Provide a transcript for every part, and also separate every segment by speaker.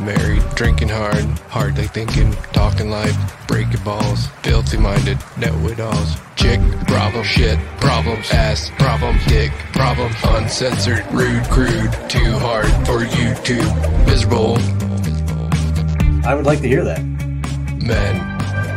Speaker 1: married, drinking hard, hardly thinking, talking life, breaking balls, filthy minded, net widows, chick, problem, shit, problems, ass, problem, dick, problem, uncensored, rude, crude, too hard for YouTube, miserable,
Speaker 2: I would like to hear that.
Speaker 1: men,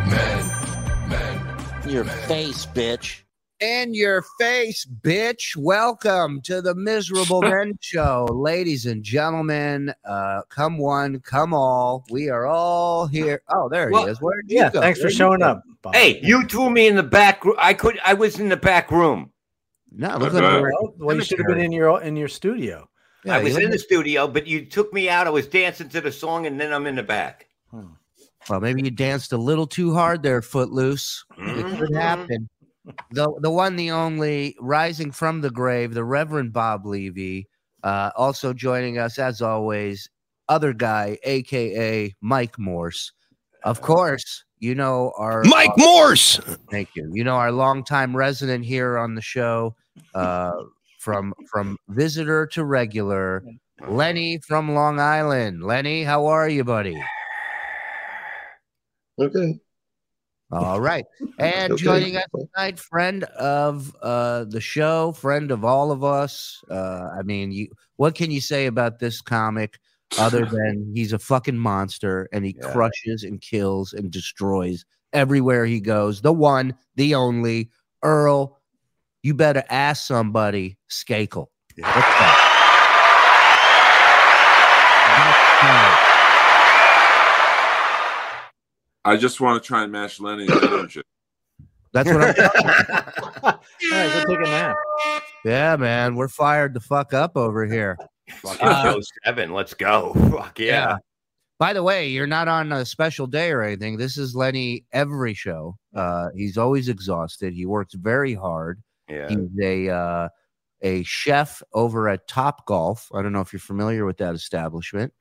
Speaker 1: men, men.
Speaker 3: Your face, bitch.
Speaker 4: in your face, bitch. Welcome to the Miserable Men Show, ladies and gentlemen. Uh, come one, come all. We are all here. Oh, there he
Speaker 5: Well,
Speaker 4: is. Where did
Speaker 2: Yeah,
Speaker 4: you go?
Speaker 2: thanks for
Speaker 4: Where'd you
Speaker 2: showing
Speaker 4: go?
Speaker 2: up. Bob.
Speaker 5: Hey, you threw me in the back. roo- I could. I was in the back room.
Speaker 4: No, look
Speaker 6: Uh,
Speaker 4: like
Speaker 2: Well, well, you should have been in your in your studio.
Speaker 4: yeah,
Speaker 5: I was
Speaker 4: you
Speaker 5: in
Speaker 4: look-
Speaker 5: the studio, but you took me out. I was dancing to the song, and then I'm in the back.
Speaker 4: Well, maybe you danced a little too hard there, Footloose. It could
Speaker 5: Mhm.
Speaker 4: happen. The the one, the only, rising from the grave, the Reverend Bob Levy, uh, also joining us as always, other guy, aka Mike Morse. Of course, you know our
Speaker 7: Mike Morse.
Speaker 4: Thank you. You know our longtime resident here on the show, uh, from from visitor to regular, Lenny from Long Island. Lenny, how are you, buddy?
Speaker 6: Okay.
Speaker 4: All right. And
Speaker 6: okay.
Speaker 4: joining us tonight, friend of uh, the show, friend of all of us. Uh, I mean, you, what can you say about this comic other than he's a fucking monster and he
Speaker 5: Yeah.
Speaker 4: crushes and kills and destroys everywhere he goes? The one, the only, Earl. You better ask somebody, Skakel. What's that?
Speaker 6: I just want to try and match Lenny and energy.
Speaker 4: That's what I'm
Speaker 2: All right, go take a nap.
Speaker 4: Yeah, man, we're fired the fuck up over here.
Speaker 5: Fucking
Speaker 4: Uh,
Speaker 5: show seven. Let's go. Fuck yeah.
Speaker 4: By the way, you're not on a special day or anything. This is Lenny every show. Uh, he's always exhausted. He works very hard.
Speaker 5: Yeah.
Speaker 4: He's a uh, a chef over at Top Golf. I don't know if you're familiar with that establishment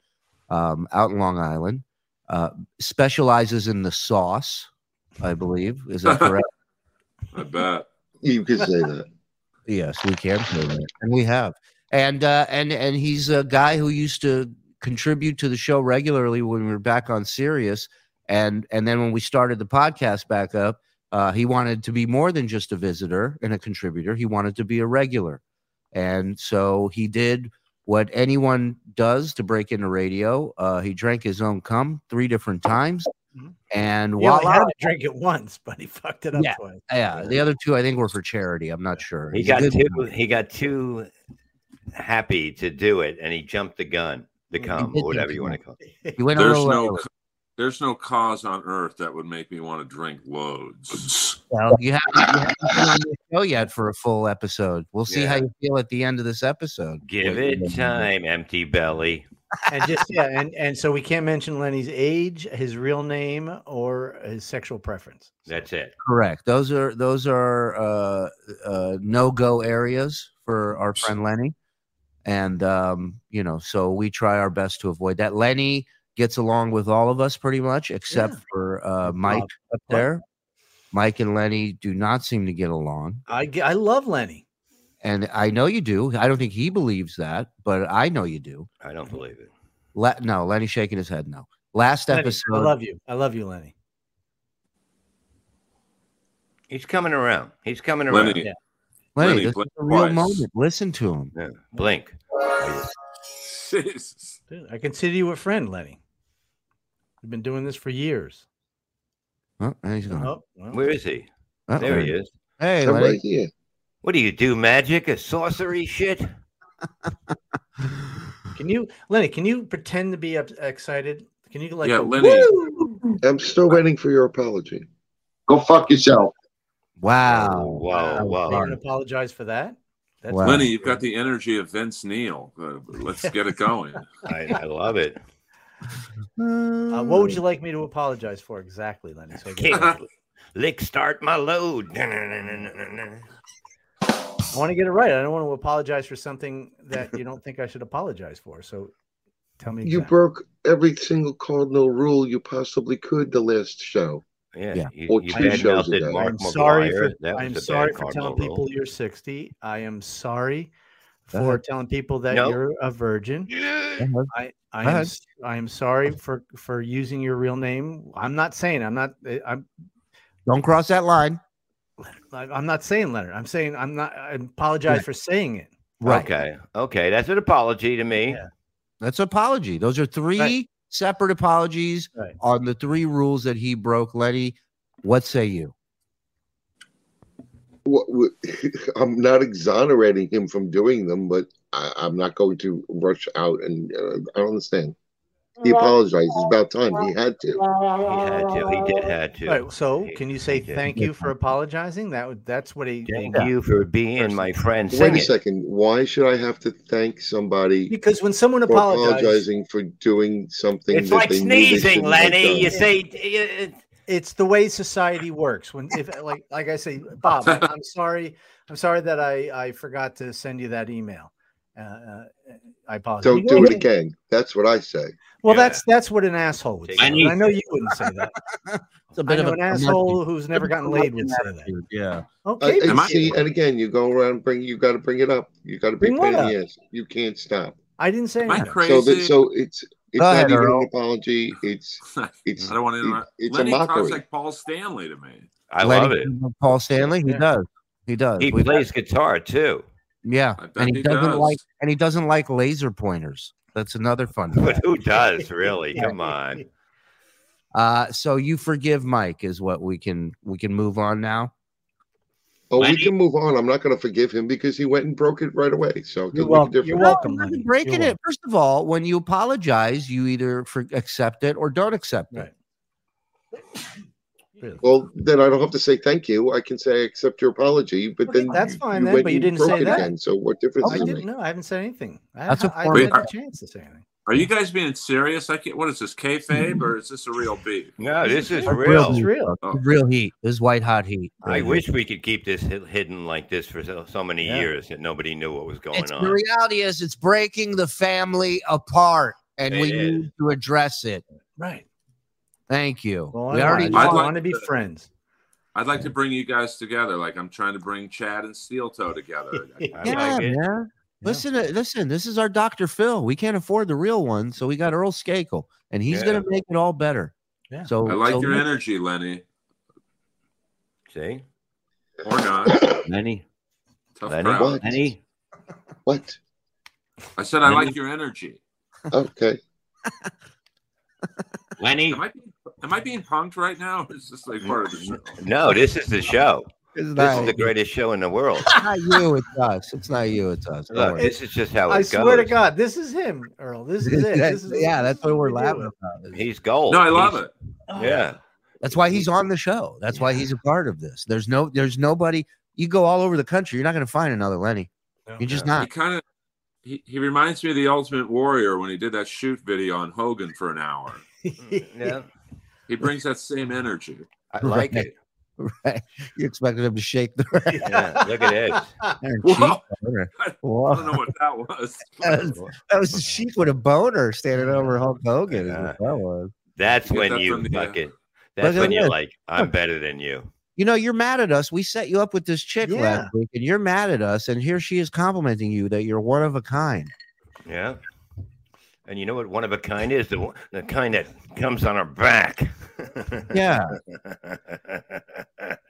Speaker 4: um, out in Long Island. Uh, specializes in the sauce, I believe. Is that correct?
Speaker 6: I bet.
Speaker 8: You could say that.
Speaker 4: Yes, we can play that, and we have. And uh, and and he's a guy who used to contribute to the show regularly when we were back on Sirius, and and then when we started the podcast back up, uh, he wanted to be more than just a visitor and a contributor. He wanted to be a regular, and so he did what anyone does to break into radio. Uh, he drank his own cum three different times,
Speaker 2: Mhm.
Speaker 4: and
Speaker 2: Well,
Speaker 4: while
Speaker 2: he had to drink it once, but he fucked it up
Speaker 4: Yeah.
Speaker 2: twice.
Speaker 4: yeah, the other two I think were for charity. I'm not sure.
Speaker 5: He
Speaker 4: He's a
Speaker 5: got
Speaker 4: good
Speaker 5: too.
Speaker 4: guy.
Speaker 5: He got too happy to do it, and he jumped the gun. The
Speaker 2: He
Speaker 5: cum,
Speaker 4: did
Speaker 5: or whatever you
Speaker 4: jump
Speaker 5: want
Speaker 4: the
Speaker 5: to call it.
Speaker 4: He went a
Speaker 6: There's
Speaker 4: little
Speaker 6: no
Speaker 4: early.
Speaker 6: c- there's no cause on earth that would make me want to drink loads.
Speaker 4: Well, you haven't, you haven't been on the show yet for a full episode. We'll see how
Speaker 5: Yeah.
Speaker 4: you feel at the end of this episode.
Speaker 5: Give it time, empty belly.
Speaker 2: and just yeah, and and so we can't mention Lenny's age, his real name, or his sexual preference.
Speaker 5: That's it.
Speaker 4: Correct. Those are those are uh, uh, no go areas for our friend Lenny, and um, you know, so we try our best to avoid that. Lenny gets along with all of us pretty much, except for uh, Mike up there. Mike and Lenny do not seem to get along,
Speaker 2: I g- I love Lenny.
Speaker 4: and I know you do. I don't think he believes that, but I know you do.
Speaker 5: I don't believe it.
Speaker 4: Le- no, Lenny shaking his head. No. Last
Speaker 2: Lenny,
Speaker 4: episode.
Speaker 2: I love you. I love you, Lenny.
Speaker 5: He's coming around. He's coming around.
Speaker 6: Lenny,
Speaker 2: Yeah.
Speaker 4: Lenny,
Speaker 6: Lenny,
Speaker 4: this is
Speaker 6: blink
Speaker 4: a real
Speaker 6: twice.
Speaker 4: moment. Listen to him.
Speaker 5: Yeah, Blink.
Speaker 6: Jesus.
Speaker 2: Dude, I consider you a friend, Lenny. We've been doing this for years.
Speaker 4: Oh, and he's gone.
Speaker 2: Oh, well,
Speaker 5: Where is he?
Speaker 4: Uh-oh.
Speaker 5: There he is.
Speaker 4: Hey,
Speaker 8: I'm right
Speaker 4: Lenny.
Speaker 8: here.
Speaker 5: What do you do? Magic or sorcery shit?
Speaker 2: can you, Lenny? Can you pretend to be up, excited? Can you like?
Speaker 6: yeah,
Speaker 2: go,
Speaker 6: Lenny.
Speaker 8: I'm still waiting for your apology. Go fuck yourself.
Speaker 5: Oh,
Speaker 4: Wow.
Speaker 5: Whoa,
Speaker 2: "Wow,
Speaker 5: whoa.
Speaker 2: you apologize for that. That's
Speaker 4: Wow.
Speaker 6: Lenny, you've got the energy of Vince Neil. Uh, let's get it going.
Speaker 5: I, I love it.
Speaker 2: Uh, what would you like me to apologize for exactly, Lenny? So I
Speaker 5: Kick,
Speaker 2: can-
Speaker 5: lick, start my load. Na-na-na-na-na-na.
Speaker 2: I want to get it right. I don't want to apologize for something that you don't think I should apologize for. So tell me.
Speaker 8: You
Speaker 2: exactly.
Speaker 8: broke every single cardinal rule you possibly could the last show.
Speaker 5: Yeah,
Speaker 4: Yeah.
Speaker 5: you,
Speaker 8: Or
Speaker 5: you
Speaker 8: two
Speaker 5: bad
Speaker 8: shows
Speaker 5: mouthed
Speaker 8: ago.
Speaker 5: Mark
Speaker 2: I'm sorry for
Speaker 5: McGwire. That was
Speaker 2: I'm
Speaker 5: a bad
Speaker 2: sorry for telling
Speaker 5: cardinal
Speaker 2: people
Speaker 5: rule.
Speaker 2: you're 60. I am sorry
Speaker 4: Go
Speaker 2: for telling people that
Speaker 5: Nope.
Speaker 2: you're a virgin.
Speaker 5: Yeah.
Speaker 1: thing.
Speaker 4: Uh-huh.
Speaker 2: I,
Speaker 4: Go
Speaker 2: I am
Speaker 4: ahead.
Speaker 2: s- I am sorry for for using your real name. I'm not saying I'm not I- I'm
Speaker 4: Don't cross that line.
Speaker 2: I- I'm not saying Leonard. I'm saying I'm not. I apologize for saying it.
Speaker 5: Okay. Okay. That's an apology to me.
Speaker 2: Yeah.
Speaker 4: That's apology. Those are three
Speaker 2: Right.
Speaker 4: separate apologies
Speaker 2: Right.
Speaker 4: on the three rules that he broke. Lenny, what say you?
Speaker 8: What, what, I'm not exonerating him from doing them, but I, I'm not going to rush out and uh, I don't understand. He apologized. It's about time. He had to.
Speaker 5: He had to. He did had to.
Speaker 2: Right, so
Speaker 5: He-
Speaker 2: can you say
Speaker 5: he did.
Speaker 2: thank you for apologizing? That would that's what he
Speaker 5: Thank you for being my friend.
Speaker 8: Wait
Speaker 5: Sing
Speaker 8: a
Speaker 5: it.
Speaker 8: second. Why should I have to thank somebody
Speaker 2: because when someone
Speaker 8: for
Speaker 2: apologizes,
Speaker 8: apologizing for doing something
Speaker 5: It's
Speaker 8: that
Speaker 5: like
Speaker 8: they knew they
Speaker 5: sneezing,
Speaker 8: shouldn't have
Speaker 5: Lenny. You
Speaker 8: done?
Speaker 5: say it-
Speaker 2: it's the way society works. When if uh, like like I say, Bob, I, am sorry, I'm sorry that I I forgot to send you that email. Uh, uh, I apologize.
Speaker 8: Don't
Speaker 2: You know
Speaker 8: do it
Speaker 2: what?
Speaker 8: again. That's what I say.
Speaker 2: Well,
Speaker 5: Yeah.
Speaker 2: that's that's what an asshole would
Speaker 5: Take
Speaker 2: say.
Speaker 5: it.
Speaker 2: And I know you wouldn't say that.
Speaker 4: It's a
Speaker 2: I know an asshole who's never gotten laid would say that.
Speaker 4: attitude, Yeah.
Speaker 8: I,
Speaker 2: Okay,
Speaker 8: and
Speaker 6: I-
Speaker 8: see, and again, you go around and bring. You got to bring it up. You got to be
Speaker 2: Bring
Speaker 8: a pain
Speaker 2: what
Speaker 8: in the ass. You can't stop.
Speaker 2: I didn't say
Speaker 6: Am I
Speaker 2: anything.
Speaker 6: crazy?
Speaker 8: So that so it's it's
Speaker 4: Go
Speaker 8: not
Speaker 4: ahead,
Speaker 8: even
Speaker 4: Earl.
Speaker 8: an apology. It's it's
Speaker 6: I don't want to
Speaker 8: it-
Speaker 6: interrupt.
Speaker 8: it's a
Speaker 6: Lenny
Speaker 8: mockery.
Speaker 6: talks like Paul Stanley to me.
Speaker 5: I
Speaker 4: Lenny
Speaker 5: love it.
Speaker 4: Kravitz, Paul Stanley, he
Speaker 2: Yeah.
Speaker 4: does. He does.
Speaker 5: He
Speaker 4: We-
Speaker 5: plays guitar too.
Speaker 4: yeah.
Speaker 6: I bet
Speaker 4: And he,
Speaker 6: he
Speaker 4: doesn't
Speaker 6: does.
Speaker 4: like and he doesn't like laser pointers. That's another fun fact.
Speaker 5: But who does really? Come on.
Speaker 4: Uh, so you forgive Mike is what we can we can move on now.
Speaker 8: oh,
Speaker 5: Lenny-
Speaker 8: we can move on. I'm not going to forgive him because he went and broke it right away. So it doesn't make a
Speaker 2: You're welcome. You're
Speaker 8: difference.
Speaker 2: welcome.
Speaker 4: You're
Speaker 2: Lenny.
Speaker 4: breaking
Speaker 2: You're
Speaker 4: it. First of all, when you apologize, you either for, accept it or don't accept
Speaker 2: Right.
Speaker 4: it.
Speaker 2: welcome.
Speaker 8: Well, then I don't have to say thank you. I can say I accept your apology. But
Speaker 2: Okay,
Speaker 8: then
Speaker 2: that's
Speaker 8: you-
Speaker 2: fine
Speaker 8: You
Speaker 2: then,
Speaker 8: went
Speaker 2: but you
Speaker 8: and
Speaker 2: didn't
Speaker 8: broke
Speaker 2: say
Speaker 8: it
Speaker 2: that.
Speaker 8: Again, so what difference
Speaker 2: I
Speaker 8: does it
Speaker 2: didn't
Speaker 8: make?
Speaker 2: know. I haven't said anything. I,
Speaker 4: That's a
Speaker 2: I
Speaker 4: form
Speaker 2: didn't
Speaker 6: of-
Speaker 2: have a chance to say anything.
Speaker 6: Are you guys being serious? I can't, what is this kayfabe or is this a real beef?
Speaker 5: No, this is
Speaker 2: Real.
Speaker 5: real.
Speaker 2: It's real.
Speaker 6: Oh.
Speaker 4: Real heat. This is white hot heat.
Speaker 5: I wish we could keep this hi- hidden like this for so, so many
Speaker 2: Yeah.
Speaker 5: years that nobody knew what was going
Speaker 4: It's, the
Speaker 5: on.
Speaker 4: reality is it's breaking the family apart, and we
Speaker 5: It is.
Speaker 4: need to address it.
Speaker 2: Right.
Speaker 4: Thank you.
Speaker 2: Well,
Speaker 4: we
Speaker 2: I
Speaker 4: already
Speaker 2: already
Speaker 6: I'd
Speaker 2: want,
Speaker 6: like
Speaker 2: to be
Speaker 6: to-
Speaker 2: friends.
Speaker 6: I'd like to bring you guys together. Like I'm trying to bring Chad and Steel Toe together.
Speaker 5: I
Speaker 4: yeah,
Speaker 5: like it.
Speaker 4: man. Listen, to, listen. This is our Dr. Phil. We can't afford the real one, so we got Earl Skakel, and he's
Speaker 5: Yeah.
Speaker 4: gonna make it all better.
Speaker 2: Yeah.
Speaker 4: So
Speaker 6: I like
Speaker 4: so
Speaker 6: your energy, Lenny.
Speaker 5: See?
Speaker 6: Or not.
Speaker 5: Lenny.
Speaker 6: Tough
Speaker 5: Lenny.
Speaker 6: crowd.
Speaker 8: What?
Speaker 5: Lenny.
Speaker 8: What?
Speaker 6: I said I
Speaker 5: Lenny.
Speaker 6: like your energy.
Speaker 8: Okay.
Speaker 5: Lenny.
Speaker 6: Am I being, am I being punked right now? Is this like part of the show?
Speaker 5: No, this is the show.
Speaker 4: It's
Speaker 5: This
Speaker 4: not,
Speaker 5: is the greatest show in the world.
Speaker 4: it's not you, it's us. It's not you, it's us. Don't
Speaker 5: Look,
Speaker 4: worry.
Speaker 5: this is just how it
Speaker 2: I
Speaker 5: goes.
Speaker 2: swear to God, this is him, Earl. This is it. This is,
Speaker 4: yeah,
Speaker 2: this
Speaker 4: that's
Speaker 2: is
Speaker 4: why we're
Speaker 2: we do.
Speaker 4: laughing about.
Speaker 5: He's gold.
Speaker 8: Oh,
Speaker 6: No, I love
Speaker 5: He's-
Speaker 6: it.
Speaker 4: Oh,
Speaker 5: Yeah.
Speaker 4: That's why he's on the show. That's why he's a part of this. There's no, there's nobody. You go all over the country, you're not going to find another Lenny.
Speaker 2: No.
Speaker 4: You're just
Speaker 6: He
Speaker 4: not.
Speaker 6: kind of he, he reminds me of the Ultimate Warrior when he did that shoot video on Hogan for an hour.
Speaker 5: Mm, Yeah.
Speaker 6: He brings that same energy.
Speaker 5: I like it.
Speaker 4: Right? You expected him to shake the. Right
Speaker 5: Yeah. Look at this.
Speaker 4: hand
Speaker 6: Whoa.
Speaker 4: cheek boner.
Speaker 6: I
Speaker 4: Whoa.
Speaker 6: don't know what that was.
Speaker 4: That was- that was the sheik with a boner standing over Hulk Hogan. is
Speaker 5: Yeah.
Speaker 4: what that was.
Speaker 5: That's
Speaker 6: You get
Speaker 5: when
Speaker 6: that
Speaker 5: you
Speaker 6: from the, uh,
Speaker 5: fuck it. That's
Speaker 4: at
Speaker 5: when you're
Speaker 4: this.
Speaker 5: like, I'm better than you.
Speaker 4: You know, you're mad at us. We set you up with this chick
Speaker 2: Yeah.
Speaker 4: last week, and you're mad at us. And here she is complimenting you that you're one of a kind.
Speaker 5: Yeah. And you know what one of a kind is? The, one- the kind that comes on our back.
Speaker 4: Yeah.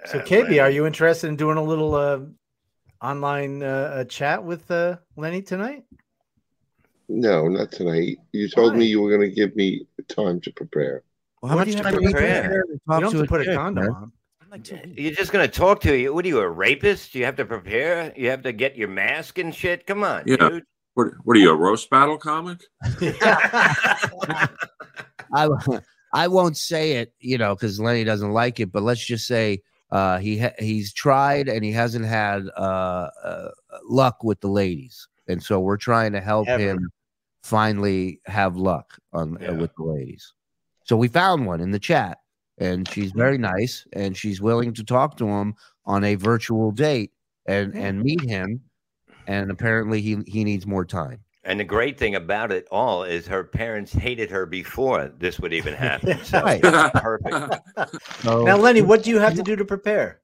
Speaker 2: So, KB, are you interested in doing a little uh, online uh, uh, chat with uh, Lenny tonight?
Speaker 8: No, not tonight. You told
Speaker 2: Why?
Speaker 8: me you were going to give me time to prepare.
Speaker 4: Well, how
Speaker 2: What do
Speaker 4: much
Speaker 2: you
Speaker 4: time
Speaker 2: have to
Speaker 4: do you
Speaker 5: prepare?
Speaker 4: prepare to
Speaker 2: You
Speaker 4: talk
Speaker 2: don't
Speaker 4: to
Speaker 2: have to put a
Speaker 4: chick,
Speaker 2: condom
Speaker 4: man?
Speaker 2: on.
Speaker 5: You're just gonna talk to you. What are you, a rapist? You have to prepare. You have to get your mask and shit. Come on,
Speaker 6: Yeah.
Speaker 5: dude.
Speaker 6: What, what are you, a roast battle comic?
Speaker 4: I I won't say it, you know, because Lenny doesn't like it. But let's just say uh, he ha- he's tried and he hasn't had uh, uh, luck with the ladies, and so we're trying to help
Speaker 2: Ever.
Speaker 4: him finally have luck on
Speaker 5: Yeah.
Speaker 4: uh, with the ladies. So we found one in the chat, and
Speaker 2: Mm-hmm.
Speaker 4: she's very nice, and she's willing to talk to him on a virtual date
Speaker 2: Mm.
Speaker 4: and and meet him. And apparently, he he needs more time.
Speaker 5: And the great thing about it all is her parents hated her before this would even happen. So
Speaker 4: Right.
Speaker 5: it's perfect.
Speaker 4: So
Speaker 2: Now, Lenny, what do you have to do to prepare?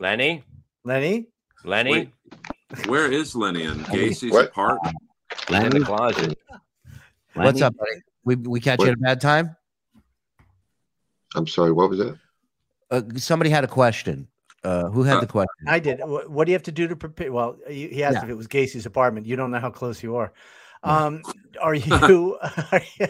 Speaker 5: Lenny,
Speaker 2: Lenny?
Speaker 5: Lenny,
Speaker 6: Wait, Where is Lenny in Gacy's
Speaker 8: What?
Speaker 6: apartment?
Speaker 5: he's in the closet.
Speaker 4: What's up, buddy? We, we catch you at a bad time?
Speaker 8: I'm sorry. What was that?
Speaker 4: Uh, somebody had a question. Uh, who had the question?
Speaker 2: I did. Wh- What do you have to do to prepare? Well, he he asked
Speaker 4: Yeah.
Speaker 2: if it was Gacy's apartment. You don't know how close you are. Um, are you? Are you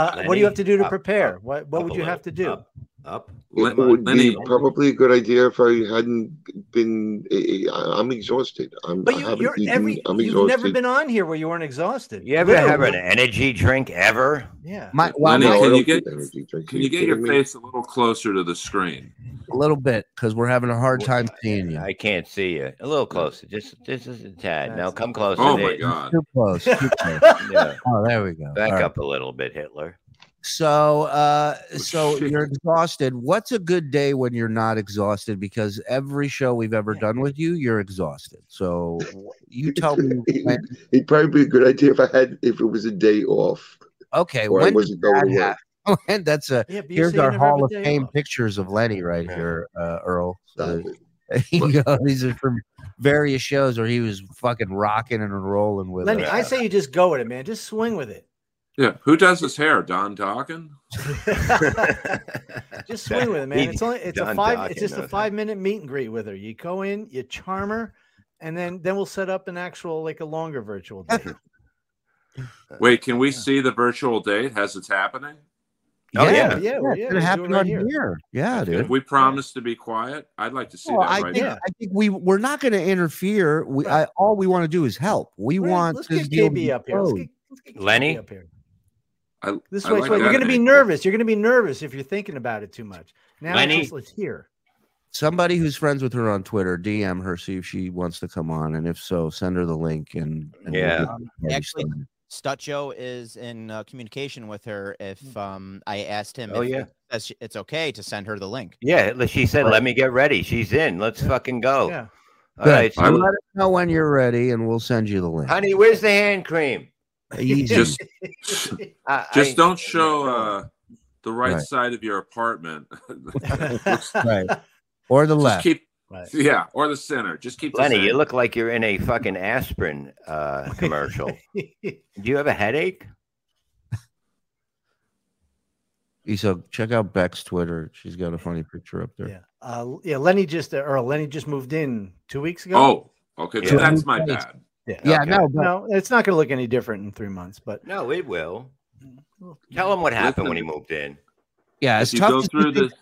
Speaker 2: uh, what do you have to do to
Speaker 7: Up,
Speaker 2: prepare?
Speaker 7: up,
Speaker 2: What What
Speaker 7: up
Speaker 2: would
Speaker 7: a
Speaker 2: you have to
Speaker 7: little,
Speaker 2: do?
Speaker 4: uh,
Speaker 7: Up, up.
Speaker 8: It
Speaker 6: Let-
Speaker 7: Come on.
Speaker 8: would be
Speaker 6: Lenny.
Speaker 8: probably a good idea if I hadn't been. I- I- I'm exhausted. I'm,
Speaker 2: But
Speaker 8: I
Speaker 2: you,
Speaker 8: haven't
Speaker 2: you're
Speaker 8: eaten.
Speaker 2: every.
Speaker 8: I'm
Speaker 2: You've
Speaker 8: exhausted.
Speaker 2: never been on here where you weren't exhausted.
Speaker 5: You ever have an
Speaker 2: Literally.
Speaker 5: energy drink ever?
Speaker 2: Yeah.
Speaker 4: My, well,
Speaker 6: Lenny,
Speaker 8: No, I
Speaker 4: my-
Speaker 6: can you
Speaker 8: don't
Speaker 6: get
Speaker 8: drink energy drinks.
Speaker 6: can
Speaker 8: Are
Speaker 6: you get your
Speaker 8: kidding me?
Speaker 6: face a little closer to the screen?
Speaker 4: a little bit because we're having a hard time seeing you.
Speaker 5: I can't see you. A little closer. Just just a tad. Now
Speaker 2: That's-
Speaker 5: come closer.
Speaker 6: Oh
Speaker 5: There-
Speaker 6: my god.
Speaker 4: Too close. Too close.
Speaker 5: Yeah.
Speaker 4: Oh, there we go.
Speaker 5: Back
Speaker 4: All right.
Speaker 5: up a little bit, Hitler.
Speaker 4: So, uh, so
Speaker 6: shit.
Speaker 4: you're exhausted. What's a good day when you're not exhausted? Because every show we've ever done with you, you're exhausted. So you tell me. When,
Speaker 8: It'd probably be a good idea if I had if it was a day off
Speaker 4: okay,
Speaker 8: or I
Speaker 4: when did
Speaker 8: wasn't going to
Speaker 4: that
Speaker 8: work.
Speaker 4: happen? And that's a
Speaker 2: Yeah, but you
Speaker 4: here's
Speaker 2: say you
Speaker 4: our
Speaker 2: never have
Speaker 4: Hall
Speaker 2: a
Speaker 4: of
Speaker 2: day
Speaker 4: Fame
Speaker 2: off.
Speaker 4: pictures of Lenny right
Speaker 5: Yeah.
Speaker 4: here, uh, Earl. So
Speaker 8: Stop it.
Speaker 4: you go, these are from various shows where he was fucking rocking and rolling with
Speaker 2: Lenny,
Speaker 4: us.
Speaker 2: I say you just go with it, man. Just swing with it.
Speaker 6: Yeah. Who does his hair? Don Talkin?
Speaker 2: just swing with it, man. It's only it's a
Speaker 5: Don
Speaker 2: five.
Speaker 5: Dokken
Speaker 2: It's just
Speaker 5: knows
Speaker 2: a
Speaker 5: that.
Speaker 2: five minute meet and greet with her. You go in, you charm her, and then then we'll set up an actual like a longer virtual date.
Speaker 6: Wait, can we see the virtual date as it's happening?
Speaker 5: Oh, yeah.
Speaker 2: yeah, yeah,
Speaker 4: it's
Speaker 2: yeah,
Speaker 4: gonna
Speaker 2: we'll do
Speaker 4: happen
Speaker 2: it right
Speaker 4: on
Speaker 2: here.
Speaker 4: here. Yeah, dude.
Speaker 6: If we promise to be quiet, I'd like to see
Speaker 4: Well,
Speaker 6: that
Speaker 4: I,
Speaker 6: right
Speaker 4: think,
Speaker 6: now.
Speaker 4: I think we we're not going to interfere. We I, all we want to do is help. We
Speaker 2: We're-
Speaker 4: want
Speaker 2: let's
Speaker 4: this
Speaker 2: get
Speaker 4: deal to be
Speaker 2: KB up here. Let's
Speaker 4: closed.
Speaker 2: get, let's get KB
Speaker 5: Lenny?
Speaker 2: up here.
Speaker 6: I,
Speaker 2: This
Speaker 6: I
Speaker 2: way,
Speaker 6: like
Speaker 2: this way. You're
Speaker 6: that
Speaker 2: gonna be
Speaker 6: angle.
Speaker 2: nervous. You're gonna be nervous if you're thinking about it too much. Now
Speaker 5: Lenny?
Speaker 2: it's just, let's hear.
Speaker 4: Somebody who's friends with her on Twitter, DM her, see if she wants to come on, and if so, send her the link. And, and we'll
Speaker 5: Yeah.
Speaker 4: get the
Speaker 9: Um,
Speaker 4: party
Speaker 9: actually,
Speaker 4: started.
Speaker 9: Stutcho is in uh, communication with her. If um, I asked him,
Speaker 5: Oh,
Speaker 9: if
Speaker 5: yeah.
Speaker 9: it- that's- it's okay to send her the link.
Speaker 5: Yeah, Hitler- she said,
Speaker 4: Right.
Speaker 5: "Let me get ready." She's in. Let's fucking go.
Speaker 2: Yeah.
Speaker 5: All right,
Speaker 4: Good. So
Speaker 5: so-
Speaker 4: let us know when you're ready, and we'll send you the link.
Speaker 5: honey, where's the hand cream?
Speaker 4: Easy.
Speaker 6: Just
Speaker 5: I,
Speaker 6: just
Speaker 5: I-
Speaker 6: don't show uh, the right,
Speaker 4: Right.
Speaker 6: side of your apartment.
Speaker 4: right or the
Speaker 6: just
Speaker 4: left.
Speaker 6: keep
Speaker 2: Right.
Speaker 6: yeah, or the center. Just keep the
Speaker 5: Lenny, you
Speaker 6: center.
Speaker 5: look like you're in a fucking aspirin uh, commercial. Do you have a headache?
Speaker 4: so check out Beck's Twitter. She's got a funny picture up there.
Speaker 2: yeah. Uh, yeah. Lenny just uh, Earl. Lenny just moved in two weeks ago.
Speaker 6: Oh, okay. so
Speaker 5: Yeah.
Speaker 6: that's my bad.
Speaker 4: Yeah,
Speaker 5: Okay.
Speaker 4: no, but
Speaker 2: no, it's not gonna look any different in three months. But
Speaker 5: No, it will. Tell him what happened when he moved in.
Speaker 4: yeah, as
Speaker 6: If you
Speaker 4: tough
Speaker 6: go
Speaker 4: as you
Speaker 6: through
Speaker 4: think-
Speaker 6: the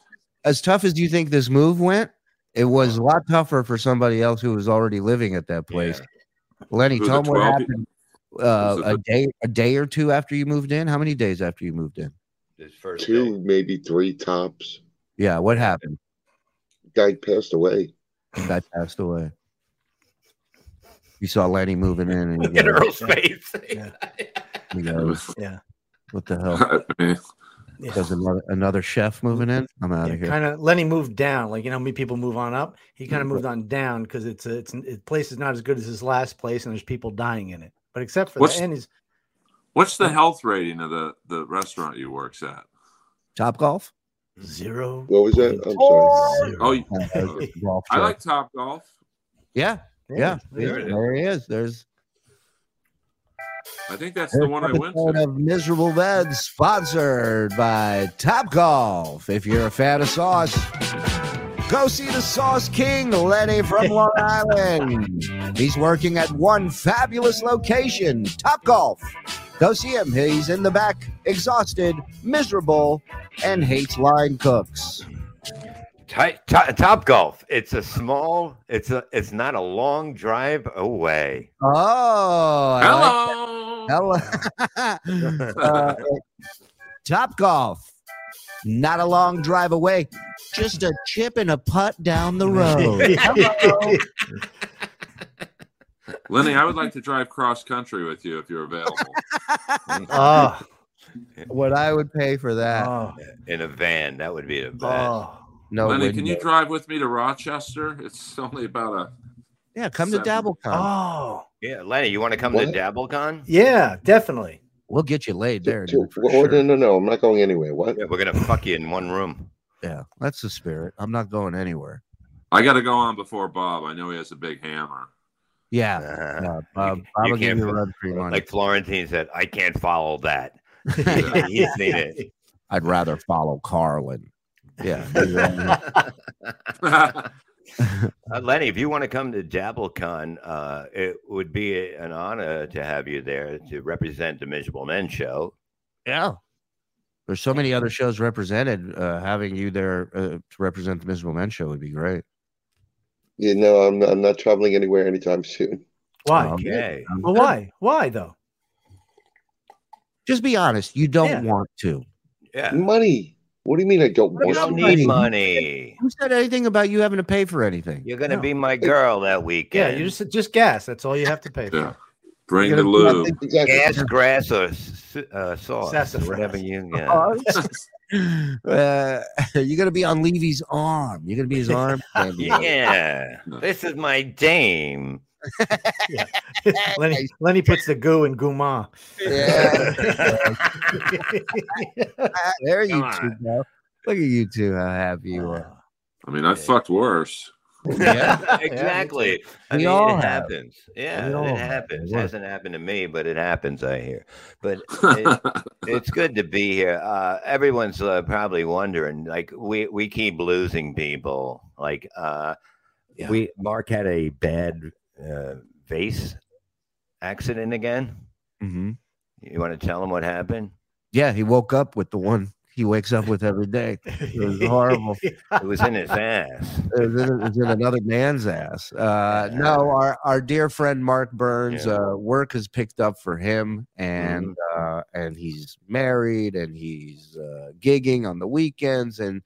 Speaker 4: as tough as you think this move went, it was a lot tougher for somebody else who was already living at that place. Lenny,
Speaker 6: Who's
Speaker 4: tell
Speaker 6: the
Speaker 4: them what
Speaker 6: 12
Speaker 4: happened uh,
Speaker 6: Who's the-
Speaker 4: a day a day or two after you moved in. How many days after you moved in?
Speaker 5: His first
Speaker 8: Two, maybe three tops.
Speaker 4: Yeah, what happened?
Speaker 8: Guy passed away.
Speaker 4: Guy passed away. You saw Lenny moving in, and you
Speaker 5: day. In
Speaker 4: go,
Speaker 5: Earl's face.
Speaker 2: Yeah.
Speaker 4: you go,
Speaker 2: Yeah.
Speaker 4: "What the hell?
Speaker 6: I mean,
Speaker 4: There's another, another chef moving in. I'm out of here." Mm-hmm.
Speaker 2: Kind of Lenny moved down, like you know, how many people move on up. He kind of moved on down because it's a, it's it, place is not as good as his last place, and there's people dying in it. But except for
Speaker 6: What's-
Speaker 2: that, and he's
Speaker 6: what's the health rating of the the restaurant you works at?
Speaker 4: Top golf.
Speaker 2: zero.
Speaker 8: What was that? Um, I'm sorry.
Speaker 2: zero.
Speaker 6: Oh, you-
Speaker 4: golf
Speaker 6: I
Speaker 4: show.
Speaker 6: like Top Golf.
Speaker 4: yeah, yeah.
Speaker 5: There it is.
Speaker 4: there he is. There's
Speaker 6: I think that's the
Speaker 4: This
Speaker 6: one I went
Speaker 4: episode
Speaker 6: to.
Speaker 4: Of Miserable Bed, sponsored by Top Golf. If you're a fan of sauce, go see the Sauce King, Lenny from Long Island. He's working at one fabulous location, Top Golf. Go see him. He's in the back, exhausted, miserable, and hates line cooks.
Speaker 5: Ti- to- Top golf. It's a small. It's a. It's not a long drive away.
Speaker 4: Oh, I like
Speaker 6: Hello.
Speaker 4: Hello. uh, Top golf. Not a long drive away. Just a chip and a putt down the road.
Speaker 6: Lenny, I would like to drive cross country with you if you're available.
Speaker 2: oh,
Speaker 4: what I would pay for that.
Speaker 5: Uh,
Speaker 2: oh,
Speaker 5: In a van, that would be a bad.
Speaker 2: oh.
Speaker 4: no.
Speaker 6: Lenny,
Speaker 4: wouldn't
Speaker 6: can you
Speaker 4: it?
Speaker 6: drive with me to Rochester? It's only about a
Speaker 4: yeah, come to
Speaker 6: Seven.
Speaker 4: DabbleCon. Um,
Speaker 2: oh,
Speaker 5: Yeah, Lenny, you want to come
Speaker 8: What?
Speaker 5: to DabbleCon?
Speaker 2: yeah, definitely.
Speaker 4: We'll get you laid there.
Speaker 8: Two-
Speaker 4: dude, for
Speaker 8: oh,
Speaker 4: sure.
Speaker 8: No, no, no. I'm not going anywhere. What?
Speaker 5: Yeah, we're gonna fuck you in one room.
Speaker 4: Yeah, that's the spirit. I'm not going anywhere.
Speaker 6: I got to go on before Bob. I know he has a big hammer.
Speaker 4: Yeah.
Speaker 5: Uh,
Speaker 4: yeah. Bob,
Speaker 5: you
Speaker 4: Bob will give
Speaker 5: can't
Speaker 4: you a
Speaker 5: put-
Speaker 4: run for your money.
Speaker 5: like Florentine said, I can't follow that. He's seen it.
Speaker 4: I'd rather follow Carlin. Yeah.
Speaker 5: Uh, Lenny, if you want to come to JabbleCon, uh, it would be a- an honor to have you there to represent the Miserable Men show.
Speaker 4: yeah. There's so many other shows represented. Uh, having you there uh, to represent the Miserable Men show would be great.
Speaker 8: You know, I'm I'm not traveling anywhere anytime soon.
Speaker 2: Why?
Speaker 4: Um,
Speaker 5: Okay.
Speaker 2: well, why? Why though?
Speaker 4: Just be honest. You don't
Speaker 2: Yeah.
Speaker 4: want to.
Speaker 5: Yeah.
Speaker 8: Money. What do you mean I don't
Speaker 5: You
Speaker 8: want
Speaker 5: don't
Speaker 8: to?
Speaker 4: money.
Speaker 5: need money.
Speaker 4: Who said anything about you having to pay for anything?
Speaker 5: You're going to
Speaker 2: No.
Speaker 5: be my girl that
Speaker 2: Yeah,
Speaker 5: weekend.
Speaker 2: you just just gas. That's all you have to pay for.
Speaker 6: Yeah. Bring
Speaker 4: You're
Speaker 6: the
Speaker 4: gonna-
Speaker 6: lube.
Speaker 8: Exactly.
Speaker 5: gas, grass, or s- uh, sauce,
Speaker 2: Sassafras. Oh,
Speaker 5: whatever you get.
Speaker 4: uh, you're gonna be on Levy's arm. You're gonna be his arm. candy.
Speaker 5: Yeah,
Speaker 6: No.
Speaker 5: this is my dame.
Speaker 2: Lenny, Lenny puts the goo in Guma.
Speaker 4: Yeah. there you
Speaker 5: Come
Speaker 4: two go. Look at you two. How happy you
Speaker 5: Uh.
Speaker 4: are.
Speaker 6: I mean, I fucked worse.
Speaker 5: exactly. I
Speaker 4: We
Speaker 5: mean,
Speaker 4: all
Speaker 5: it
Speaker 4: have.
Speaker 5: happens. Yeah,
Speaker 4: all
Speaker 5: it
Speaker 4: have.
Speaker 5: happens.
Speaker 4: Look.
Speaker 5: hasn't happened to me, but it happens. I hear. But it, it's good to be here. Uh, everyone's uh, probably wondering, like we we keep losing people. Like uh,
Speaker 4: Yeah.
Speaker 5: we Mark had a bad uh, vase accident again.
Speaker 4: hmm
Speaker 5: You want to tell him what happened?
Speaker 4: Yeah, he woke up with the one he wakes up with every day. It was horrible.
Speaker 5: It was in his ass.
Speaker 4: It was in, it was in another man's ass. Uh, no, our, our dear friend Mark Burns,
Speaker 5: Yeah.
Speaker 4: uh, work has picked up for him, and uh, and he's married, and he's uh, gigging on the weekends, and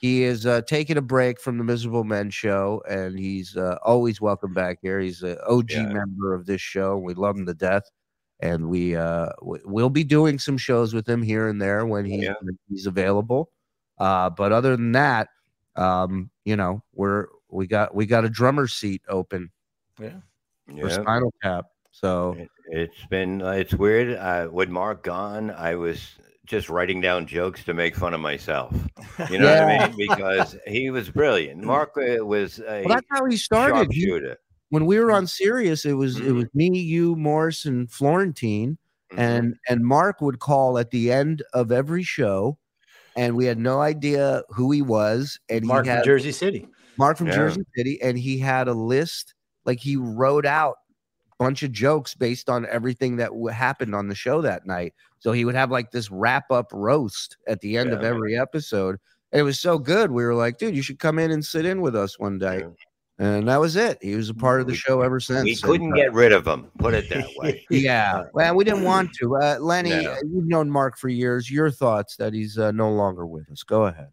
Speaker 4: he is uh, taking a break from the Miserable Men show, and he's uh, always welcome back here. He's an OG
Speaker 5: Yeah.
Speaker 4: member of this show. We love him to death, and we uh, w- we'll be doing some shows with him here and there when he
Speaker 5: Yeah.
Speaker 4: when he's available. Uh, but other than that, um, you know, we're we got we got a drummer seat open for
Speaker 5: Yeah.
Speaker 4: Spinal Tap. So
Speaker 5: It- It's been uh, it's weird. Uh, with Mark gone, I was just writing down jokes to make fun of myself. You know what I mean? Because he was brilliant. Mark uh, was a
Speaker 4: Mm. well, that's how he started. He-
Speaker 5: sharpshooter.
Speaker 4: when we were on Sirius, it was it
Speaker 5: Mm-hmm.
Speaker 4: was me, you, Morris, and Florentine.
Speaker 5: Mhm.
Speaker 4: and and Mark would call at the end of every show, and we had no idea who he was, and
Speaker 2: Mark
Speaker 4: he
Speaker 2: from
Speaker 4: had
Speaker 2: Jersey City.
Speaker 4: Mark from
Speaker 5: Yeah.
Speaker 4: Jersey City, and he had a list like he wrote out a bunch of jokes based on everything that w- happened on the show that night. So he would have like this wrap up roast at the end of
Speaker 5: Yeah.
Speaker 4: every episode. And it was so good. We were like, dude, you should come in and sit in with us one day.
Speaker 5: Yeah.
Speaker 4: And that was it. He was a part of the
Speaker 5: We-
Speaker 4: show ever since.
Speaker 5: we
Speaker 4: And,
Speaker 5: couldn't
Speaker 4: uh,
Speaker 5: get rid of him. Put it that way.
Speaker 4: yeah. Well, we didn't want to. Uh, Lenny,
Speaker 5: No.
Speaker 4: uh, you've known Mark for years. Your thoughts that he's uh, no longer with us. Go ahead.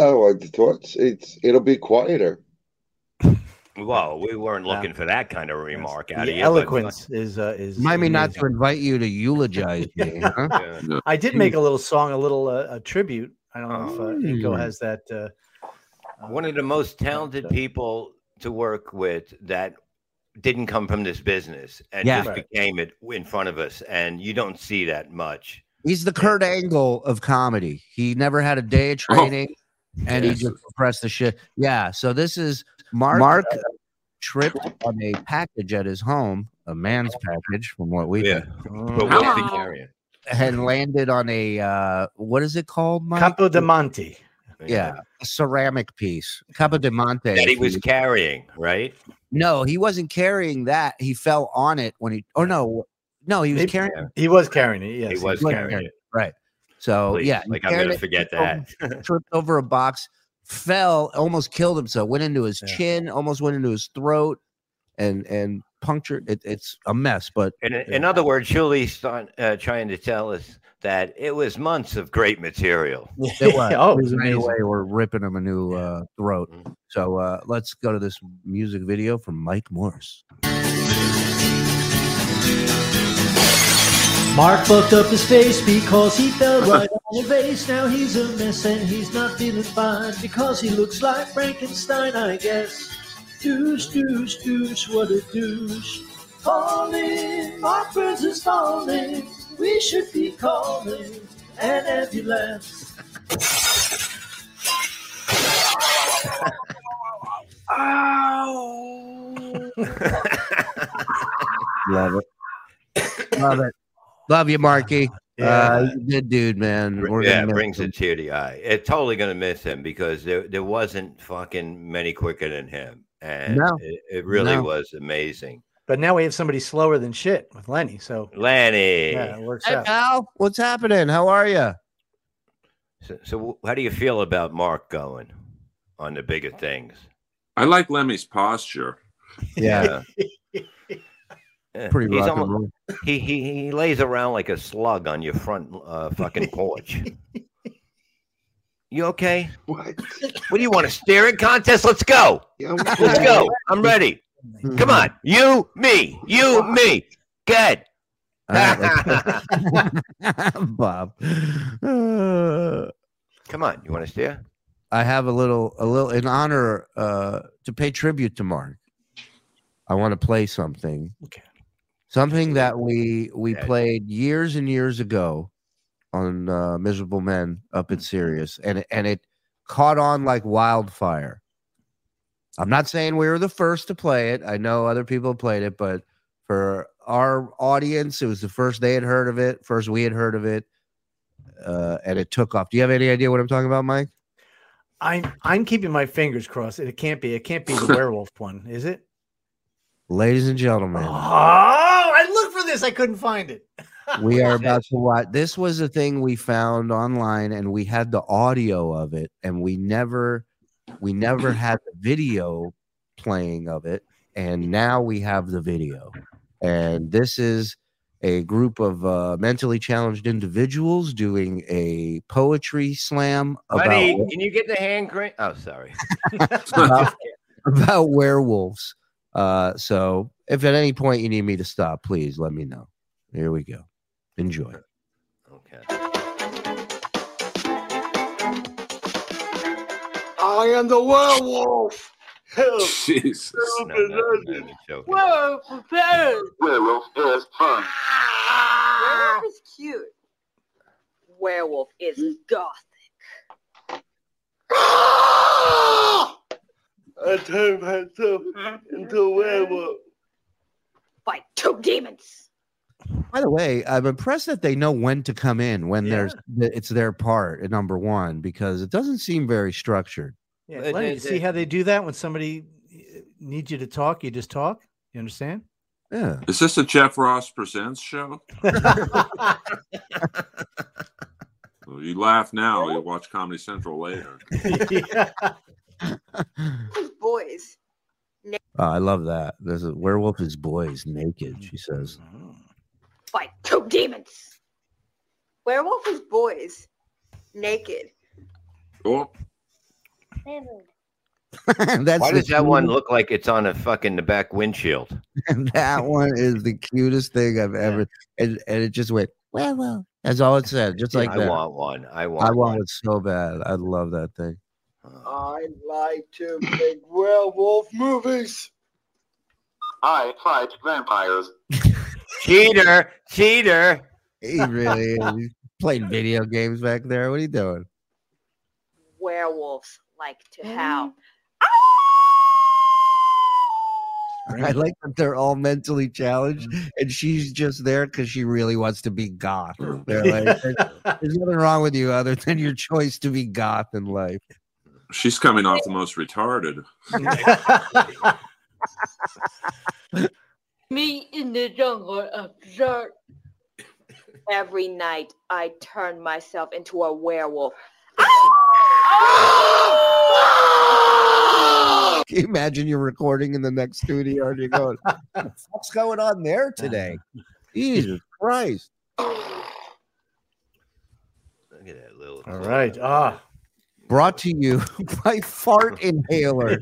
Speaker 8: Oh, I thought it's it'll be quieter.
Speaker 5: Well, we weren't looking for that kind of remark out
Speaker 2: The
Speaker 5: of you. but-
Speaker 2: eloquence is uh, is.
Speaker 4: Remind me not to
Speaker 2: amazing.
Speaker 4: invite you to eulogize me. Huh?
Speaker 5: Yeah.
Speaker 2: I did make a little song, a little uh, a tribute. I don't know if uh, Inko
Speaker 4: Mm.
Speaker 2: has that. Uh, uh,
Speaker 5: One of the most talented
Speaker 2: uh,
Speaker 5: people to work with that didn't come from this business and
Speaker 4: Yeah.
Speaker 5: just
Speaker 2: Right.
Speaker 5: became it in front of us. And you don't see that much.
Speaker 4: He's the Kurt Angle of comedy. He never had a day of
Speaker 6: Oh.
Speaker 4: training, and
Speaker 6: Yes.
Speaker 4: he just compressed the shit. Yeah. So this is Mark. Mark uh, tripped on a package at his home, a man's package, from what we
Speaker 5: Yeah.
Speaker 4: think,
Speaker 5: But
Speaker 2: mm,
Speaker 6: How-
Speaker 5: we'll be
Speaker 6: Hello.
Speaker 5: carrying.
Speaker 4: and landed on a uh, what is it called, Mike?
Speaker 2: Campo de Monte.
Speaker 4: yeah, a ceramic piece, Capo de Monte.
Speaker 5: That he
Speaker 4: if
Speaker 5: was
Speaker 4: you-
Speaker 5: carrying, right?
Speaker 4: No, he wasn't carrying that. He fell on it when he. Oh no, no, he was
Speaker 2: Maybe-
Speaker 4: carrying.
Speaker 2: He was carrying it. Yes,
Speaker 5: he was
Speaker 4: was
Speaker 5: carrying Oh,
Speaker 4: carrying
Speaker 5: it.
Speaker 4: Right. So
Speaker 5: Please.
Speaker 4: yeah, he
Speaker 5: Like, I'm going
Speaker 4: carried
Speaker 5: to
Speaker 4: it,
Speaker 5: forget
Speaker 4: over-
Speaker 5: that.
Speaker 4: tripped over a box, fell, almost killed himself. Went into his
Speaker 2: Yeah.
Speaker 4: chin, almost went into his throat, and and punctured. It, it's a mess, but
Speaker 5: In, in other words, Julie's trying- uh, trying to tell us that it was months of great material.
Speaker 4: it was.
Speaker 2: oh,
Speaker 4: There's no
Speaker 2: amazing.
Speaker 4: way we're ripping him a new uh, throat.
Speaker 5: Mhm.
Speaker 4: So uh, let's go to this music video from Mike Morse.
Speaker 7: Mark fucked up his face because he fell right on the vase. Now he's a mess and he's not feeling fine because he looks like Frankenstein, I guess. Deuce, deuce, deuce, what a deuce. Falling, Mark Burns is falling. We should be calling an ambulance.
Speaker 4: Love it. Love it. Love you, Marky. Uh,
Speaker 5: Yeah.
Speaker 4: he's a good dude, man. We're
Speaker 5: yeah,
Speaker 4: gonna
Speaker 5: it
Speaker 4: miss
Speaker 5: brings
Speaker 4: him.
Speaker 5: a tear to the eye. It's totally gonna miss him because there, there wasn't fucking many quicker than him, and
Speaker 2: No.
Speaker 5: it, it really
Speaker 2: No.
Speaker 5: was amazing.
Speaker 2: But now we have somebody slower than shit with Lenny. So
Speaker 5: Lenny,
Speaker 2: yeah, it works
Speaker 4: Hey,
Speaker 2: out.
Speaker 4: pal, what's happening? How are you?
Speaker 5: so, so how do you feel about Mark going on the bigger things?
Speaker 6: I like Lemmy's posture.
Speaker 4: Yeah,
Speaker 5: Yeah,
Speaker 4: pretty
Speaker 5: Eh, he's
Speaker 4: rock
Speaker 5: almo-
Speaker 4: and roll.
Speaker 5: he, he he lays around like a slug on your front uh, fucking porch. you okay?
Speaker 8: What?
Speaker 5: What do you want? A steering contest? Let's go.
Speaker 8: Yeah,
Speaker 5: Let's go. I'm ready. Come on. You, me, you, me. Good.
Speaker 4: All right, let's- Bob. Uh,
Speaker 5: Come on. You want to steer?
Speaker 4: I have a little, a little in honor uh, to pay tribute to Mark. I want to play something.
Speaker 2: Okay.
Speaker 4: Something that we we
Speaker 5: Yeah.
Speaker 4: played years and years ago on uh, Miserable Men up in Sirius, and it- and it caught on like wildfire. I'm not saying we were the first to play it. I know other people played it, but for our audience, it was the first they had heard of it, first we had heard of it, uh, and it took off. Do you have any idea what I'm talking about, Mike?
Speaker 2: I'm I'm keeping my fingers crossed. It can't be. It can't be the werewolf one, is it?
Speaker 4: Ladies and gentlemen,
Speaker 2: Oh, I looked for this. I couldn't find it.
Speaker 4: we are about to watch. This was a thing we found online, and we had the audio of it, and we never, we never had the video playing of it, and now we have the video, and this is a group of uh, mentally challenged individuals doing a poetry slam about
Speaker 5: Buddy, can you get the hand crank? Oh, sorry.
Speaker 4: about, about werewolves. Uh, so if at any point you need me to stop, please let me know. Here we go. Enjoy.
Speaker 5: Okay.
Speaker 8: I am the werewolf. Help!
Speaker 6: Jesus.
Speaker 5: No, no, no, no, I'm joking.
Speaker 10: Whoa, proposed.
Speaker 8: Werewolf is fun.
Speaker 10: Werewolf Ah. is cute. Werewolf
Speaker 7: Hmm?
Speaker 10: is goth.
Speaker 8: I turned myself into a werewolf.
Speaker 10: Fight two demons.
Speaker 4: By the way, I'm impressed that they know when to come in when there's it's their part at number one because it doesn't seem very structured.
Speaker 2: Yeah,
Speaker 5: But
Speaker 2: Lenny,
Speaker 5: they-
Speaker 2: you
Speaker 5: they-
Speaker 2: see how they do that when somebody eh, needs you to talk, you just talk. You understand?
Speaker 4: Yeah,
Speaker 6: Is this a Jeff Ross Presents show? Well, you laugh now. You'll watch Comedy Central later.
Speaker 10: Those boys.
Speaker 4: Oh, I love that. There's a werewolf is boys naked. She says,
Speaker 10: Fight two demons. Werewolf is boys. Naked.
Speaker 6: Oh,
Speaker 4: "That's
Speaker 5: Mm-hmm. Why
Speaker 4: the
Speaker 5: does that one
Speaker 4: cutest-
Speaker 5: look like it's on a fucking the back windshield?
Speaker 4: that one is the cutest thing I've ever." And and it just went werewolf. That's all it said, just like
Speaker 5: I
Speaker 4: that.
Speaker 5: want one. I want.
Speaker 4: I want
Speaker 5: one.
Speaker 4: it so bad. I love that thing.
Speaker 5: Oh,
Speaker 7: I like to make werewolf movies.
Speaker 8: I fight vampires.
Speaker 5: cheater! Cheater!
Speaker 4: He really is. He's playing video games back there. What are you doing?
Speaker 10: Werewolves like to howl.
Speaker 4: I like that they're all mentally challenged, and she's just there because she really wants to be goth. They're like, "There's there's nothing wrong with you other than your choice to be goth in life.
Speaker 6: she's coming off the most retarded.
Speaker 10: Me in the jungle absurd. Every night I turn myself into a werewolf.
Speaker 4: Can you imagine you're recording in the next studio and you're going, "What's going on there today?" Jesus Christ!
Speaker 5: Look at that little.
Speaker 2: All right. Ah,
Speaker 4: Brought to you by Fart Inhaler.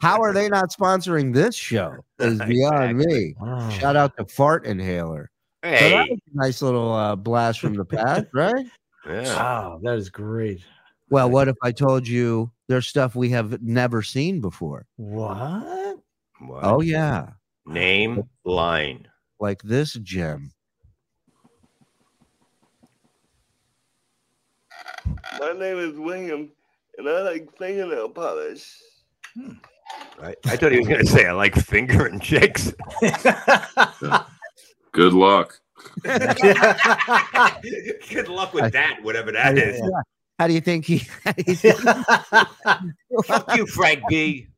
Speaker 4: How are they not sponsoring this show? Is beyond me. Shout out to Fart Inhaler. So that
Speaker 5: Hey.
Speaker 4: was a nice little uh, blast from the past, right?
Speaker 5: Yeah.
Speaker 2: wow, that is great.
Speaker 4: Well, what if I told you there's stuff we have never seen before?
Speaker 2: What?
Speaker 5: What?
Speaker 4: Oh yeah,
Speaker 5: Name line.
Speaker 4: like this gem.
Speaker 8: My name is William, and I like fingernail polish.
Speaker 5: I, I thought he was going to say I like fingering chicks.
Speaker 6: Good luck.
Speaker 5: Good luck with that, whatever that is.
Speaker 4: How do you think he? how do you
Speaker 5: Fuck you, Frank B.
Speaker 4: think-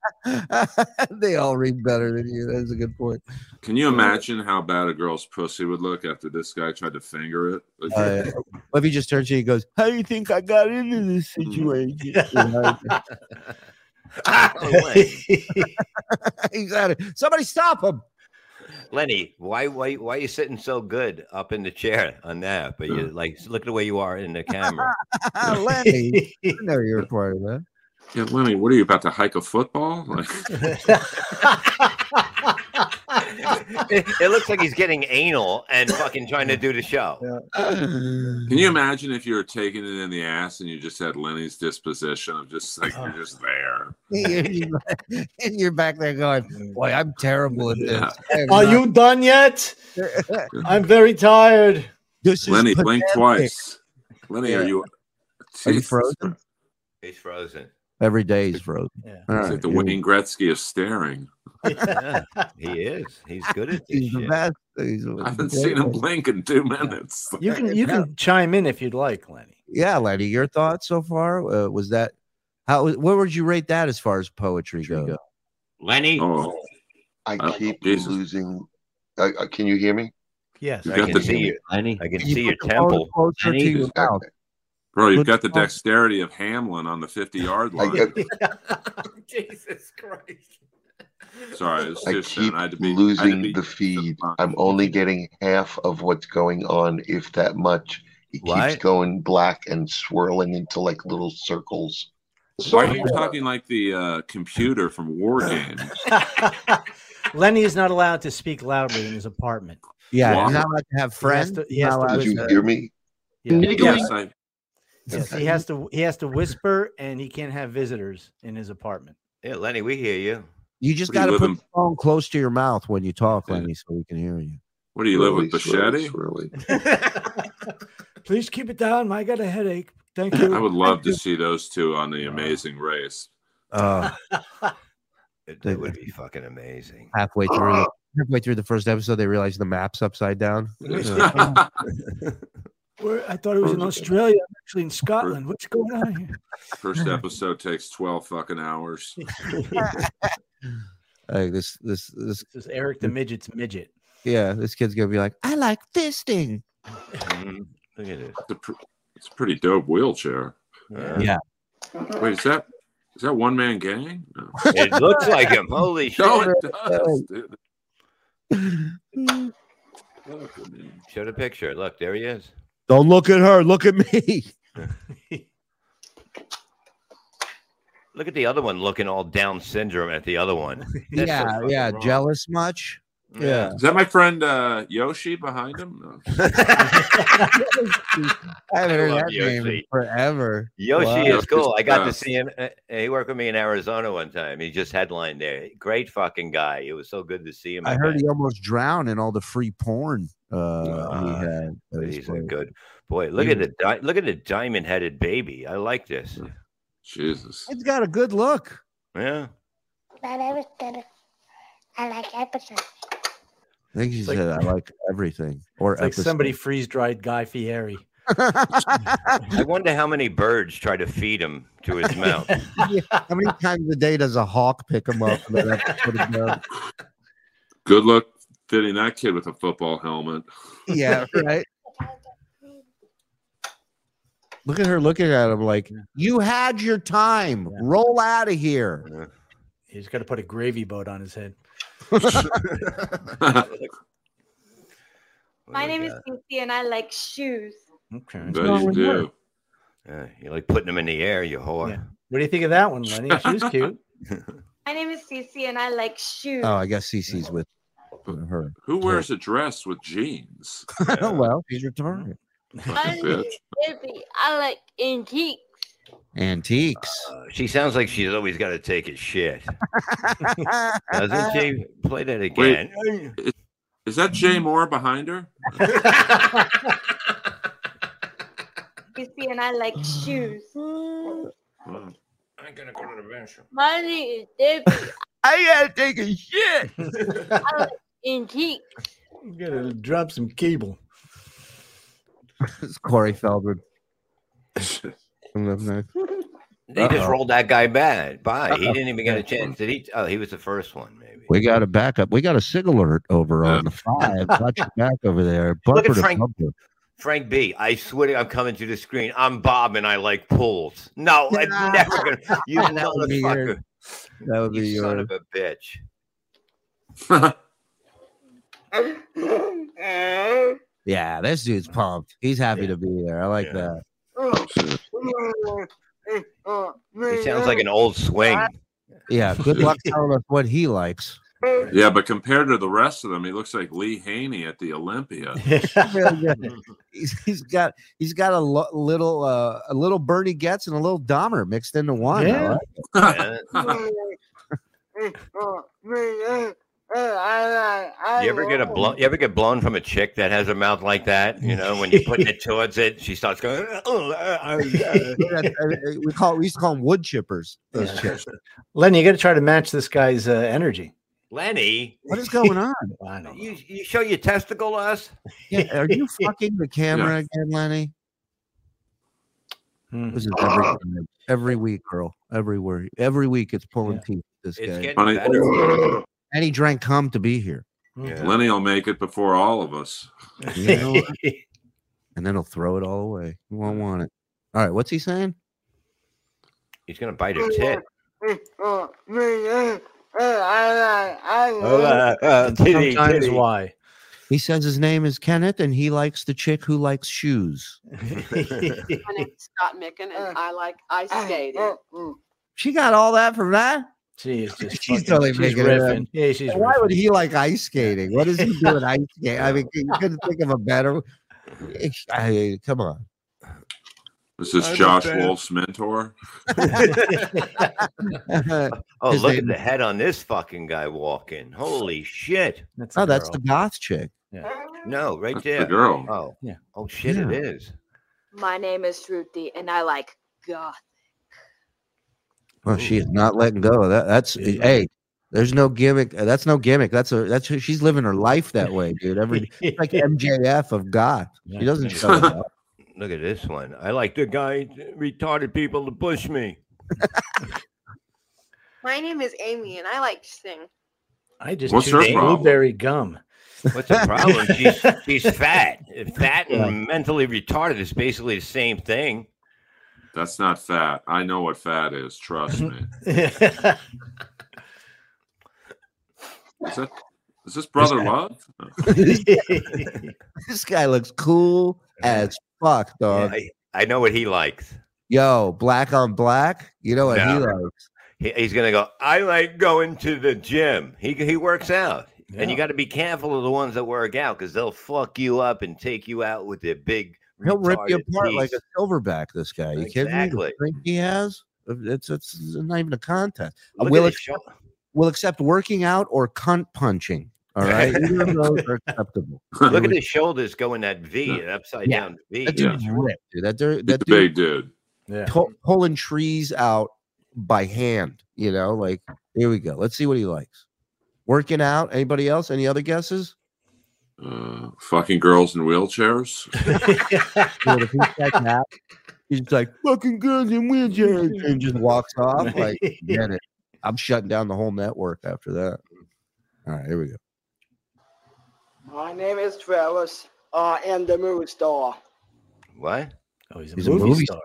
Speaker 4: they all read better than you. That's a good point.
Speaker 6: Can you imagine how bad a girl's pussy would look after this guy tried to finger it? Like,
Speaker 4: Uh, Levy just turns to you and goes, "How do you think I got into this situation?" You know? He's out of somebody stop him.
Speaker 5: Lenny, why why why are you sitting so good up in the chair on that? But
Speaker 4: Mm.
Speaker 5: you like look at the way you are in the camera.
Speaker 4: Ah, Lenny, I know you're a part of that.
Speaker 6: yeah, Lenny, what are you about to hike a football? Like,
Speaker 5: it, it looks like he's getting anal and fucking trying to do the show.
Speaker 6: can you imagine if you were taking it in the ass and you just had Lenny's disposition of just like
Speaker 4: Oh.
Speaker 6: you're just there?
Speaker 4: and you're back there going, "Boy, I'm terrible at this." I am
Speaker 2: Are
Speaker 4: not-
Speaker 2: you done yet? I'm very tired.
Speaker 4: This is
Speaker 6: Lenny, blink
Speaker 4: pathetic."
Speaker 6: twice. Lenny, are
Speaker 4: Yeah.
Speaker 6: you?
Speaker 4: Are you
Speaker 6: Jesus
Speaker 4: frozen?
Speaker 5: He's frozen.
Speaker 4: Every day is frozen.
Speaker 2: Yeah.
Speaker 4: All
Speaker 6: It's
Speaker 4: right.
Speaker 6: like the Wayne Gretzky of staring.
Speaker 5: Yeah, he is. He's good at this
Speaker 4: He's the
Speaker 5: shit.
Speaker 4: best. He's the
Speaker 6: I haven't seen him
Speaker 4: greatest.
Speaker 6: blink in two minutes.
Speaker 2: You can you can chime in if you'd like, Lenny.
Speaker 4: Yeah, Lenny, your thoughts so far? Uh, was that how? Where would you rate that as far as poetry goes?
Speaker 5: Lenny,
Speaker 6: Oh,
Speaker 8: I
Speaker 6: Oh,
Speaker 8: keep
Speaker 6: Jesus.
Speaker 8: losing. Uh, uh, can you hear me?
Speaker 2: Yes.
Speaker 5: I
Speaker 6: got
Speaker 5: can
Speaker 6: the-
Speaker 5: see you.
Speaker 3: Lenny.
Speaker 5: I can
Speaker 4: You
Speaker 5: see your
Speaker 4: put the phone
Speaker 5: temple.
Speaker 4: closer to
Speaker 5: Lenny.
Speaker 4: your mouth.
Speaker 6: bro, you've
Speaker 4: Good
Speaker 6: got the
Speaker 4: call.
Speaker 6: dexterity of Hamlin on the fifty-yard
Speaker 8: I,
Speaker 6: line.
Speaker 8: I,
Speaker 5: Jesus Christ.
Speaker 6: Sorry, it's
Speaker 8: I
Speaker 6: too soon.
Speaker 8: keep
Speaker 6: I had to be I had to
Speaker 8: losing
Speaker 6: be-
Speaker 8: the feed. I'm only getting half of what's going on, if that much. It keeps
Speaker 5: What?
Speaker 8: going black and swirling into like little circles.
Speaker 6: Why are you talking like the uh, computer from War Games?
Speaker 2: Lenny is not allowed to speak loudly in his apartment.
Speaker 4: Yeah,
Speaker 6: Wow.
Speaker 4: you're not allowed to have friends.
Speaker 2: to- he
Speaker 4: You're
Speaker 2: has
Speaker 4: not
Speaker 2: to
Speaker 4: allowed
Speaker 8: Did
Speaker 2: was,
Speaker 8: you
Speaker 2: uh,
Speaker 8: hear me?
Speaker 2: Yeah.
Speaker 6: yes, I,
Speaker 2: Yes, he has to he has to whisper and he can't have visitors in his apartapartment.
Speaker 5: Yeah, Lenny, we hear you.
Speaker 4: You just
Speaker 6: What
Speaker 4: got to
Speaker 6: do you live
Speaker 4: put
Speaker 6: in-
Speaker 4: the phone close to your mouth when you talk,
Speaker 6: Yeah.
Speaker 4: Lenny, so we can hear you.
Speaker 6: what do you live with, Bichetti?
Speaker 8: Slowly, slowly, slowly.
Speaker 2: Please keep it down. I got a headache. Thank
Speaker 6: I would love to see those two on The Amazing Race.
Speaker 4: Uh,
Speaker 5: It,
Speaker 4: Thank
Speaker 5: it
Speaker 4: you.
Speaker 5: would be fucking amazing.
Speaker 4: halfway through,
Speaker 8: Ah!
Speaker 4: halfway through the first episode, they realize the map's upside down. Uh,
Speaker 2: Where, I thought it was in Australia. I'm actually in Scotland. What's going on here?
Speaker 6: First episode takes twelve fucking hours.
Speaker 4: Like this, this, this.
Speaker 2: This is Eric the Midget's midget.
Speaker 4: Yeah, this kid's gonna be like, I like this thing.
Speaker 5: Mhm. Look at this.
Speaker 6: It's a, pr- it's a pretty dope wheelchair.
Speaker 5: Yeah.
Speaker 4: Yeah.
Speaker 6: Wait, is that is that one man gang? No,
Speaker 5: Uh, It looks like him. Holy shit.
Speaker 6: No, it does. dude.
Speaker 4: Don't
Speaker 6: Look at me.
Speaker 5: Show the picture. Look, there he is.
Speaker 4: look at her. Look at me.
Speaker 5: Look at the other one looking all Down syndrome at the other one. That's so
Speaker 4: yeah,
Speaker 5: fucking
Speaker 4: yeah.
Speaker 5: wrong.
Speaker 4: Jealous much? Yeah.
Speaker 6: Is that my friend uh, Yoshi behind him? No.
Speaker 4: I haven't heard
Speaker 5: love
Speaker 4: that name in
Speaker 5: Yoshi.
Speaker 4: forever.
Speaker 5: Yoshi is cool. I got to
Speaker 6: Yoshi's
Speaker 5: see him. uh, He worked with me in Arizona one time. He just headlined there. Great fucking guy. It was so good to see him.
Speaker 4: I heard
Speaker 5: again.
Speaker 4: he almost drowned in all the free porn uh, he
Speaker 5: Ah,
Speaker 4: had. at his
Speaker 5: He's a
Speaker 4: place.
Speaker 5: good boy. Look
Speaker 4: He
Speaker 5: at the di- look at the diamond headed baby. I like this.
Speaker 6: Jesus.
Speaker 4: It's got a good look.
Speaker 5: Yeah.
Speaker 11: I like episodes.
Speaker 4: I think she
Speaker 2: like-
Speaker 4: said, "I like everything." Or
Speaker 2: It's like
Speaker 4: episode.
Speaker 2: somebody freeze dried Guy Fieri.
Speaker 5: I wonder how many birds try to feed him to his mouth.
Speaker 4: How many times a day does a hawk pick him up? and then have to put him down?
Speaker 6: Good luck fitting that kid with a football helmet.
Speaker 4: yeah, right. Look at her looking at him like, "You had your time.
Speaker 2: Yeah.
Speaker 4: Roll out of here."
Speaker 2: He's got to put a gravy boat on his head.
Speaker 10: My name is
Speaker 5: Uh,
Speaker 10: Cynthia and I like shoes.
Speaker 2: Okay.
Speaker 6: I bet you do.
Speaker 5: yeah, you like putting them in the air, you whore.
Speaker 2: What do you think of that one, Lenny? She was cute.
Speaker 10: My name is Cece and I like shoes.
Speaker 4: Oh, I guess CC's with her.
Speaker 6: Who wears a dress with jeans?
Speaker 4: Oh well, she's your target.
Speaker 10: I'm
Speaker 6: Fucking bitch.
Speaker 10: busy. I like antique.
Speaker 4: Antiques.
Speaker 5: Uh, she sounds like she's always got to take his shit. Doesn't she? Play that again.
Speaker 6: Is that Jay Moore behind her?
Speaker 10: Cece and I like shoes.
Speaker 6: Wow.
Speaker 11: I'm gonna go to the bathroom.
Speaker 10: My name is Debbie.
Speaker 4: I gotta take a shit.
Speaker 10: I'm in heat.
Speaker 2: You gotta drop some cable.
Speaker 4: It's Corey Feldman. That's nice.
Speaker 5: They just
Speaker 4: Uh-oh.
Speaker 5: rolled that guy bad. Bye. He
Speaker 4: Uh-oh.
Speaker 5: didn't even get a chance. Did he? Oh, he was the first one. Maybe.
Speaker 4: We got a backup. We got a sig alert over on the five. Watch your back over there.
Speaker 5: Look
Speaker 4: Bumper
Speaker 5: at
Speaker 4: to
Speaker 5: Frank.
Speaker 4: bumper.
Speaker 5: Frank B. I swear to you, I'm coming to the screen. I'm Bob, and I like pools. No, it's never gonna. You
Speaker 4: That would be your-
Speaker 5: motherfucker.
Speaker 4: That would be
Speaker 5: You son
Speaker 4: your.
Speaker 5: of a bitch.
Speaker 4: Yeah, this dude's pumped. He's happy to be there. I like that.
Speaker 5: He sounds like an old swing.
Speaker 4: Yeah. Good luck telling us what he likes.
Speaker 6: Yeah, but compared to the rest of them, he looks like Lee Haney at the Olympia.
Speaker 4: he's, he's got he's got a lo- little uh, a little Bernie Getz and a little Dahmer mixed into one. I
Speaker 7: Yeah.
Speaker 4: like it.
Speaker 5: "Uh-uh." You ever get a blow? You ever get blown from a chick that has a mouth like that? You know, when you're putting it towards it, she starts going. "Oh, uh, uh, uh."
Speaker 4: That- uh, we call we used to call them wood chippers. Those
Speaker 2: Yeah.
Speaker 4: chips.
Speaker 2: Lenny, you got to try to match this guy's uh, energy.
Speaker 5: Lenny,
Speaker 4: What is going on?
Speaker 5: you, you show your testicle to us?
Speaker 4: Yeah, are you fucking the camera again, Lenny?
Speaker 2: Hmm.
Speaker 4: This is every, time. every week, girl. Every week, every week, it's pulling teeth. This
Speaker 5: It's
Speaker 4: guy,
Speaker 5: getting Funny- better.
Speaker 4: and he drank cum to be here,
Speaker 6: Lenny will make it before all of us.
Speaker 4: You know what? and then he'll throw it all away. He won't want it. All right, what's he saying?
Speaker 5: He's gonna bite her tit.
Speaker 10: Oh,
Speaker 2: titty, sometimes titty. why.
Speaker 4: He says his name is Kenneth, and he likes the chick who likes shoes.
Speaker 12: My name's Scott Micken, and I like ice skating.
Speaker 13: uh,
Speaker 4: she got all that from that.
Speaker 2: She is just
Speaker 4: She's
Speaker 2: fucking-
Speaker 4: totally
Speaker 2: she's
Speaker 4: making it up.
Speaker 2: riffing. Yeah, she's
Speaker 4: Why
Speaker 2: riffing.
Speaker 4: would he like ice skating? What does he do at ice skating? I mean, you couldn't think of a better. I, come on.
Speaker 6: This is
Speaker 4: I
Speaker 6: Josh
Speaker 4: understand.
Speaker 6: Wolf's mentor.
Speaker 5: Oh,
Speaker 4: His
Speaker 5: look
Speaker 4: name
Speaker 5: at the
Speaker 4: is-
Speaker 5: head on this fucking guy walking. Holy shit.
Speaker 4: oh, that's the goth chick.
Speaker 5: No, right
Speaker 4: That's the
Speaker 5: there.
Speaker 4: girl.
Speaker 5: Oh,
Speaker 2: yeah.
Speaker 5: Oh shit, it
Speaker 4: Yeah.
Speaker 5: is.
Speaker 10: My name is Ruthie, and I like goth.
Speaker 4: Well, she is not letting go. That that's hey. There's no gimmick. Uh, That's no gimmick. That's a that's her, she's living her life that way, dude. Every it's like MJF of God. She doesn't show it up.
Speaker 5: Look at this one. I like the guy retarded people to push me.
Speaker 12: My name is Amy, and I like to sing.
Speaker 2: I just
Speaker 5: What's
Speaker 2: What's
Speaker 5: her problem?
Speaker 2: blueberry gum.
Speaker 5: What's the problem? she's she's fat. Fat and mentally retarded is basically the same thing.
Speaker 6: That's not fat. I know what fat is. Trust me. Is that? Is this brother love?
Speaker 4: this guy looks cool as fuck, dog.
Speaker 5: I, I know what he likes.
Speaker 4: Yo, black on black. You know what he
Speaker 5: No.
Speaker 4: likes.
Speaker 5: He- he's gonna go. I like going to the gym. He he works out, and you got to be careful of the ones that work out because they'll fuck you up and take you out with their big.
Speaker 4: He'll rip you
Speaker 5: retarded
Speaker 4: apart like
Speaker 5: piece.
Speaker 4: a silverback. This guy, you kidding me?
Speaker 5: Exactly.
Speaker 4: The strength he has. uh, It's it's not even a contest.
Speaker 5: Look at
Speaker 4: we'll
Speaker 5: his
Speaker 4: accept, we'll accept working out or cunt punching. All right, either of those are acceptable.
Speaker 5: Look at
Speaker 4: Here
Speaker 5: his shoulders going that V, an upside
Speaker 4: Yeah.
Speaker 5: down V.
Speaker 4: That dude's ripped, dude. That, dude- that dude,
Speaker 6: Big dude.
Speaker 4: pu- pulling trees out by hand. You know, like here we go. Let's see what he likes. Working out. Anybody else? Any other guesses?
Speaker 6: Uh, fucking girls in wheelchairs.
Speaker 4: Dude, if he's like that, he's just like fucking girls in wheelchairs and just walks off. Like, get it. I'm shutting down the whole network after that. All right, here we go.
Speaker 13: My name is Travis. I am the movie star.
Speaker 5: What?
Speaker 2: Oh, he's
Speaker 4: He's a movie star.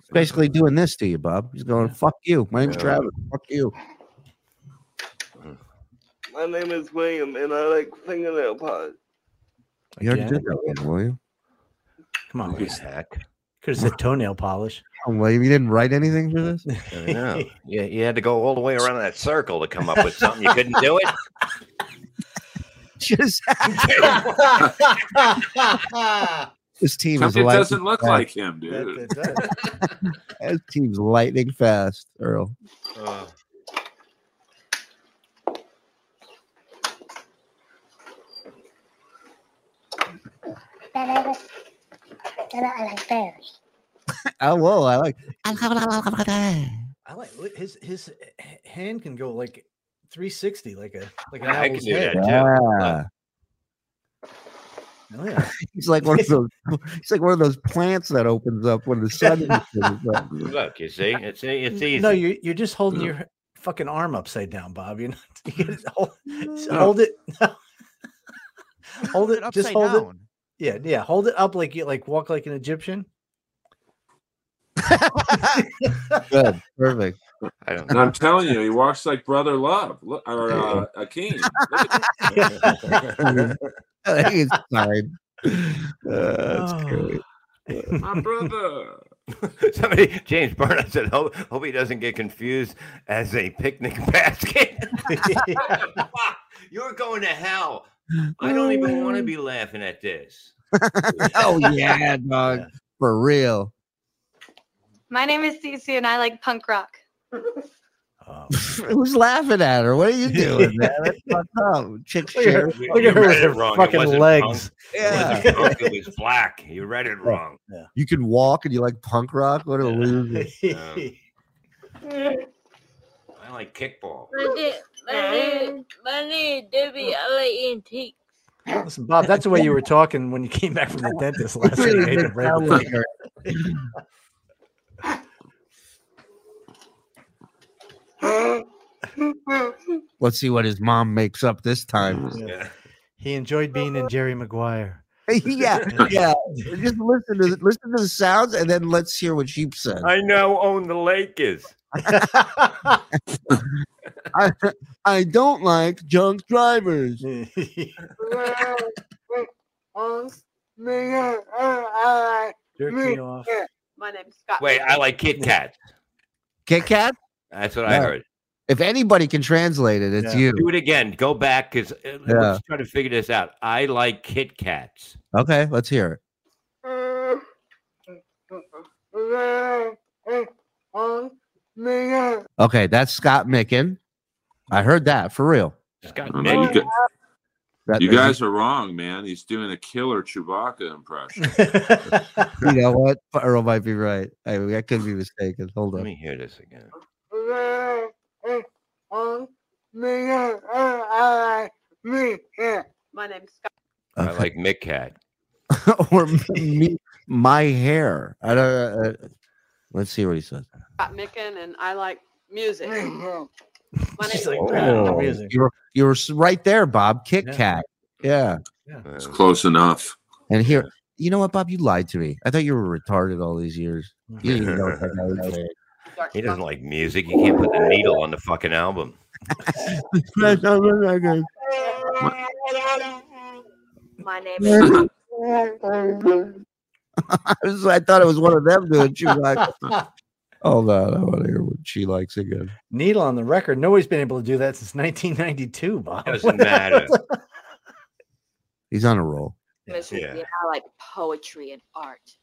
Speaker 4: He's basically doing this to you, Bob. He's going, "Fuck you." My name's
Speaker 13: Yeah.
Speaker 4: Travis. Fuck you.
Speaker 13: My name is William, and I like fingernail polish.
Speaker 4: You already
Speaker 2: Yeah.
Speaker 4: did that one, William. Oh,
Speaker 2: Come on, Lisa.
Speaker 5: heck.
Speaker 2: Could have said toenail polish.
Speaker 4: Come on, William, you didn't write anything for this.
Speaker 5: I know. You, you had to go all the way around that circle to come up with something. You couldn't do it.
Speaker 4: Just this team is
Speaker 6: It
Speaker 4: lightning
Speaker 6: doesn't look
Speaker 4: fast.
Speaker 6: like him, dude.
Speaker 4: This team's lightning fast, Earl. Uh, Oh, I will. I like.
Speaker 2: like look, his his h- hand can go like 360, like a like an
Speaker 5: I can
Speaker 2: owl's
Speaker 5: do
Speaker 2: head.
Speaker 5: that, too.
Speaker 4: Yeah.
Speaker 2: Oh, yeah.
Speaker 4: He's like one of those. He's like one of those plants that opens up when the sun. is up.
Speaker 5: Look, you see, it's e, it's easy.
Speaker 2: No, you're you're just
Speaker 4: Mm.
Speaker 2: holding your fucking arm upside down, Bob. You're not. You gotta hold, just
Speaker 4: No.
Speaker 2: hold it. hold it. Just
Speaker 4: upside
Speaker 2: hold
Speaker 4: down.
Speaker 2: it. Yeah, yeah. Hold it up like you like walk like an Egyptian.
Speaker 4: Good, perfect.
Speaker 5: I don't.
Speaker 6: And I'm telling you, he walks like brother love Look- or uh, Akeem. Look
Speaker 4: I
Speaker 6: at-
Speaker 4: think it's fine. Uh,
Speaker 2: Oh,
Speaker 4: that's great.
Speaker 6: My brother.
Speaker 5: Somebody, James Barnum said, hope, hope he doesn't get confused as a picnic basket. You're going to hell. I don't even want to be laughing at this.
Speaker 4: oh yeah, dog, for real.
Speaker 11: My name is Cece and I like punk rock.
Speaker 2: oh.
Speaker 4: Who's laughing at her? What are you doing, man? That's fucked up. Chick
Speaker 2: Look at her-
Speaker 4: share.
Speaker 5: You-
Speaker 2: look
Speaker 5: you
Speaker 2: at her
Speaker 5: read
Speaker 2: with
Speaker 5: it
Speaker 2: her
Speaker 5: wrong. It
Speaker 2: fucking
Speaker 5: wasn't
Speaker 2: legs.
Speaker 5: punk. It, wasn't punk. It was black. You read it wrong.
Speaker 4: You can walk and you like punk rock. What a loser.
Speaker 5: I like kickball.
Speaker 2: Listen, Bob, that's the way you were talking when you came back from the dentist last night.
Speaker 4: Really
Speaker 2: I hate to
Speaker 4: did
Speaker 2: break
Speaker 4: sound
Speaker 2: it to
Speaker 4: like
Speaker 2: you.
Speaker 4: Let's see what his mom makes up this time.
Speaker 2: Yeah. He enjoyed being in Jerry Maguire.
Speaker 4: yeah, yeah. Just listen to listen to the sounds, and then let's hear what she said.
Speaker 5: I know own the lake is.
Speaker 4: I, I don't like junk drivers.
Speaker 2: Jerk me off.
Speaker 12: My name's Scott.
Speaker 5: Wait, I like Kit Kat.
Speaker 4: Kit Kat.
Speaker 5: That's what I
Speaker 4: Yeah.
Speaker 5: heard.
Speaker 4: If anybody can translate it, it's
Speaker 5: Do
Speaker 4: you.
Speaker 5: it again. Go back because
Speaker 4: Yeah.
Speaker 5: let's try to figure this out. I like Kit Kats.
Speaker 4: Okay, let's hear it. Okay, that's Scott Micken. I heard that for real.
Speaker 5: Scott
Speaker 6: I mean, you, gu-
Speaker 4: That-
Speaker 6: you guys are wrong, man. He's doing a killer Chewbacca impression.
Speaker 4: you know what? Earl might be right. I, I could be mistaken. Hold on.
Speaker 5: Let me hear this again.
Speaker 12: My name's Scott.
Speaker 5: I like Mick Cat.
Speaker 4: or me, my hair. I don't. Uh, let's see what he says.
Speaker 12: Scott Micken, and I like music. My
Speaker 2: She's
Speaker 12: name's
Speaker 2: like,
Speaker 4: Oh, you're you're s- right there, Bob. Kit
Speaker 2: Yeah.
Speaker 4: Kat. Yeah.
Speaker 6: It's close enough.
Speaker 4: And here, you know what, Bob? You lied to me. I thought you were retarded all these years. You didn't even know what that was.
Speaker 5: He doesn't like music. He can't put the needle on the fucking album.
Speaker 10: My name
Speaker 4: is.
Speaker 10: I
Speaker 4: I, was- I thought it was one of them doing. She was like, "Hold on, I want to hear what she likes again."
Speaker 2: Needle on the record. Nobody's been able to do that since 1992, Bob.
Speaker 5: Doesn't matter.
Speaker 4: He's on a roll.
Speaker 12: like poetry and art.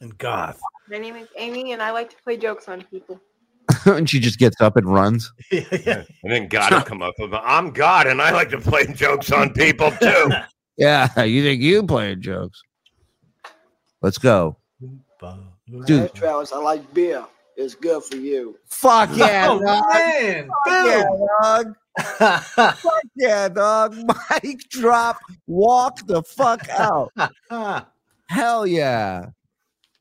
Speaker 2: and goth.
Speaker 12: My name is Amy, and I like to play jokes on people.
Speaker 4: and she just gets up and runs.
Speaker 5: And then God will come up with, I'm God and I like to play jokes on people too.
Speaker 4: Yeah, you think you playing jokes? Let's go,
Speaker 13: Hey,
Speaker 4: dude.
Speaker 13: Travis, I like beer. It's good for you.
Speaker 4: Fuck yeah,
Speaker 13: Oh,
Speaker 4: dog.
Speaker 13: man.
Speaker 4: Fuck yeah,
Speaker 13: Boom.
Speaker 4: dog. fuck yeah, dog. Mike drop. Walk the fuck out. Hell yeah.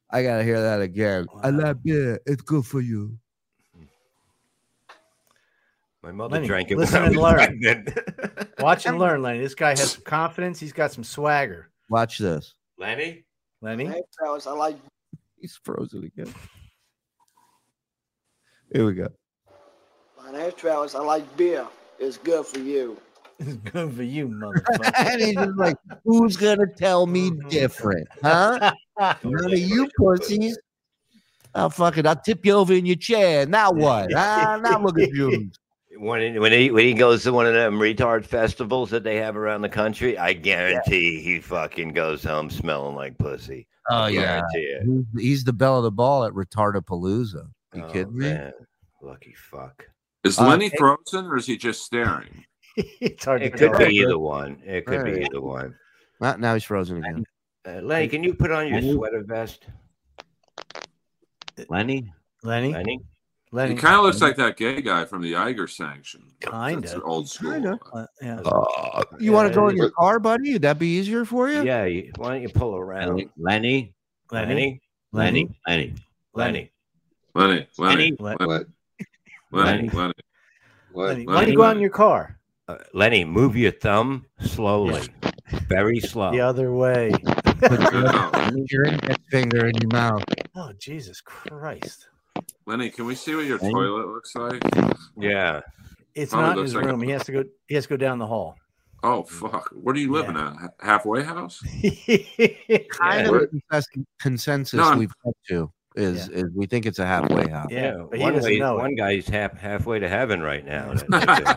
Speaker 4: I gotta hear that again. I love beer. It's good for you.
Speaker 5: My mother
Speaker 2: Lenny,
Speaker 5: drank it. when
Speaker 2: listen
Speaker 5: I
Speaker 2: and
Speaker 5: was
Speaker 2: learn.
Speaker 5: pregnant.
Speaker 2: Watch and learn, Lenny. This guy has some confidence. He's got some swagger.
Speaker 4: Watch this.
Speaker 5: Lenny?
Speaker 2: Lenny.
Speaker 13: Hey, Travis, I like
Speaker 4: He's frozen again. Here we go.
Speaker 13: my name's Travis. I like beer. It's good for you.
Speaker 2: It's good for you,
Speaker 4: and he's
Speaker 2: motherfucker.
Speaker 4: just like, who's gonna tell me different? Huh?
Speaker 5: Mm-hmm.
Speaker 4: None of you pussies. I'll fucking I'll tip you over in your chair. Now what? Ah, now look at you.
Speaker 5: When he, when he when he goes to one of them retard festivals that they have around the country, I guarantee he fucking goes home smelling like pussy.
Speaker 4: Oh
Speaker 5: I
Speaker 4: yeah,
Speaker 5: guarantee it.
Speaker 4: He's- he's the bell of the ball at Retardapalooza. You
Speaker 5: Oh,
Speaker 4: kidding me?
Speaker 5: man. Lucky fuck.
Speaker 6: Is
Speaker 4: Uh,
Speaker 6: Lenny
Speaker 4: it-
Speaker 6: frozen or is he just staring?
Speaker 2: it's hard
Speaker 5: It
Speaker 2: to
Speaker 5: could
Speaker 2: tell.
Speaker 5: be either one. It could be
Speaker 4: Right.
Speaker 5: either one.
Speaker 4: Ah, now he's frozen again.
Speaker 5: Uh, Lenny, can you put on your sweater vest? Lenny?
Speaker 2: Lenny.
Speaker 5: Lenny?
Speaker 6: He kind of looks like that gay guy from the Iger sanction.
Speaker 2: Kind
Speaker 6: of old school.
Speaker 2: Uh, yeah.
Speaker 5: Uh,
Speaker 4: you want to go in your car, buddy? Would that be easier for you?
Speaker 5: Yeah. you- Why don't you pull around, Lenny?
Speaker 4: Lenny?
Speaker 5: Lenny? Lenny? Lenny? Lenny?
Speaker 6: Lenny?
Speaker 5: Lenny?
Speaker 8: Lenny?
Speaker 6: Lenny? Lenny?
Speaker 2: Lenny, why do you go out in your car?
Speaker 5: Uh, Lenny, move your thumb slowly, very slow.
Speaker 2: The other way.
Speaker 4: Put
Speaker 6: Oh,
Speaker 4: your, your index finger in your mouth.
Speaker 2: Oh Jesus Christ!
Speaker 6: Lenny, can we see what your
Speaker 4: Lenny?
Speaker 6: toilet looks like?
Speaker 5: Yeah.
Speaker 2: It's
Speaker 6: Probably
Speaker 2: not in
Speaker 6: looks
Speaker 2: his
Speaker 6: like a-
Speaker 2: room. He has to go. He has to go down the hall.
Speaker 6: Oh fuck! What are you living at? H- Halfway house?
Speaker 4: Kind
Speaker 6: Yeah.
Speaker 4: of a consensus- consensus
Speaker 6: No, I'm-
Speaker 4: we've come to is is we think it's a halfway house.
Speaker 5: Yeah, one, way, one guy's half, halfway to heaven right now.
Speaker 4: Uh,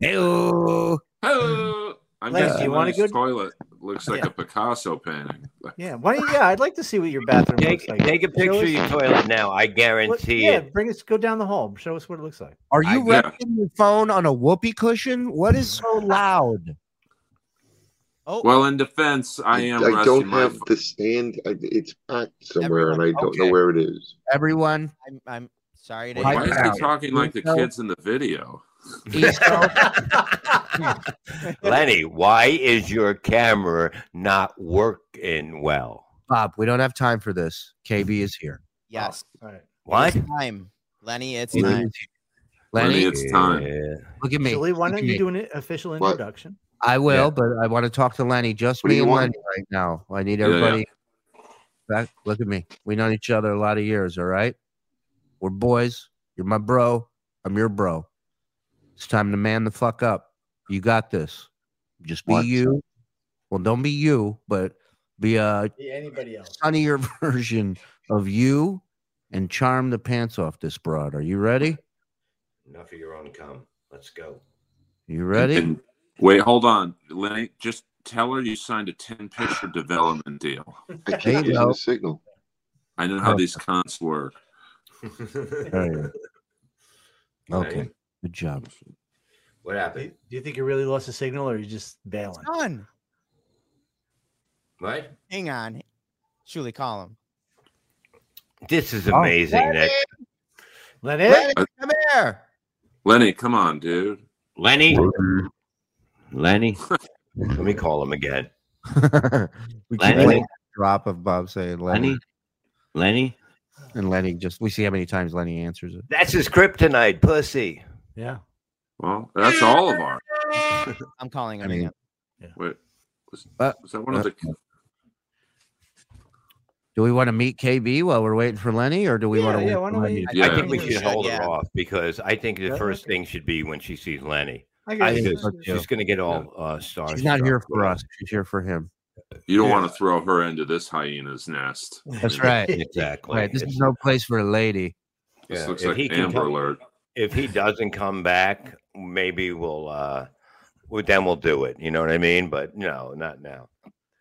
Speaker 4: Hello.
Speaker 6: Hello. I'm
Speaker 2: Lenny,
Speaker 6: guessing
Speaker 2: do you want to
Speaker 6: Lenny's
Speaker 2: go?
Speaker 6: toilet looks like a Picasso painting.
Speaker 2: Yeah. Why? don't you- Yeah, I'd like to see what your bathroom looks like.
Speaker 5: Take a picture
Speaker 2: Show
Speaker 5: of
Speaker 2: us-
Speaker 5: your toilet now. I
Speaker 2: What-
Speaker 5: guarantee
Speaker 2: yeah,
Speaker 5: it.
Speaker 2: bring us. Go down the hall. Show us what it looks like.
Speaker 4: Are you
Speaker 5: I-
Speaker 4: resting your phone on a whoopee cushion? What is so loud?
Speaker 9: Oh,
Speaker 6: Well, in defense, I am.
Speaker 8: I
Speaker 6: resting
Speaker 8: don't
Speaker 6: my
Speaker 8: have the stand. I, it's packed somewhere, and I don't know where it is.
Speaker 4: Everyone,
Speaker 9: I'm, I'm sorry to.
Speaker 6: Why
Speaker 9: hear
Speaker 6: is
Speaker 9: that.
Speaker 6: he talking like the kids in the video?
Speaker 5: Lenny, why is your camera not working well?
Speaker 4: Bob, we don't have time for this. KB is here.
Speaker 9: Yes.
Speaker 5: What?
Speaker 9: It's time, Lenny. It's
Speaker 4: Lenny
Speaker 9: time.
Speaker 4: is here. Lenny,
Speaker 5: Yeah.
Speaker 4: look at me.
Speaker 2: Julie, why
Speaker 4: Look
Speaker 2: don't
Speaker 4: at
Speaker 2: you
Speaker 4: me.
Speaker 2: do an official
Speaker 4: What?
Speaker 2: introduction?
Speaker 4: I will, but I want to talk to Lenny. Just
Speaker 2: What do
Speaker 4: me
Speaker 2: you
Speaker 4: and
Speaker 2: want?
Speaker 4: Lenny right now. I need
Speaker 2: Yeah, yeah.
Speaker 4: everybody back. Look at me. We known each other a lot of years, all right? We're boys. You're my bro. I'm your bro. It's time to man the fuck up. You got this. Just be you. Well, don't be you, but be uh, a
Speaker 2: anybody else?
Speaker 4: sunnier version of you and charm the pants off this broad. Are you ready?
Speaker 5: Enough of your own cum. Let's go.
Speaker 4: You ready?
Speaker 6: And- wait, hold on, Lenny. Just tell her you signed a ten-picture development deal.
Speaker 8: I
Speaker 4: There you
Speaker 8: can't get
Speaker 4: go.
Speaker 8: the signal.
Speaker 6: I know
Speaker 4: Oh.
Speaker 6: how these cons work.
Speaker 4: There you go. Okay. Good job.
Speaker 5: What
Speaker 2: Do
Speaker 5: happened?
Speaker 2: do you think you really lost a signal, or are you just bailing?
Speaker 9: Done.
Speaker 5: What?
Speaker 9: Hang on. Julie, call him.
Speaker 5: This is
Speaker 9: Oh.
Speaker 5: amazing, Nick.
Speaker 2: Lenny,
Speaker 9: come here.
Speaker 6: Lenny, come on, dude.
Speaker 5: Lenny. Lenny. Let me call him again.
Speaker 4: we keep
Speaker 5: Lenny?
Speaker 4: playing a drop of Bob saying Lenny.
Speaker 5: Lenny? Lenny?
Speaker 4: And Lenny just we see how many times Lenny answers it.
Speaker 5: That's his kryptonite, pussy.
Speaker 2: Yeah.
Speaker 6: Well, that's all of our.
Speaker 9: I'm calling him
Speaker 4: I mean-
Speaker 9: again.
Speaker 6: Wait, was,
Speaker 4: Uh,
Speaker 6: was that one of
Speaker 4: uh,
Speaker 6: the?
Speaker 4: Do we want to meet KB while we're waiting for Lenny, or do we want to wait for Lenny?
Speaker 5: I- I think
Speaker 2: Oh,
Speaker 5: we should hold her off because I think the
Speaker 2: Yeah.
Speaker 5: first thing should be when she sees Lenny.
Speaker 2: I guess
Speaker 5: think
Speaker 4: so, too.
Speaker 5: she's going to get all uh, starstruck.
Speaker 4: Oh, She's not here for us. She's here for him.
Speaker 6: You don't want to throw her into this hyena's nest.
Speaker 4: That's right.
Speaker 5: Exactly.
Speaker 4: Right. This
Speaker 5: It's-
Speaker 4: is no place for a lady.
Speaker 6: This
Speaker 5: Yeah,
Speaker 6: looks
Speaker 5: if
Speaker 6: like
Speaker 5: he can
Speaker 6: Amber
Speaker 5: come-
Speaker 6: Alert.
Speaker 5: If he doesn't come back, maybe we'll uh, well, then we'll do it. You know what I mean? But no, not now.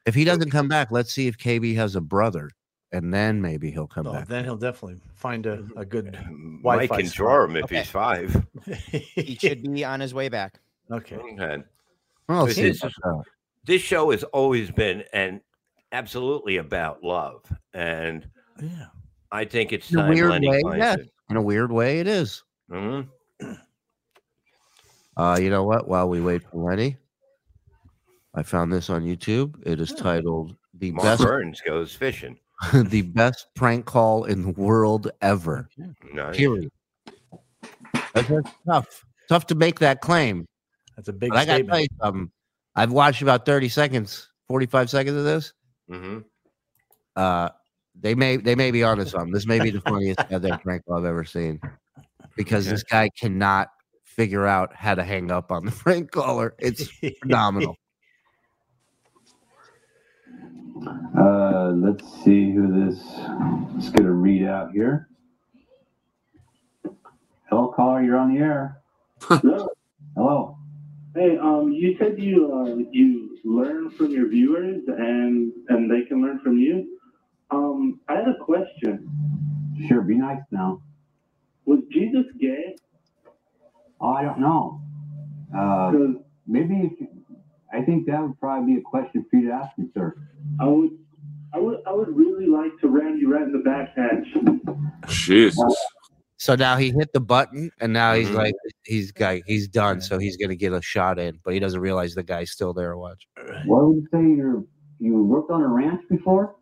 Speaker 4: If he doesn't come back, let's see if KB has a brother, and then maybe he'll come
Speaker 2: Oh,
Speaker 4: back.
Speaker 2: then he'll definitely find a, a good
Speaker 5: Mike
Speaker 2: Wi-Fi.
Speaker 5: can
Speaker 2: spot.
Speaker 5: draw him if
Speaker 9: Okay.
Speaker 5: he's five.
Speaker 9: He should be on his way back.
Speaker 2: Okay.
Speaker 5: Okay.
Speaker 4: Well,
Speaker 5: This
Speaker 4: see,
Speaker 5: is- this show has always been and absolutely about love, and
Speaker 2: Yeah.
Speaker 5: I think it's
Speaker 4: in a
Speaker 5: time
Speaker 4: weird
Speaker 5: Lenny
Speaker 4: way,
Speaker 5: finds
Speaker 4: yes.
Speaker 5: it.
Speaker 4: In a weird way, it is.
Speaker 5: Mhm.
Speaker 4: Uh, you know what? While we wait for Lenny, I found this on YouTube. It is titled "The
Speaker 5: Mark
Speaker 4: Best
Speaker 5: Burns goes fishing.
Speaker 4: the best prank call in the world ever.
Speaker 5: Nice.
Speaker 4: Period. That's, that's tough. Tough to make that claim.
Speaker 2: That's a big
Speaker 4: But I got to
Speaker 2: statement.
Speaker 4: tell you something. I've watched about 30 seconds, 45 seconds of this.
Speaker 5: Mm-hmm.
Speaker 4: Uh, they may they may be onto something. This may be the funniest goddamn prank call I've ever seen because this guy cannot figure out how to hang up on the prank caller. It's phenomenal.
Speaker 14: Uh, let's see who this is going to read out here. Hello, caller, you're on the air. Hello. Hello.
Speaker 15: Hey, um, you said you uh, you learn from your viewers and and they can learn from you. Um, I had a question.
Speaker 14: Sure, be nice now.
Speaker 15: Was Jesus gay?
Speaker 14: Oh, I don't know. Uh, maybe if you, I think that would probably be a question for you to ask me, sir.
Speaker 15: I would I would, I would really like to ram you right in the back hatch.
Speaker 6: Jesus.
Speaker 4: So now he hit the button, and now he's like, he's guy, he's done. So he's gonna get a shot in, but he doesn't realize the guy's still there. Watch.
Speaker 14: What would you say you you worked on a ranch before?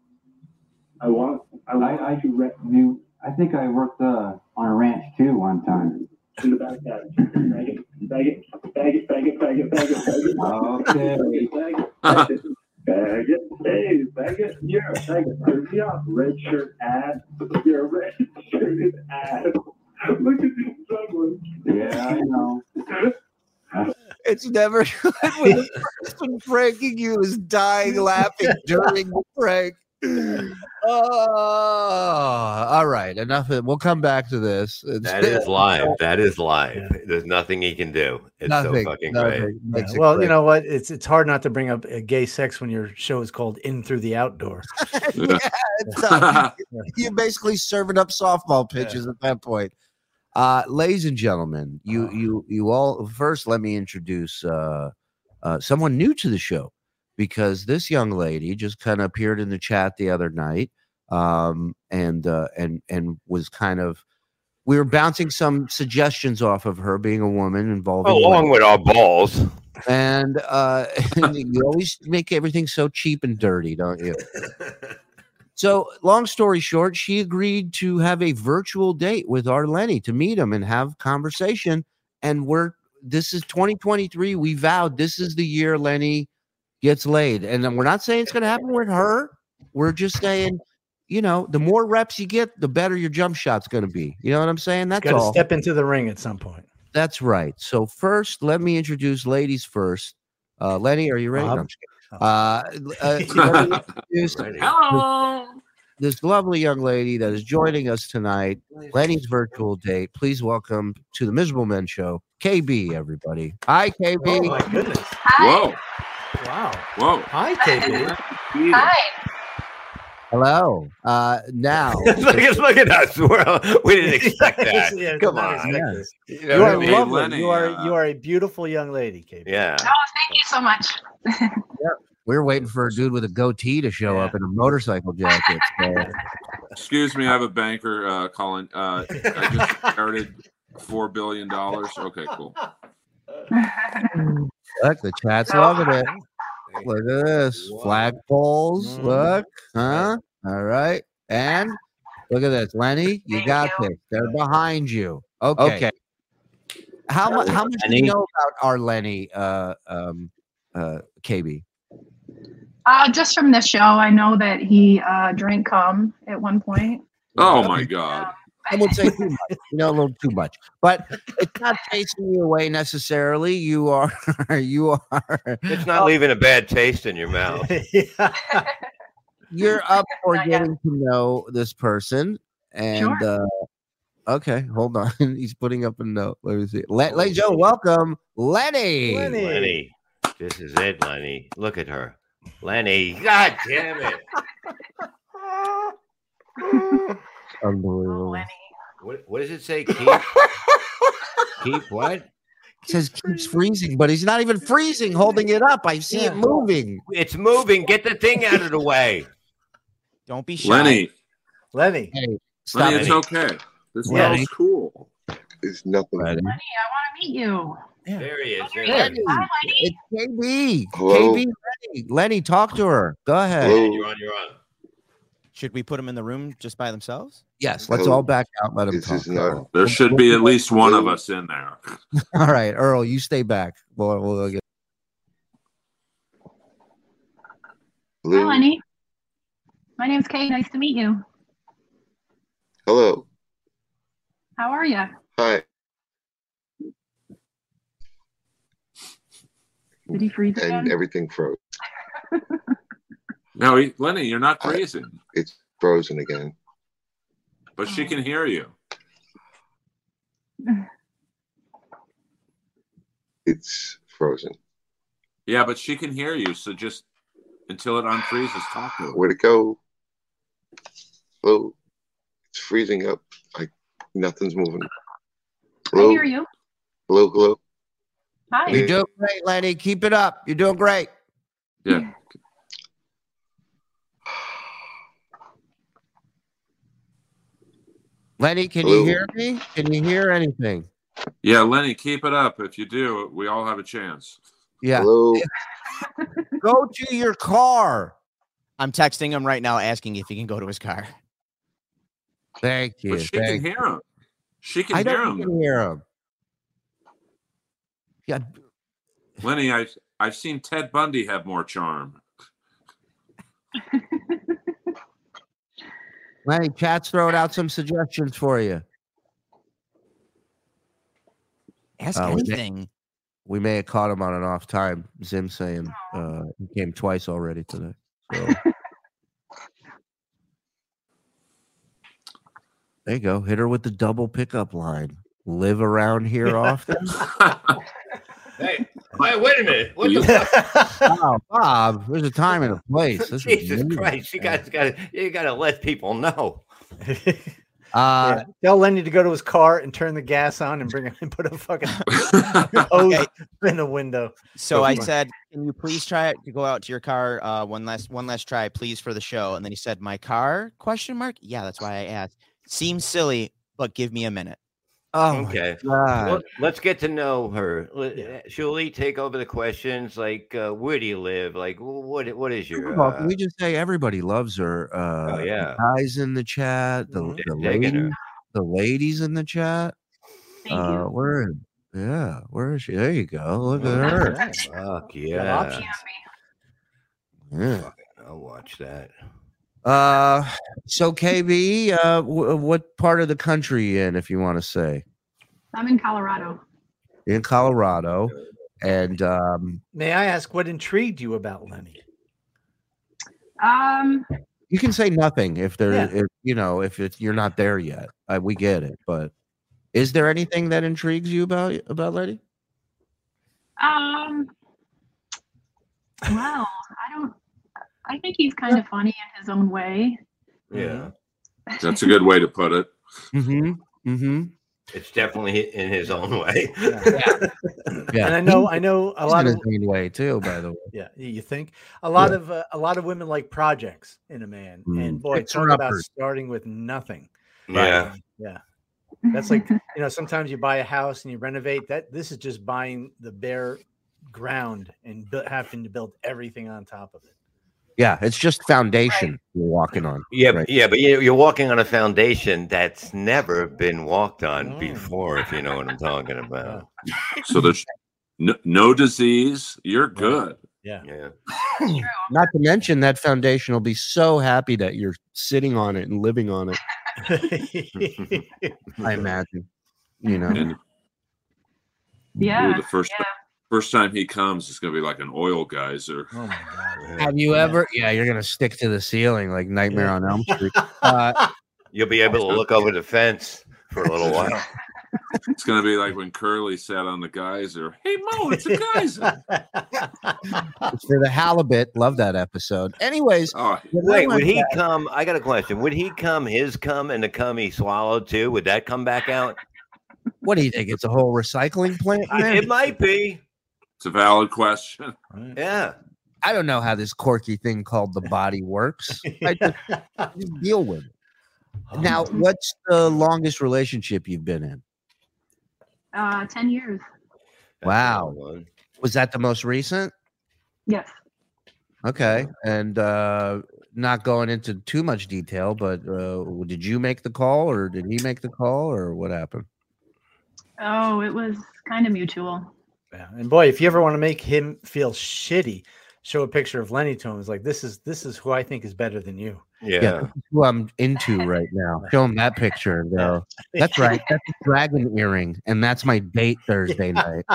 Speaker 14: I want. I I, do re- knew. I think I worked uh, on a ranch too one time.
Speaker 15: In the back hatch. Bag it, bag it, bag it, bag it, bag it, bag it, bag it.
Speaker 14: Okay.
Speaker 15: Bag it, bag it, bag it. Hey, bag it. You're a bag it. Turn me off. Red shirt ass. You're a red shirted ass. Look at you struggling.
Speaker 14: Yeah, I know.
Speaker 4: It's never good when the person pranking you is dying laughing during the prank. Oh, all right. Enough. Of, we'll come back to this. It's-
Speaker 5: That is live. That is live. There's nothing he can do. It's
Speaker 4: Nothing,
Speaker 5: so fucking great.
Speaker 4: nothing. Makes it
Speaker 2: well,
Speaker 4: great.
Speaker 2: you know what? It's it's hard not to bring up uh, gay sex when your show is called "In Through the Outdoor."
Speaker 4: yeah, it's tough. You're basically serving up softball pitches at that point. Uh, ladies and gentlemen, you you you all first let me introduce uh, uh, someone new to the show because this young lady just kind of appeared in the chat the other night um, and uh, and and was kind of we were bouncing some suggestions off of her being a woman involving
Speaker 5: Oh, Along with our balls.
Speaker 4: and uh, you always make everything so cheap and dirty, don't you? So, long story short, she agreed to have a virtual date with our Lenny to meet him and have conversation. And we're this is 2023. We vowed this is the year Lenny gets laid, and then we're not saying it's going to happen with her. We're just saying, you know, the more reps you get, the better your jump shot's going to be. You know what I'm saying? That's
Speaker 2: Got to
Speaker 4: all.
Speaker 2: step into the ring at some point.
Speaker 4: That's right. So first, let me introduce ladies first. Uh, Lenny, are you ready? No, I'm just kidding. Uh, uh, let me introduce
Speaker 12: Hello.
Speaker 4: this lovely young lady that is joining us tonight, Lenny's virtual date. Please welcome to the Miserable Men Show, KB. Everybody, hi KB.
Speaker 2: Oh my goodness!
Speaker 6: Whoa!
Speaker 2: Wow!
Speaker 6: Whoa!
Speaker 2: Hi KB.
Speaker 12: Hi.
Speaker 4: Hello. Uh, now,
Speaker 5: look, at, look at us. We're, all- we didn't expect that.
Speaker 2: Yeah,
Speaker 5: Come
Speaker 2: not
Speaker 5: on.
Speaker 2: expect
Speaker 5: Yeah.
Speaker 2: this.
Speaker 5: You
Speaker 2: You,
Speaker 5: know what I
Speaker 2: are
Speaker 5: mean?
Speaker 2: lovely.
Speaker 5: Lenny,
Speaker 2: you are
Speaker 5: uh,
Speaker 2: you are a beautiful young lady, KB.
Speaker 5: Yeah.
Speaker 12: Oh, thank you so much.
Speaker 4: we're waiting for a dude with a goatee to show up in a motorcycle jacket. So-
Speaker 6: Excuse me, I have a banker uh, calling. Uh, I just inherited four billion dollars. Okay, cool.
Speaker 4: Look, the chat's loving it. Look at this. Flagpoles. Look. Huh? All right. And look at this. Lenny, you got this. They're behind you. Okay.
Speaker 3: Okay.
Speaker 4: How, mu- how much do you
Speaker 3: Lenny.
Speaker 4: know about our Lenny, uh, um, uh, KB?
Speaker 16: Uh, just from this show, I know that he uh, drank cum at one point.
Speaker 6: Oh my god.
Speaker 4: I would say too much, you know, a little too much, but it's not chasing you away necessarily. You are, you are,
Speaker 5: It's not leaving a bad taste in your mouth.
Speaker 4: you're up for getting to know this person. And uh, okay, hold on. He's putting up a note. Let me see. Let, ladies and gentlemen, welcome Lenny.
Speaker 5: Lenny. This is it, Lenny. Look at her. Lenny. God damn it.
Speaker 4: Unbelievable.
Speaker 5: What, what does it say? Keep, keep what?
Speaker 4: It says keeps freezing, but he's not even freezing, holding it up. I see it moving.
Speaker 5: It's moving. Get the thing out of the way.
Speaker 9: Don't be shy.
Speaker 6: Lenny.
Speaker 2: Lenny.
Speaker 4: Hey,
Speaker 6: Lenny, it's okay. This is
Speaker 8: Lenny.
Speaker 6: all cool.
Speaker 8: It's nothing.
Speaker 16: Lenny, I want to meet you.
Speaker 5: There he is.
Speaker 4: Lenny.
Speaker 16: Hi,
Speaker 4: It's KB.
Speaker 8: Hello?
Speaker 4: KB Lenny. Lenny, talk to her. Go ahead.
Speaker 8: Hello?
Speaker 5: You're on. You're on.
Speaker 9: Should we put them in the room just by themselves?
Speaker 4: Yes, let's
Speaker 8: Hello?
Speaker 4: all back out. Let him
Speaker 8: This
Speaker 4: talk.
Speaker 8: is not.
Speaker 6: There should be at least one of us in there.
Speaker 4: All right, Earl, you stay back. We'll, we'll get-
Speaker 16: Hi,
Speaker 8: Hello.
Speaker 16: Lenny. My name's Kay. Nice to meet you.
Speaker 8: Hello.
Speaker 16: How are you?
Speaker 8: Hi.
Speaker 16: Did he freeze
Speaker 8: And
Speaker 16: again?
Speaker 8: everything froze.
Speaker 6: No, he- Lenny, you're not crazy,
Speaker 8: It's frozen again.
Speaker 6: but she can hear you.
Speaker 8: It's frozen.
Speaker 6: Yeah, but she can hear you. So just until it unfreezes, talk to her.
Speaker 8: Uh, Where'd it go? Hello. It's freezing up. I nothing's moving.
Speaker 16: I
Speaker 8: Hello.
Speaker 16: hear you.
Speaker 8: Hello. Hello.
Speaker 16: Hi.
Speaker 4: You're doing great, Lenny. Keep it up. You're doing great.
Speaker 6: Yeah.
Speaker 4: Lenny, can
Speaker 6: Hello.
Speaker 4: you hear me? Can you hear anything?
Speaker 6: Yeah, Lenny, keep it up. If you do, we all have a chance.
Speaker 4: Yeah. Go to your car.
Speaker 9: I'm texting him right now asking if he can go to his car.
Speaker 4: Thank you.
Speaker 6: But she can
Speaker 4: thank
Speaker 6: hear him. She can
Speaker 4: I
Speaker 6: hear
Speaker 4: don't
Speaker 6: him.
Speaker 4: even hear him. Yeah.
Speaker 6: Lenny, I've I've seen Ted Bundy have more charm.
Speaker 4: Lenny, chat's throwing out some suggestions for you.
Speaker 9: Ask
Speaker 4: Uh, we may-
Speaker 9: anything.
Speaker 4: We may have caught him on an off time. Zim saying uh, he came twice already today. So. there you go. Hit her with the double pickup line. Live around here often.
Speaker 17: Hey, hey, wait a minute. What the
Speaker 4: wow, Bob, there's a time and a place. This is
Speaker 5: Jesus
Speaker 4: amazing.
Speaker 5: Christ, you guys got to you got to let people know.
Speaker 4: Uh,
Speaker 2: yeah. Tell Lenny to go to his car and turn the gas on and bring him and put a fucking hose in the window.
Speaker 9: So I
Speaker 2: Come on.
Speaker 9: said, "Can you please try to go out to your car uh, one last one last try, please, for the show?" And then he said, "My car?" Question mark. Yeah, that's why I asked. Seems silly, but give me a minute.
Speaker 4: Oh,
Speaker 5: Okay.
Speaker 4: God.
Speaker 5: Let- Let's get to know her. Let- Julie, take over the questions. Like, uh, where do you live? Like, wh- what what is
Speaker 4: First
Speaker 5: your
Speaker 4: of all,
Speaker 5: uh,
Speaker 4: can we just say everybody loves her. Uh, the
Speaker 5: Oh, yeah. Mm-hmm.
Speaker 4: guys in the chat, the, the
Speaker 5: digging her.
Speaker 4: ladies, the ladies in the chat. uh, Where? Yeah, where is she? There you go. Look
Speaker 5: Mm-hmm.
Speaker 4: at her.
Speaker 5: Fuck
Speaker 4: options.
Speaker 5: yeah.
Speaker 4: Yeah.
Speaker 5: I'll watch that.
Speaker 4: Uh, so KB, uh, w- what part of the country you in, if you want to say,
Speaker 16: I'm in Colorado.
Speaker 4: in Colorado, and um,
Speaker 2: May I ask what intrigued you about Lenny?
Speaker 16: Um,
Speaker 4: you can say nothing if there,
Speaker 16: Yeah.
Speaker 4: if you know, if it, you're not there yet. Uh, we get it, but is there anything that intrigues you about about Letty?
Speaker 16: um, well, I don't. I think he's kind of funny in his own way.
Speaker 5: Yeah.
Speaker 6: That's a good way to put it.
Speaker 4: Mm-hmm. Mm-hmm.
Speaker 5: It's definitely in his own way.
Speaker 4: Yeah.
Speaker 2: And I know, I know a
Speaker 4: He's
Speaker 2: lot
Speaker 4: in
Speaker 2: of
Speaker 4: his own way too. By the way,
Speaker 2: yeah, you think a lot
Speaker 4: Yeah.
Speaker 2: of uh, a lot of women like projects in a man,
Speaker 4: Mm.
Speaker 2: and boy,
Speaker 4: Fixer
Speaker 2: talk about
Speaker 4: uppers.
Speaker 2: starting with nothing.
Speaker 5: Yeah.
Speaker 2: Yeah. That's like, you know, sometimes you buy a house and you renovate that. This is just buying the bare ground and bu- having to build everything on top of it.
Speaker 4: yeah, it's just foundation you're walking on.
Speaker 5: Yeah,
Speaker 4: right?
Speaker 5: yeah, but you- you're walking on a foundation that's never been walked on
Speaker 4: Mm.
Speaker 5: before, if you know what I'm talking about.
Speaker 6: So there's no, no disease. You're good.
Speaker 2: Yeah.
Speaker 5: Yeah.
Speaker 4: Not to mention that foundation will be so happy that you're sitting on it and living on it. I imagine. You know.
Speaker 6: And
Speaker 16: Yeah.
Speaker 6: ooh, the first first time he comes, it's gonna be like an oil geyser.
Speaker 2: Oh my god.
Speaker 4: Have you ever? Yeah, you're gonna stick to the ceiling like Nightmare on Elm Street. Uh,
Speaker 5: You'll be able to look over the fence for a little while.
Speaker 6: It's gonna be like when Curly sat on the geyser. Hey Mo, Oh, it's a geyser.
Speaker 4: It's for the halibut. Love that episode. Anyways,
Speaker 6: Oh,
Speaker 4: the
Speaker 5: Wait,
Speaker 4: real
Speaker 5: would he
Speaker 4: impact-
Speaker 5: come? I got a question. Would he come his cum and the cum he swallowed too? Would that come back out?
Speaker 4: What do you think? It's a whole recycling plant.
Speaker 5: I-
Speaker 4: man?
Speaker 5: It might be.
Speaker 6: It's a valid question.
Speaker 5: Yeah.
Speaker 4: I don't know how this quirky thing called the body works. I just, just deal with it.
Speaker 2: Oh,
Speaker 4: Now, what's the longest relationship you've been in?
Speaker 16: Uh, ten years.
Speaker 4: Wow. Was that the most recent?
Speaker 16: Yes.
Speaker 4: Okay. And uh not going into too much detail, but uh did you make the call or did he make the call or what happened?
Speaker 16: Oh, it was kind of mutual.
Speaker 2: Yeah. And boy, if you ever want to make him feel shitty, show a picture of Lenny to him. It's like, this is this is who I think is better than you.
Speaker 4: this is who I'm into right now. Show him that picture and go, that's right. That's a dragon earring. And that's my date Thursday night.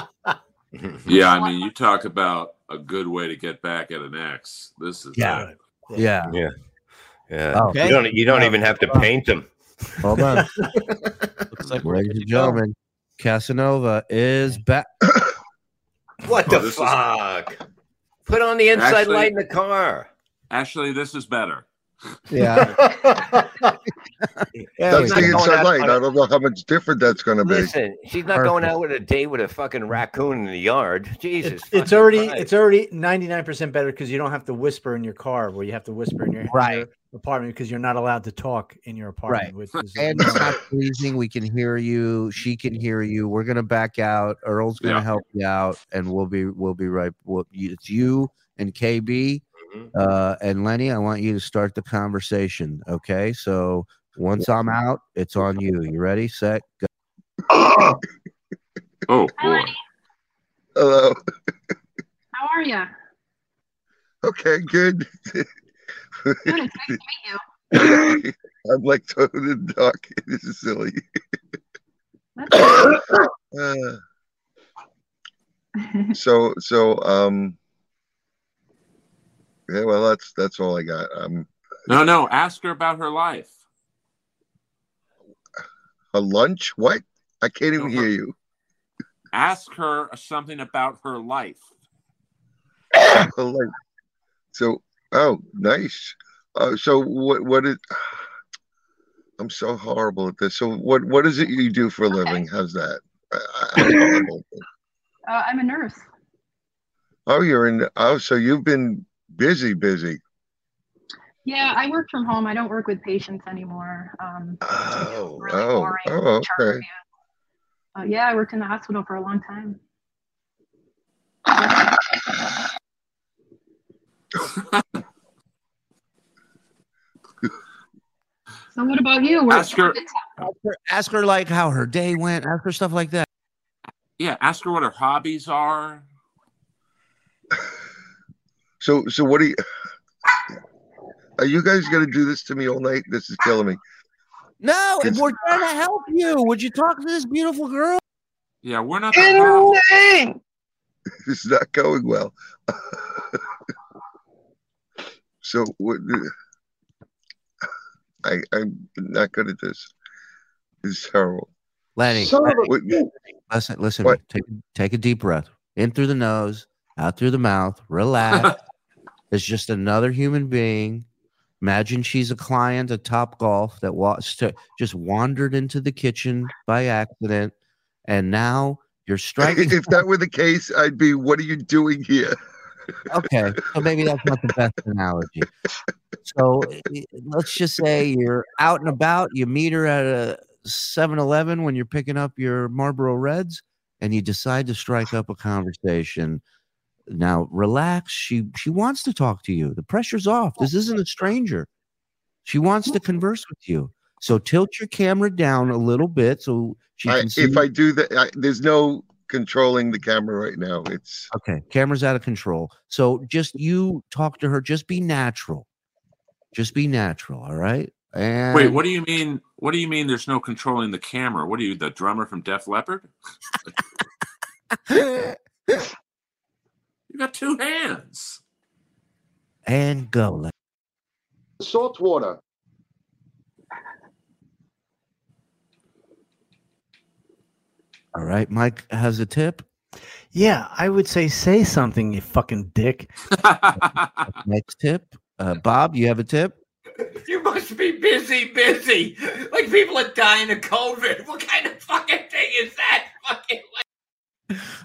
Speaker 6: Yeah, I mean, you talk about a good way to get back at an ex. This is
Speaker 4: Yeah.
Speaker 6: it.
Speaker 4: Yeah.
Speaker 5: Yeah. Yeah.
Speaker 4: Oh.
Speaker 5: You don't. You don't even have to paint them.
Speaker 4: Hold on.
Speaker 9: Looks like we're
Speaker 4: Ladies
Speaker 9: good
Speaker 4: and
Speaker 9: to go.
Speaker 4: gentlemen, Casanova is back.
Speaker 5: What
Speaker 6: Oh,
Speaker 5: the
Speaker 6: this is-
Speaker 5: fuck? Put on the inside
Speaker 6: Actually-
Speaker 5: light in the car.
Speaker 6: Actually, this is better.
Speaker 4: Yeah.
Speaker 8: that's the
Speaker 5: She's not going
Speaker 8: inside
Speaker 5: out
Speaker 8: light.
Speaker 5: on
Speaker 8: I don't know how much different that's going to be.
Speaker 5: Listen, she's not going out with a date with a fucking raccoon in the yard. Jesus,
Speaker 2: It's
Speaker 5: fucking
Speaker 2: already
Speaker 5: Christ.
Speaker 2: it's already ninety nine percent better because you don't have to whisper in your car where you have to whisper in your,
Speaker 4: Right.
Speaker 2: your apartment because you're not allowed to talk in your apartment.
Speaker 4: Right.
Speaker 2: Which is
Speaker 4: And it's not pleasing. We can hear you. She can hear you. We're gonna back out. Earl's gonna
Speaker 2: Yeah.
Speaker 4: help you out, and we'll be we'll be right. We'll, you- it's you and KB uh, and Lenny. I want you to start the conversation. Okay. So once I'm out, it's on you. You ready? Set. Go.
Speaker 8: Ah!
Speaker 6: oh
Speaker 16: boy.
Speaker 8: Hello.
Speaker 16: How are you?
Speaker 8: Okay, good.
Speaker 16: Good. It's nice to meet you.
Speaker 8: I'm like toe in the dark. This is silly. Uh, so so um yeah well that's that's all I got um
Speaker 6: No, no. Ask her about her life.
Speaker 8: a lunch what I can't
Speaker 16: Oh,
Speaker 8: even hear you
Speaker 6: Ask her something about her life.
Speaker 8: A lunch. so oh nice uh, so what what is I'm so horrible at this so what what is it you do for a living how's that I, I- I'm horrible.
Speaker 16: Uh, I'm a nurse.
Speaker 8: oh you're in oh so you've been busy busy
Speaker 16: Yeah, I work from home. I don't work with patients anymore. Um,
Speaker 8: oh oh oh okay
Speaker 16: uh, yeah, I worked in the hospital for a long time. So what about you? Where-
Speaker 6: Ask her-
Speaker 4: Ask her, ask her like how her day went. Ask her stuff like that.
Speaker 6: Yeah, ask her what her hobbies are.
Speaker 8: So, so what are you? Are you guys gonna do this to me all night? This is killing me.
Speaker 4: No, and we're trying to help you. Would you talk to this beautiful girl?
Speaker 6: Yeah, we're not.
Speaker 16: uh,
Speaker 8: This is not going well. so, what? I I'm not good at this. It's terrible.
Speaker 4: Lenny,
Speaker 8: Son of a
Speaker 4: Lenny,
Speaker 8: bitch.
Speaker 4: listen, listen. Take, take a deep breath in through the nose, out through the mouth. Relax. it's just another human being. Imagine she's a client at Top Golf that was to, just wandered into the kitchen by accident, and now you're striking.
Speaker 8: If that were the case, I'd be. What are you doing here?
Speaker 4: okay, so maybe that's not the best analogy. So i- let's just say you're out and about, you meet her at a 7 Eleven when you're picking up your Marlboro Reds, and you decide to strike up a conversation. Now relax. She she wants to talk to you. The pressure's off. This isn't a stranger. She wants to converse with you. So tilt your camera down a little bit so she
Speaker 8: I,
Speaker 4: can see.
Speaker 8: if I do that, I, there's no controlling the camera right now. It's
Speaker 4: Okay, camera's out of control. So just you talk to her. Just be natural. Just be natural. All right. And
Speaker 6: Wait, what do you mean? What do you mean? There's no controlling the camera. What are you, the drummer from Def Leppard? you got two hands.
Speaker 4: and go. Lenny.
Speaker 18: Salt water.
Speaker 4: All right, Mike has a tip.
Speaker 2: yeah, I would say say something, you fucking dick.
Speaker 4: Next tip, uh, Bob. You have a tip?
Speaker 17: You must be busy, busy. Like people are dying of COVID. What kind of fucking thing is that? Fucking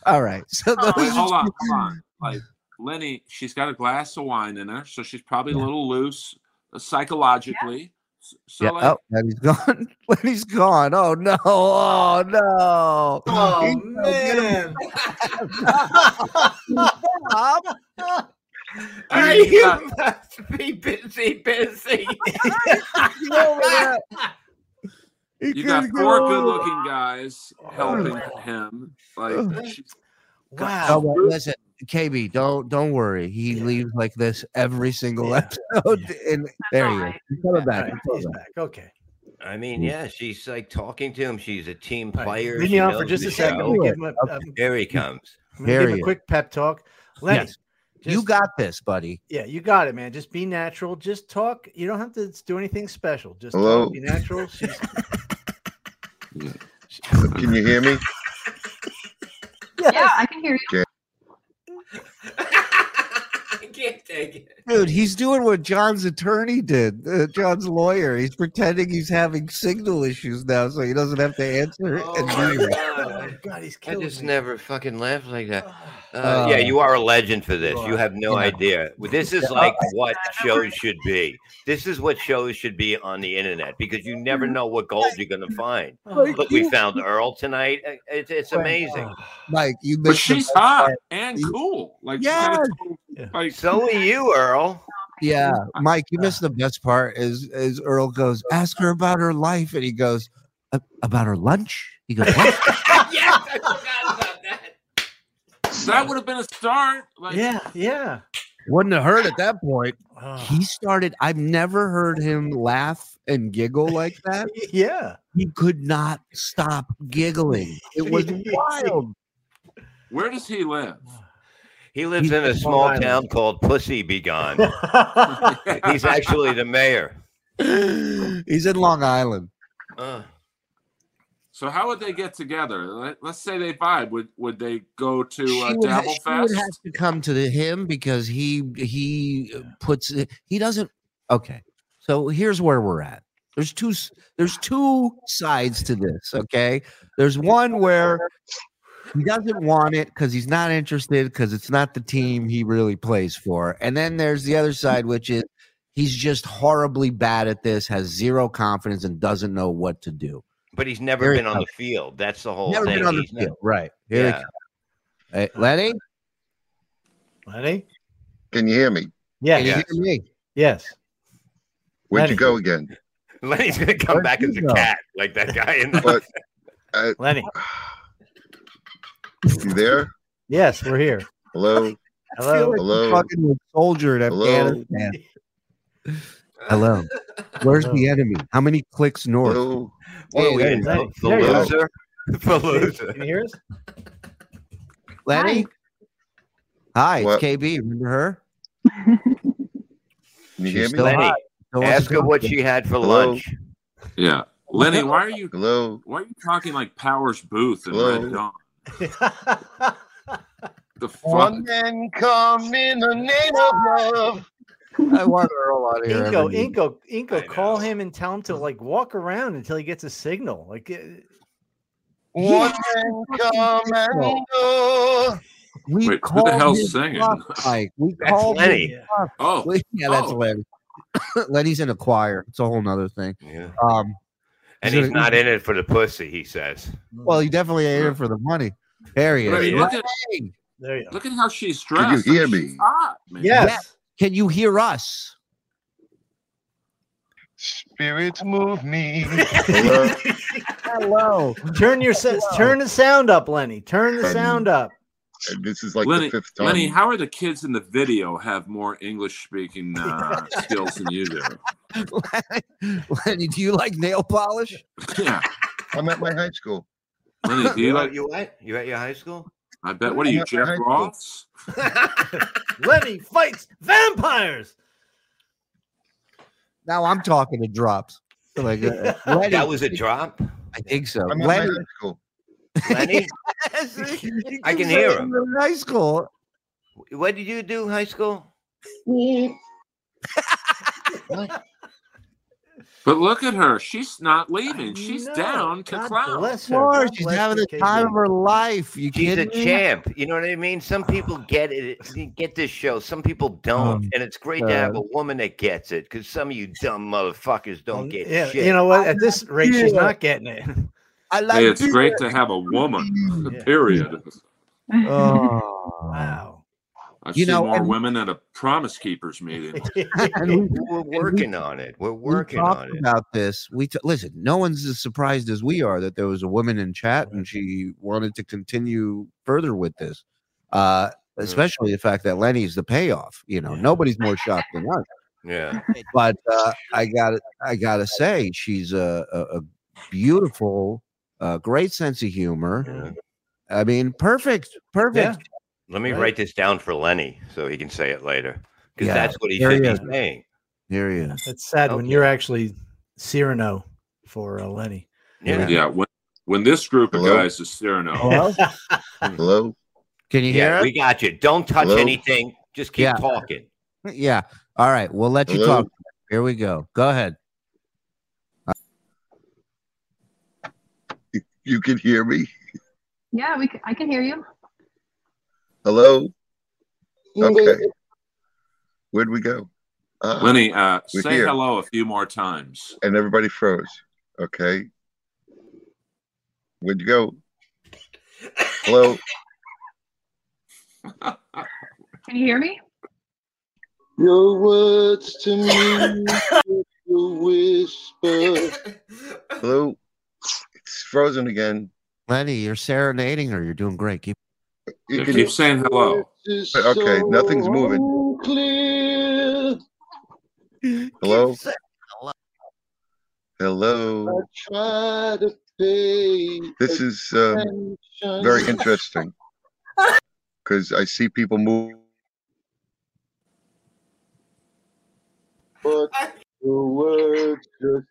Speaker 4: All right. So those
Speaker 6: Wait,
Speaker 4: are
Speaker 6: hold on,
Speaker 4: two-
Speaker 6: hold on. Like Lenny, she's got a glass of wine in her, so she's probably a little loose uh, psychologically. S- So
Speaker 4: Yeah.
Speaker 6: like,
Speaker 4: Oh, Lenny's gone. Lenny's gone. Oh no. Oh no.
Speaker 7: Oh,
Speaker 4: He-
Speaker 7: man.
Speaker 4: Bob.
Speaker 7: Are you must be busy, busy.
Speaker 6: you got four good-looking guys helping him. Like, she-
Speaker 4: Oh, well, listen, KB, don't don't worry. He leaves like this every single episode. And there you go. He's coming back. He's coming back.
Speaker 2: Okay.
Speaker 5: I mean, yeah, she's like talking to him. She's a team player.
Speaker 2: Leave
Speaker 5: She
Speaker 2: me on for
Speaker 5: knows
Speaker 2: just
Speaker 5: the
Speaker 2: a second. I'm
Speaker 5: show.
Speaker 2: gonna give him a, I'm
Speaker 5: Here he comes.
Speaker 2: I'm gonna give him a quick pep talk. Lenny,
Speaker 4: Yes. you got this, buddy.
Speaker 2: Yeah, you got it, man. Just be natural. Just talk. You don't have to do anything special. Just
Speaker 8: Hello?
Speaker 2: talk. Be natural. She's,
Speaker 8: Can you hear me?
Speaker 16: Yeah, I can hear you.
Speaker 8: Okay.
Speaker 17: can't take it.
Speaker 4: Dude, he's doing what John's attorney did. Uh, John's lawyer. He's pretending he's having signal issues now, so he doesn't have to answer. and
Speaker 6: Oh,
Speaker 4: do that.
Speaker 2: Oh, God, he's
Speaker 5: I just never fucking laughed like that. Uh,
Speaker 4: Uh,
Speaker 5: yeah, you are a legend for this. You have no
Speaker 4: Yeah.
Speaker 5: idea. This
Speaker 4: Oh,
Speaker 5: is like what shows should be. This is what shows should be on the internet because you never
Speaker 4: Mm-hmm.
Speaker 5: know what gold you're going to find.
Speaker 6: Like
Speaker 5: Look, we found Earl tonight. Uh, It's, it's amazing.
Speaker 4: uh, Mike, you missed
Speaker 6: But
Speaker 4: the
Speaker 6: she's
Speaker 4: best
Speaker 6: hot
Speaker 4: part.
Speaker 6: and cool. Like,
Speaker 4: Yeah.
Speaker 6: like
Speaker 5: so are you, Earl.
Speaker 4: Yeah, Mike, you missed the best part. Is is Earl goes ask her about her life, and he goes "A- about her lunch. He goes, what?
Speaker 17: yes, I forgot about that.
Speaker 6: that would have been a start. Like,
Speaker 2: yeah, yeah.
Speaker 4: Wouldn't have hurt at that point.
Speaker 2: Ugh.
Speaker 4: He started. I've never heard him laugh and giggle like that.
Speaker 2: Yeah.
Speaker 4: He could not stop giggling. It was wild.
Speaker 6: Where does he live?
Speaker 5: He lives
Speaker 4: He's
Speaker 5: in a
Speaker 4: from
Speaker 5: small
Speaker 4: Long Island.
Speaker 5: town called Pussy Begone. He's actually the mayor.
Speaker 4: He's in Long Island.
Speaker 5: Uh,
Speaker 6: So how would they get together? Let, let's say they vibe. Would would they go to uh,
Speaker 4: she would, ha-
Speaker 6: Dabble
Speaker 4: she would
Speaker 6: Fest?
Speaker 4: have to come to the, him because he he puts it, he doesn't okay so here's where we're at there's two s- there's two sides to this okay there's one where he doesn't want it because he's not interested because it's not the team he really plays for and then there's the other side which is he's just horribly bad at this has zero confidence and doesn't know what to do
Speaker 5: but he's never
Speaker 4: Very
Speaker 5: been on the
Speaker 4: tough.
Speaker 5: field. That's the whole
Speaker 4: never
Speaker 5: thing.
Speaker 4: been on the
Speaker 5: He's not-
Speaker 4: field right Here we
Speaker 5: Yeah.
Speaker 4: come. Hey, lenny
Speaker 2: Lenny?
Speaker 8: Can you hear me?
Speaker 2: Yes.
Speaker 4: can you hear me
Speaker 2: Yes.
Speaker 8: Where'd
Speaker 2: Lenny.
Speaker 8: you go again?
Speaker 5: Lenny's gonna come
Speaker 4: Where'd
Speaker 5: back
Speaker 4: you
Speaker 5: as a
Speaker 4: go?
Speaker 5: cat, like that guy in the.
Speaker 8: But I,
Speaker 2: Lenny.
Speaker 8: you there?
Speaker 2: Yes, we're here.
Speaker 8: Hello.
Speaker 4: I feel
Speaker 2: Hello.
Speaker 4: like a
Speaker 8: Hello?
Speaker 4: fucking with soldier in
Speaker 8: Hello?
Speaker 4: Afghanistan. Hello. Where's the enemy? How many clicks north?
Speaker 8: Hello.
Speaker 5: What are we
Speaker 4: Hey,
Speaker 5: in?
Speaker 2: Lenny.
Speaker 5: The
Speaker 2: There you go.
Speaker 5: loser. The
Speaker 2: Can
Speaker 5: loser.
Speaker 2: you hear us?
Speaker 4: Lenny? Hi,
Speaker 8: What?
Speaker 4: it's KB. Remember her?
Speaker 8: Can you
Speaker 4: She's
Speaker 8: hear me?
Speaker 4: still
Speaker 5: Lenny,
Speaker 4: hot. Still wants
Speaker 5: Ask
Speaker 4: to
Speaker 5: her what
Speaker 4: come.
Speaker 5: she had for
Speaker 8: Hello?
Speaker 5: lunch.
Speaker 6: Yeah, Lenny, why are you
Speaker 8: Hello.
Speaker 6: why are you talking like Powers Booth and
Speaker 8: Hello?
Speaker 6: Red Dawn? The fuck?
Speaker 18: One man come in the name of love.
Speaker 4: I want Earl out of here.
Speaker 2: Inko,
Speaker 4: every day.
Speaker 2: Inko, Inko,
Speaker 5: I
Speaker 2: call
Speaker 5: know.
Speaker 2: him and tell him to like walk around until he gets a signal. Like, uh,
Speaker 18: One man come and go.
Speaker 4: We
Speaker 6: Wait, who the
Speaker 4: called
Speaker 6: hell's
Speaker 4: his
Speaker 6: singing?
Speaker 4: bluff, Mike. We
Speaker 5: That's
Speaker 4: called his
Speaker 5: Lenny.
Speaker 4: bluff.
Speaker 6: Oh,
Speaker 4: We- Yeah, that's
Speaker 6: Oh.
Speaker 4: Lenny. Lenny's in a choir. It's a whole nother thing.
Speaker 5: Yeah.
Speaker 4: Um, he's
Speaker 5: And he's
Speaker 4: gonna-
Speaker 5: not in it for the pussy, he says.
Speaker 4: well, he definitely ate it for the money. There he
Speaker 6: But I
Speaker 4: is.
Speaker 6: mean, look at
Speaker 4: Lenny,
Speaker 2: there you go.
Speaker 6: look at how she's
Speaker 8: you
Speaker 6: dressed.
Speaker 8: hear
Speaker 6: Like,
Speaker 8: me?
Speaker 6: she's hot, man.
Speaker 2: Yes.
Speaker 4: Can you hear us?
Speaker 18: Spirits move me.
Speaker 8: Hello.
Speaker 4: Hello.
Speaker 2: Turn your sen- turn the sound up, Lenny. Turn the
Speaker 8: Um,
Speaker 2: sound up.
Speaker 8: And this is like
Speaker 6: Lenny,
Speaker 8: the fifth time.
Speaker 6: Lenny, how are the kids in the video have more English speaking uh, skills than you do?
Speaker 4: Lenny, do you like nail polish?
Speaker 6: Yeah,
Speaker 8: I'm at my high school.
Speaker 6: Lenny, do you
Speaker 5: You,
Speaker 6: like?
Speaker 5: you what? You at your high school?
Speaker 6: I bet. What are you, Jeff Ross?
Speaker 2: Lenny fights vampires.
Speaker 4: Now I'm talking to drops. So like, uh, Lenny,
Speaker 5: That was a drop?
Speaker 4: I think so.
Speaker 8: I'm at my high
Speaker 4: Lenny,
Speaker 8: school.
Speaker 5: Lenny? I can hear him.
Speaker 4: In high school.
Speaker 5: What did you do high school?
Speaker 6: But look at her. She's not leaving.
Speaker 2: I
Speaker 6: She's
Speaker 2: know.
Speaker 6: down to
Speaker 2: God
Speaker 6: clown.
Speaker 2: Bless her.
Speaker 4: Sure,
Speaker 2: God
Speaker 4: she's
Speaker 2: bless
Speaker 4: having
Speaker 2: her,
Speaker 4: the time of
Speaker 2: KB.
Speaker 4: her life. You
Speaker 5: She's a
Speaker 4: kidding me?
Speaker 5: champ. You know what I mean? Some people get it, they get this show. Some people don't.
Speaker 4: Um,
Speaker 5: and it's great to have
Speaker 4: uh,
Speaker 5: a woman that gets it because some of you dumb motherfuckers don't get
Speaker 2: Oh, yeah,
Speaker 5: shit.
Speaker 2: you know what? At this rate, she's
Speaker 4: Yeah.
Speaker 2: not getting it.
Speaker 4: I like
Speaker 6: Hey, it's
Speaker 4: beer.
Speaker 6: great to have a woman.
Speaker 2: Yeah.
Speaker 6: Period.
Speaker 4: Oh.
Speaker 2: Wow.
Speaker 6: I've
Speaker 4: You
Speaker 6: seen
Speaker 4: know,
Speaker 6: more
Speaker 4: and-
Speaker 6: women at a promise keepers meeting.
Speaker 4: And we-
Speaker 5: We're working on it. We're
Speaker 4: we
Speaker 5: working
Speaker 4: talked
Speaker 5: on it.
Speaker 4: about this. We t- listen. No one's as surprised as we are that there was a woman in chat and she wanted to continue further with this. Uh, especially the fact that Lenny's the payoff. You know,
Speaker 2: Yeah.
Speaker 4: nobody's more shocked than us.
Speaker 5: Yeah.
Speaker 4: But uh, I got to I got to say, she's a, a, a beautiful, uh, great sense of humor.
Speaker 5: yeah.
Speaker 4: I mean, perfect, perfect.
Speaker 5: Let me
Speaker 2: Right.
Speaker 5: write this down for Lenny so he can say it later because
Speaker 4: Yeah,
Speaker 5: that's what he
Speaker 4: there
Speaker 5: should
Speaker 4: he
Speaker 5: be
Speaker 4: is.
Speaker 5: saying.
Speaker 4: Here he is.
Speaker 2: It's sad when
Speaker 5: Okay.
Speaker 2: you're actually Cyrano for uh, Lenny.
Speaker 5: Yeah.
Speaker 6: Yeah, when when this group of
Speaker 8: Hello?
Speaker 6: guys is Cyrano,
Speaker 2: Oh,
Speaker 4: Hello?
Speaker 8: Hello.
Speaker 4: Can you hear?
Speaker 5: Yeah,
Speaker 4: us?
Speaker 5: we got you. Don't touch
Speaker 8: Hello?
Speaker 5: anything. Just keep
Speaker 4: Yeah.
Speaker 5: talking.
Speaker 4: Yeah. All right. We'll let you
Speaker 5: Hello?
Speaker 4: talk. Here we go. Go ahead.
Speaker 8: You can hear me.
Speaker 16: Yeah, we. c- I can hear you.
Speaker 8: Hello. Okay. Where'd we go? Ah,
Speaker 6: Lenny, uh,
Speaker 8: we're
Speaker 6: say
Speaker 8: here.
Speaker 6: hello a few more times.
Speaker 8: And everybody froze. Okay. Where'd you go? Hello.
Speaker 16: Can you hear me?
Speaker 18: Your words to me, your whisper.
Speaker 8: Hello. It's frozen again.
Speaker 4: Lenny, you're serenading her. You're doing great. Keep.
Speaker 8: You can- Keep saying hello. Okay, nothing's moving.
Speaker 18: Clear.
Speaker 8: Hello.
Speaker 18: Keep saying
Speaker 8: Hello.
Speaker 18: Try to pay.
Speaker 8: This is um, very
Speaker 18: attention.
Speaker 8: interesting because I see people move.
Speaker 18: But the words just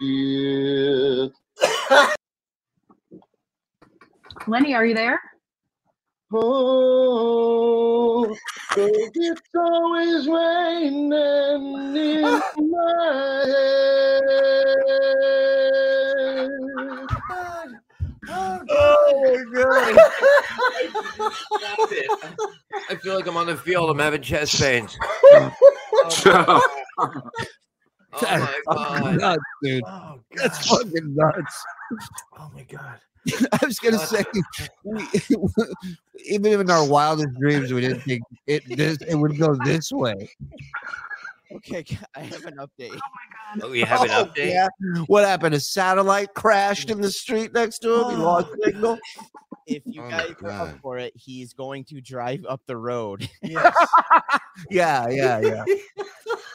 Speaker 18: disappear.
Speaker 16: Lenny, are you there?
Speaker 18: Oh, 'cause it's always raining in my head.
Speaker 5: Oh
Speaker 18: my
Speaker 5: Stop it. I feel like I'm on the field. I'm having chest pains. Oh
Speaker 18: my God.
Speaker 4: nuts, dude. That's fucking nuts.
Speaker 2: Oh my god.
Speaker 4: I was gonna say, we, even in our wildest dreams, we didn't think it this it would go this way.
Speaker 9: Okay, g- I have an update.
Speaker 5: Oh, you have an
Speaker 4: Oh,
Speaker 5: update?
Speaker 4: yeah. What happened? A satellite crashed in the street next to him. He lost signal.
Speaker 9: If
Speaker 4: Oh
Speaker 9: you guys are up for it, he's going to drive up the road.
Speaker 4: yeah, yeah, yeah.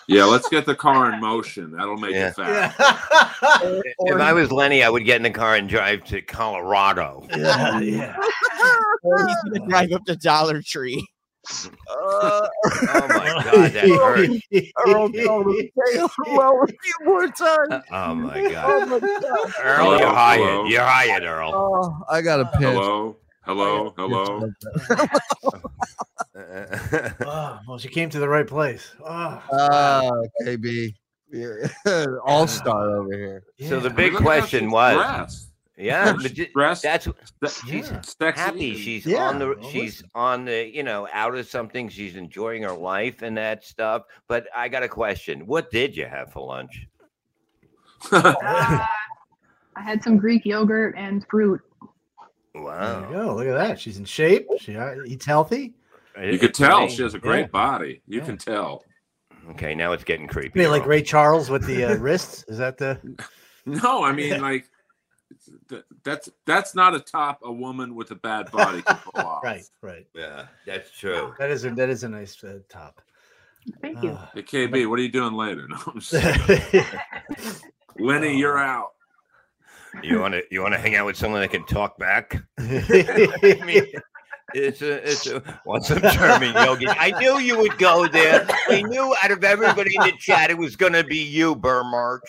Speaker 6: Yeah, let's get the car in motion. That'll make it fast.
Speaker 5: If I was Lenny, I would get in the car and drive to Colorado.
Speaker 9: Yeah, yeah. or he's going to drive up to Dollar Tree.
Speaker 5: oh my God, that hurt.
Speaker 4: Earl told him, "Stay alone a few more times.
Speaker 5: Oh my
Speaker 4: Oh
Speaker 5: God.
Speaker 4: my God.
Speaker 5: Earl, you're hired. You're hired, Earl.
Speaker 4: Oh, I got a pinch.
Speaker 6: Hello, hello, hello.
Speaker 5: Uh,
Speaker 2: Oh, well, she came to the right place. Oh,
Speaker 4: Oh, KB. All star over here.
Speaker 5: So the big question was, yeah, but ju- that's she's happy. She's
Speaker 4: Yeah,
Speaker 5: on the
Speaker 4: well,
Speaker 5: she's on the you know out of something. She's enjoying her life and that stuff. But I got a question. What did you have for lunch?
Speaker 16: I had some Greek yogurt and fruit.
Speaker 5: Wow.
Speaker 2: There you go. Look at that. She's in shape. She uh, eats healthy.
Speaker 6: You could tell she has a
Speaker 2: Yeah.
Speaker 6: great body. You can tell.
Speaker 5: Okay, now it's getting creepy.
Speaker 2: Be like
Speaker 5: Earl.
Speaker 2: Ray Charles with the uh, wrists. Is that the?
Speaker 6: No, I mean like th- that's that's not a top a woman with a bad body can pull off.
Speaker 2: Right, right.
Speaker 5: Yeah, that's true.
Speaker 2: That is a that is a nice uh, top. Ah.
Speaker 16: Thank
Speaker 2: you.
Speaker 6: Hey, KB, what are you doing later? No, I'm just- Lenny, you're
Speaker 5: Oh.
Speaker 6: out.
Speaker 5: You want to you want to hang out with someone that can talk back? I mean, it's a it's a want some German yogi. I knew you would go there. I knew out of everybody in the chat, it was gonna be you, Burmart.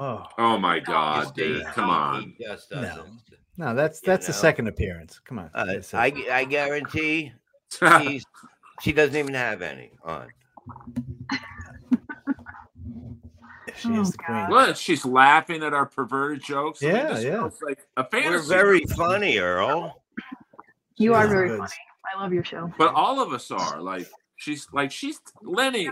Speaker 2: Oh
Speaker 6: Oh my God, dude! Come on.
Speaker 5: He just doesn't.
Speaker 2: no, that's that's a
Speaker 5: know.
Speaker 2: second appearance. Come on.
Speaker 5: Uh,
Speaker 2: That's it.
Speaker 5: I I guarantee she's, she doesn't even have any on.
Speaker 2: She
Speaker 16: Oh,
Speaker 2: is the queen.
Speaker 6: Look, she's laughing at our perverted jokes. I mean,
Speaker 2: Yeah,
Speaker 6: this
Speaker 2: yeah.
Speaker 6: feels Like a
Speaker 5: We're
Speaker 6: fantasy.
Speaker 5: very funny, Earl.
Speaker 16: You are
Speaker 6: Yeah.
Speaker 16: very
Speaker 6: Good.
Speaker 16: funny. I love your show.
Speaker 6: But all of us are like she's like she's Lenny.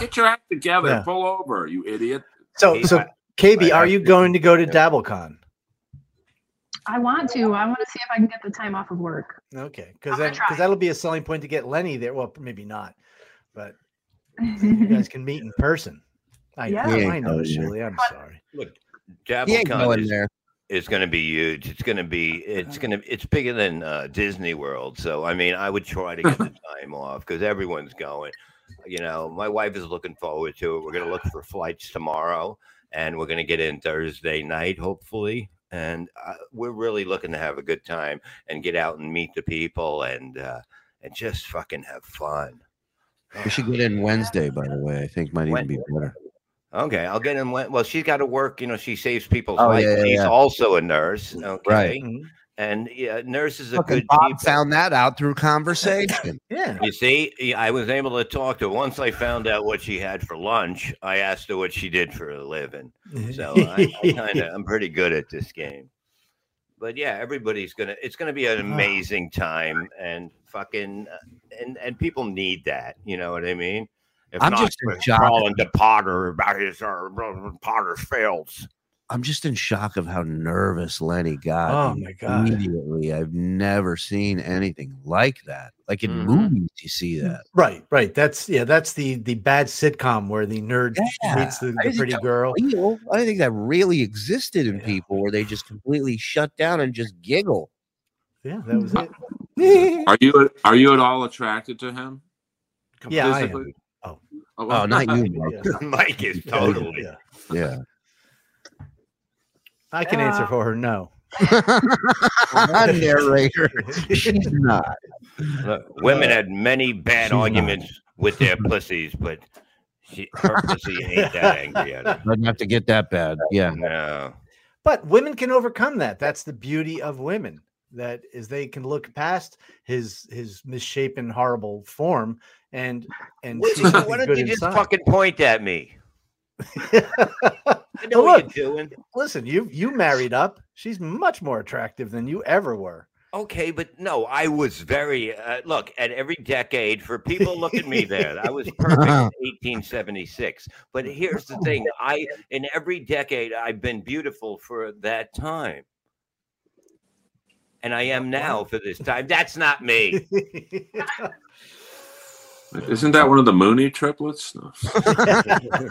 Speaker 6: Get your act together.
Speaker 2: Yeah.
Speaker 6: Pull over, you idiot.
Speaker 2: So so KB, are you going to go to DabbleCon?
Speaker 16: I want to. I want to see if I can get the time off of work.
Speaker 2: Okay, because because that'll be a selling point to get Lenny there. Well, maybe not, but you guys can meet in person. I
Speaker 16: Yeah.
Speaker 2: know,
Speaker 16: He
Speaker 2: I
Speaker 16: ain't
Speaker 2: know,
Speaker 16: going
Speaker 2: Shirley. I'm sorry.
Speaker 5: Look,
Speaker 4: He ain't
Speaker 5: DabbleCon
Speaker 4: going
Speaker 5: is,
Speaker 4: there.
Speaker 5: is going to be huge. It's going to be it's going to it's bigger than uh, Disney World. So I mean, I would try to get the time off because everyone's going. You know, my wife is looking forward to it. We're going to look for flights tomorrow, and we're going to get in Thursday night, hopefully. And uh, we're really looking to have a good time and get out and meet the people and uh, and just fucking have fun.
Speaker 4: We should get in Wednesday, by the way. I think might even be better.
Speaker 5: Okay, I'll get in. Well, she's got to work. You know, she saves people's
Speaker 4: Oh,
Speaker 5: life.
Speaker 4: yeah, yeah,
Speaker 5: she's
Speaker 4: yeah.
Speaker 5: also a nurse. Okay.
Speaker 4: Right.
Speaker 5: And yeah, nurses are
Speaker 4: Fucking
Speaker 5: good
Speaker 4: Bob found that out through conversation.
Speaker 2: Yeah.
Speaker 5: You see, yeah, I was able to talk to her. Once I found out what she had for lunch, I asked her what she did for a living. So I, I kind of, I'm pretty good at this game. But yeah, everybody's gonna. It's gonna be an
Speaker 4: Ah.
Speaker 5: amazing time, and fucking, uh, and and people need that. You know what I mean? If
Speaker 4: I'm
Speaker 5: not,
Speaker 4: just in
Speaker 5: we're
Speaker 4: shock.
Speaker 5: crawling to Potter about his uh, Potter fails.
Speaker 4: I'm just in shock of how nervous Lenny got.
Speaker 5: Oh, my God.
Speaker 4: Immediately, I've never seen anything like that. Like in movies, you see that.
Speaker 2: Right, right. That's yeah. That's the the bad sitcom where the nerd meets the,
Speaker 4: I
Speaker 2: the
Speaker 4: think
Speaker 2: pretty
Speaker 4: that
Speaker 2: girl.
Speaker 4: real- I didn't think that really existed in people where they just completely shut down and just giggle.
Speaker 2: Yeah, that was it.
Speaker 4: Oh,
Speaker 6: Are you are you at all attracted to him?
Speaker 4: Yeah, I am.
Speaker 2: Oh.
Speaker 4: Oh, not you, Mike.
Speaker 5: Mike is totally.
Speaker 2: Yeah.
Speaker 4: Yeah.
Speaker 2: I can answer for her. No.
Speaker 4: Narrator. She's not.
Speaker 5: Look, women had many bad arguments with their pussies, but she, her pussy ain't that angry at her.
Speaker 4: Doesn't have to get that bad. Yeah.
Speaker 5: No.
Speaker 2: But women can overcome that. That's the beauty of women. That is, they can look past his his misshapen, horrible form and and
Speaker 5: Wait,
Speaker 2: see
Speaker 5: so
Speaker 2: something
Speaker 5: why don't
Speaker 2: good
Speaker 5: you just
Speaker 2: inside.
Speaker 5: fucking point at me? I know
Speaker 2: Well,
Speaker 5: what
Speaker 2: look,
Speaker 5: you're doing.
Speaker 2: Listen, you you married up. She's much more attractive than you ever were.
Speaker 5: Okay, but no, I was very uh, look at every decade for people. Look at me there. I was perfect in 1876. But here's the thing: I in every decade I've been beautiful for that time, and I am now for this time. That's not me.
Speaker 6: Isn't that one of the Mooney triplets?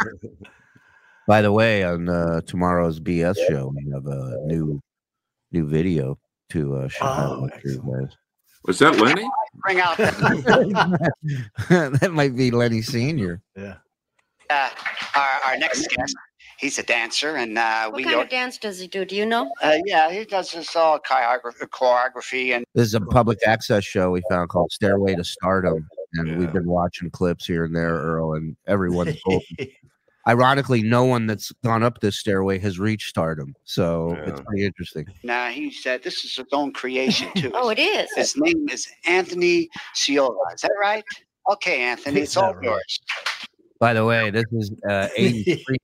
Speaker 6: No.
Speaker 4: By the way, on uh, tomorrow's BS show, we have a new new video to uh, show out with you
Speaker 6: Was that Lenny?
Speaker 18: Bring out.
Speaker 4: guys. that might be Lenny Senior.
Speaker 2: Yeah.
Speaker 18: Uh, our, our next guest, he's a dancer, and uh,
Speaker 19: What
Speaker 18: we
Speaker 19: kind
Speaker 18: are-
Speaker 19: of dance does he do? Do you know?
Speaker 18: uh, yeah, he does this all choreography, choreography and
Speaker 4: This is a public access show we found called Stairway to Stardom, and we've been watching clips here and there, Earl, and everyone's. golden. Ironically, no one that's gone up this stairway has reached stardom, so it's pretty interesting.
Speaker 18: now he's uh, this is his own creation too.
Speaker 19: Oh, it is.
Speaker 18: His name is Anthony Ciola. Is that right? Okay, Anthony, it's all yours.
Speaker 4: By the way, this is uh, 83.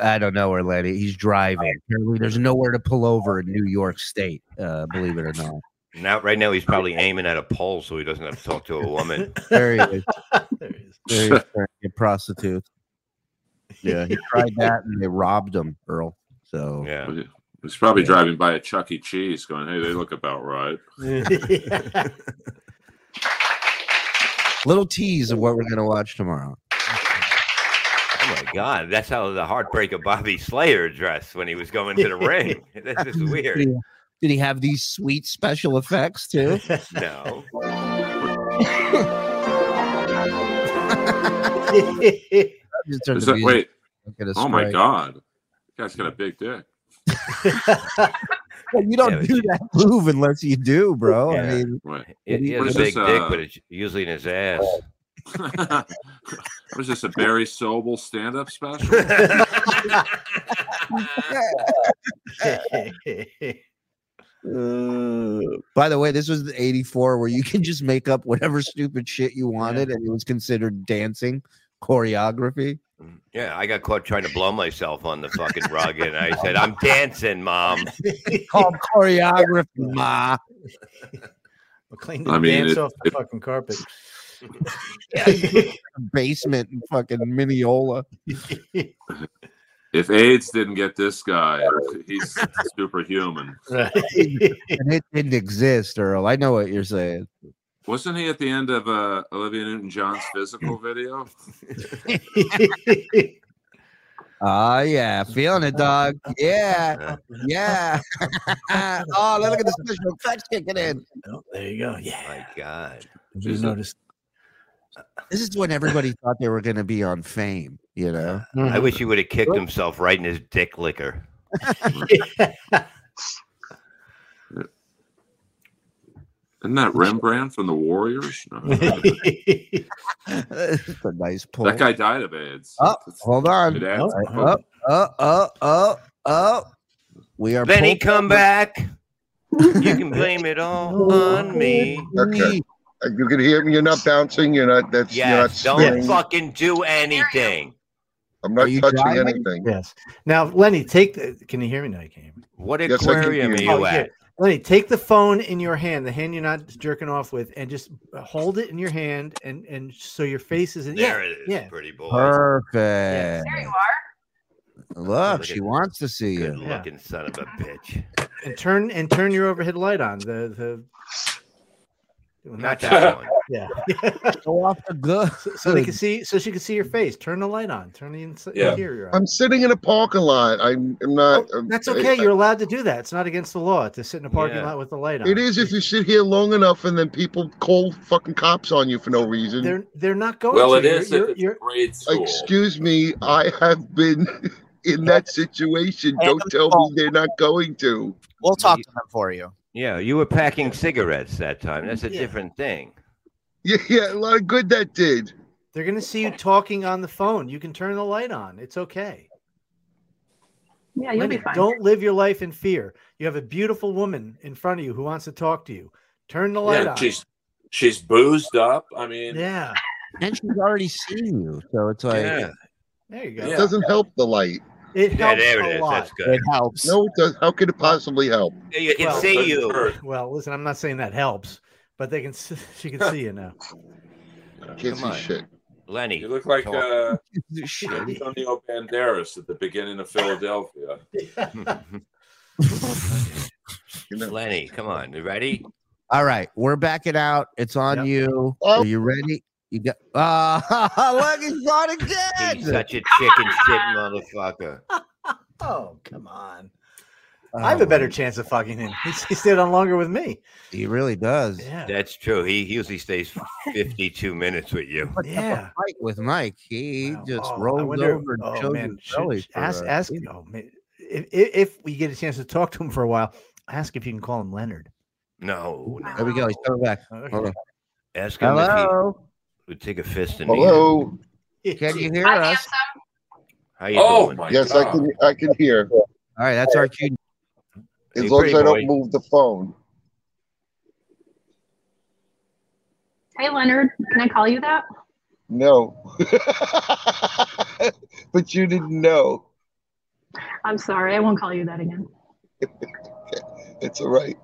Speaker 4: I don't know where Lenny. He's driving. Apparently, there's nowhere to pull over in New York State. Uh, believe it or not.
Speaker 5: Now, right now, he's probably aiming at a pole, so he doesn't have to talk to a woman.
Speaker 4: There he is. there he is. trying to get prostitutes. Yeah, he tried that and they robbed him, Earl. So
Speaker 5: yeah,
Speaker 6: He's probably
Speaker 4: Yeah.
Speaker 6: driving by a Chuck E. Cheese, going, "Hey, they look about right."
Speaker 4: little tease of what we're gonna watch tomorrow.
Speaker 5: Oh my God, that's how the heartbreak of Bobby Slayer dressed when he was going to the ring. This is
Speaker 4: Did
Speaker 5: weird.
Speaker 4: he, did he have these sweet special effects too?
Speaker 5: No.
Speaker 4: Just turned
Speaker 6: Is
Speaker 4: the
Speaker 6: that,
Speaker 4: music-
Speaker 6: wait.
Speaker 4: look at a
Speaker 6: Oh my
Speaker 4: sprite.
Speaker 6: God, you guy's got a big dick.
Speaker 4: Well, you don't do that move unless you do, bro. I
Speaker 5: Yeah.
Speaker 4: mean,
Speaker 6: Right.
Speaker 5: It,
Speaker 4: what do
Speaker 5: he
Speaker 4: you-
Speaker 5: has a
Speaker 6: What is
Speaker 5: big
Speaker 6: this,
Speaker 5: dick,
Speaker 6: uh,
Speaker 5: but it's usually in his ass.
Speaker 6: what is this? A Barry Sobel stand-up special?
Speaker 4: Uh, by the way, this was the 84 where you can just make up whatever stupid shit you wanted and it was considered dancing choreography.
Speaker 5: Yeah, I got caught trying to blow myself on the fucking rug, and I said, "I'm dancing, mom."
Speaker 4: It's called choreography, ma.
Speaker 2: McLean
Speaker 4: I
Speaker 2: didn't
Speaker 4: mean,
Speaker 2: dance
Speaker 4: it-
Speaker 2: off the fucking carpet.
Speaker 4: Basement and fucking Mineola.
Speaker 6: If AIDS didn't get this guy, he's superhuman.
Speaker 4: and it didn't exist, Earl. I know what you're saying.
Speaker 6: Wasn't he at the end of uh, Olivia Newton-John's physical video?
Speaker 4: Oh yeah, feeling it, dog. Yeah, yeah. oh, look at the special effects kicking in.
Speaker 2: There you go. Yeah.
Speaker 5: My God.
Speaker 2: You noticed.
Speaker 4: This is when everybody thought they were going to be on Fame. You know,
Speaker 5: I wish he would have kicked himself right in his dick liquor.
Speaker 6: Isn't that Rembrandt from the Warriors? No.
Speaker 4: That's a nice pull.
Speaker 6: that guy died of AIDS.
Speaker 4: Oh, hold on.
Speaker 6: It
Speaker 4: Oh,
Speaker 6: adds
Speaker 4: oh, oh, oh, oh, oh. We are
Speaker 5: Benny,
Speaker 4: pulled
Speaker 5: come
Speaker 4: over.
Speaker 5: back. You can blame it all
Speaker 4: Oh,
Speaker 5: on me.
Speaker 8: Okay. Uh, You can hear me. You're not bouncing. You're not. That's. you're not
Speaker 5: Yes, don't
Speaker 8: swinging.
Speaker 5: fucking do anything.
Speaker 8: I'm not touching
Speaker 2: driving?
Speaker 8: anything.
Speaker 2: Yes. Now, Lenny, take the. Can you hear me now? You can't. hear me.
Speaker 5: What
Speaker 8: Yes, I can aquarium hear are you. you
Speaker 2: Oh, here.
Speaker 5: at?
Speaker 2: Lenny, take the phone in your hand, the hand you're not jerking off with, and just hold it in your hand, and and so your face is in.
Speaker 5: There
Speaker 2: yeah,
Speaker 5: it is,
Speaker 2: Yeah.
Speaker 5: pretty boy.
Speaker 4: Perfect.
Speaker 16: There you are.
Speaker 4: Look, she wants to see you.
Speaker 5: Looking son of a bitch.
Speaker 2: And turn and turn your overhead light on. The the.
Speaker 5: Not that one.
Speaker 2: Yeah.
Speaker 4: Go off the good.
Speaker 2: So they can see. So she can see your face. Turn the light on. Turn the ins-
Speaker 8: Yeah.
Speaker 2: interior on.
Speaker 8: I'm sitting in a parking lot. I'm, I'm not.
Speaker 2: Oh, That's
Speaker 8: I-
Speaker 2: okay. You're allowed to do that. It's not against the law to sit in a parking
Speaker 8: Yeah.
Speaker 2: lot with the light on.
Speaker 8: It is if you sit here long enough and then people call fucking cops on you for no reason.
Speaker 2: They're they're not going.
Speaker 6: Well,
Speaker 2: to.
Speaker 6: it is
Speaker 2: You're,
Speaker 6: if it's
Speaker 2: you're,
Speaker 6: grade school.
Speaker 8: Excuse me, I have been in that situation. Don't tell me they're not going to.
Speaker 9: We'll talk to them for you.
Speaker 5: Yeah, you were packing cigarettes that time. That's a different thing.
Speaker 8: Yeah, yeah, a lot of good that did.
Speaker 2: They're going to see you talking on the phone. You can turn the light on. It's okay.
Speaker 16: Yeah, you'll be
Speaker 2: Lenny,
Speaker 16: fine.
Speaker 2: Don't live your life in fear. You have a beautiful woman in front of you who wants to talk to you. Turn the light
Speaker 6: Yeah,
Speaker 2: on.
Speaker 6: she's she's boozed up. I mean,
Speaker 2: Yeah.
Speaker 4: And she's already seen you, so it's like
Speaker 6: Yeah.
Speaker 2: There you
Speaker 8: It
Speaker 2: go.
Speaker 8: doesn't help the light.
Speaker 2: It
Speaker 5: Yeah,
Speaker 2: helps
Speaker 5: there it
Speaker 2: a
Speaker 5: is.
Speaker 2: lot.
Speaker 5: That's good.
Speaker 4: helps.
Speaker 8: No, it does. How could it possibly help?
Speaker 5: Yeah, You can see you.
Speaker 2: Well, listen, I'm not saying that helps, but they can. s- She can see you now.
Speaker 8: Can't see
Speaker 5: on.
Speaker 8: shit.
Speaker 5: Lenny.
Speaker 6: you look like
Speaker 5: talk.
Speaker 6: uh, Antonio Banderas at the beginning of Philadelphia.
Speaker 5: Lenny, come on. You ready?
Speaker 4: All right, we're backing out. It's on you.
Speaker 2: Oh.
Speaker 4: Are you ready? You got uh look, he's gone again.
Speaker 5: He's such a chicken shit motherfucker.
Speaker 2: Oh, come on. I
Speaker 4: Oh,
Speaker 2: have a better chance of fucking him. He, he stayed on longer with me.
Speaker 4: He really does.
Speaker 2: Yeah.
Speaker 5: That's true. He usually stays 52 minutes with you.
Speaker 2: Yeah.
Speaker 4: Fight with Mike. He just
Speaker 2: Oh, I
Speaker 4: rolls
Speaker 2: wonder-
Speaker 4: over and
Speaker 2: oh,
Speaker 4: shows
Speaker 2: man,
Speaker 4: his
Speaker 2: should-
Speaker 4: belly
Speaker 2: should
Speaker 4: for
Speaker 2: ask,
Speaker 4: a
Speaker 2: ask
Speaker 4: minute.
Speaker 2: oh, man, if, if if we get a chance to talk to him for a while, ask if you can call him Leonard.
Speaker 5: No, no.
Speaker 4: There we go. He's coming back.
Speaker 2: Okay.
Speaker 4: Hold on.
Speaker 5: Ask him
Speaker 4: Hello.
Speaker 5: if he would take a fist in the
Speaker 8: Hello.
Speaker 4: Can you hear
Speaker 16: Hi,
Speaker 4: us?
Speaker 16: handsome.
Speaker 5: How you
Speaker 6: Oh,
Speaker 5: doing?
Speaker 6: my
Speaker 8: Yes, I can. I can hear.
Speaker 4: All right, that's our cue.
Speaker 8: As
Speaker 5: Hey,
Speaker 8: long as I
Speaker 5: pretty
Speaker 8: don't
Speaker 5: boy.
Speaker 8: move the phone.
Speaker 16: Hey, Leonard. Can I call you that?
Speaker 8: No. but you didn't know.
Speaker 16: I'm sorry. I won't call you that again.
Speaker 8: It's all right.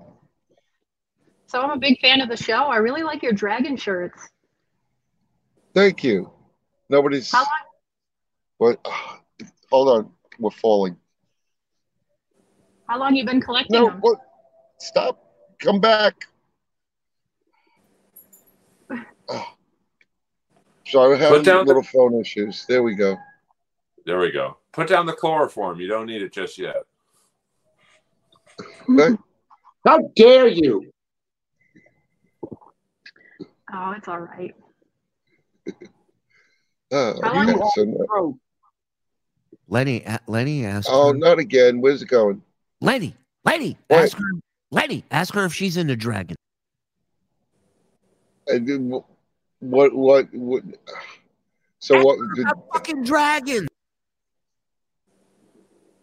Speaker 16: So I'm a big fan of the show. I really like your dragon shirts.
Speaker 8: Thank you. Nobody's.
Speaker 16: How long?
Speaker 8: What? Hold on. We're falling.
Speaker 16: How long you been collecting
Speaker 8: No.
Speaker 16: them?
Speaker 8: What? Stop. Come back. Oh. Sorry, we're having
Speaker 6: down the-
Speaker 8: little phone issues. There we go.
Speaker 6: There we go. Put down the chloroform. You don't need it just yet.
Speaker 8: Right?
Speaker 17: How dare you?
Speaker 16: Oh, it's all right.
Speaker 8: Oh,
Speaker 16: How long
Speaker 8: okay,
Speaker 16: you
Speaker 8: so no-
Speaker 16: Oh,
Speaker 4: Lenny a- Lenny asked
Speaker 8: oh,
Speaker 4: her-
Speaker 8: not again. Where's it going?
Speaker 4: Lenny, Lenny,
Speaker 8: What?
Speaker 4: ask her Lenny, ask her if she's into dragon.
Speaker 8: I did, what, what? What? So what?
Speaker 4: A fucking dragon.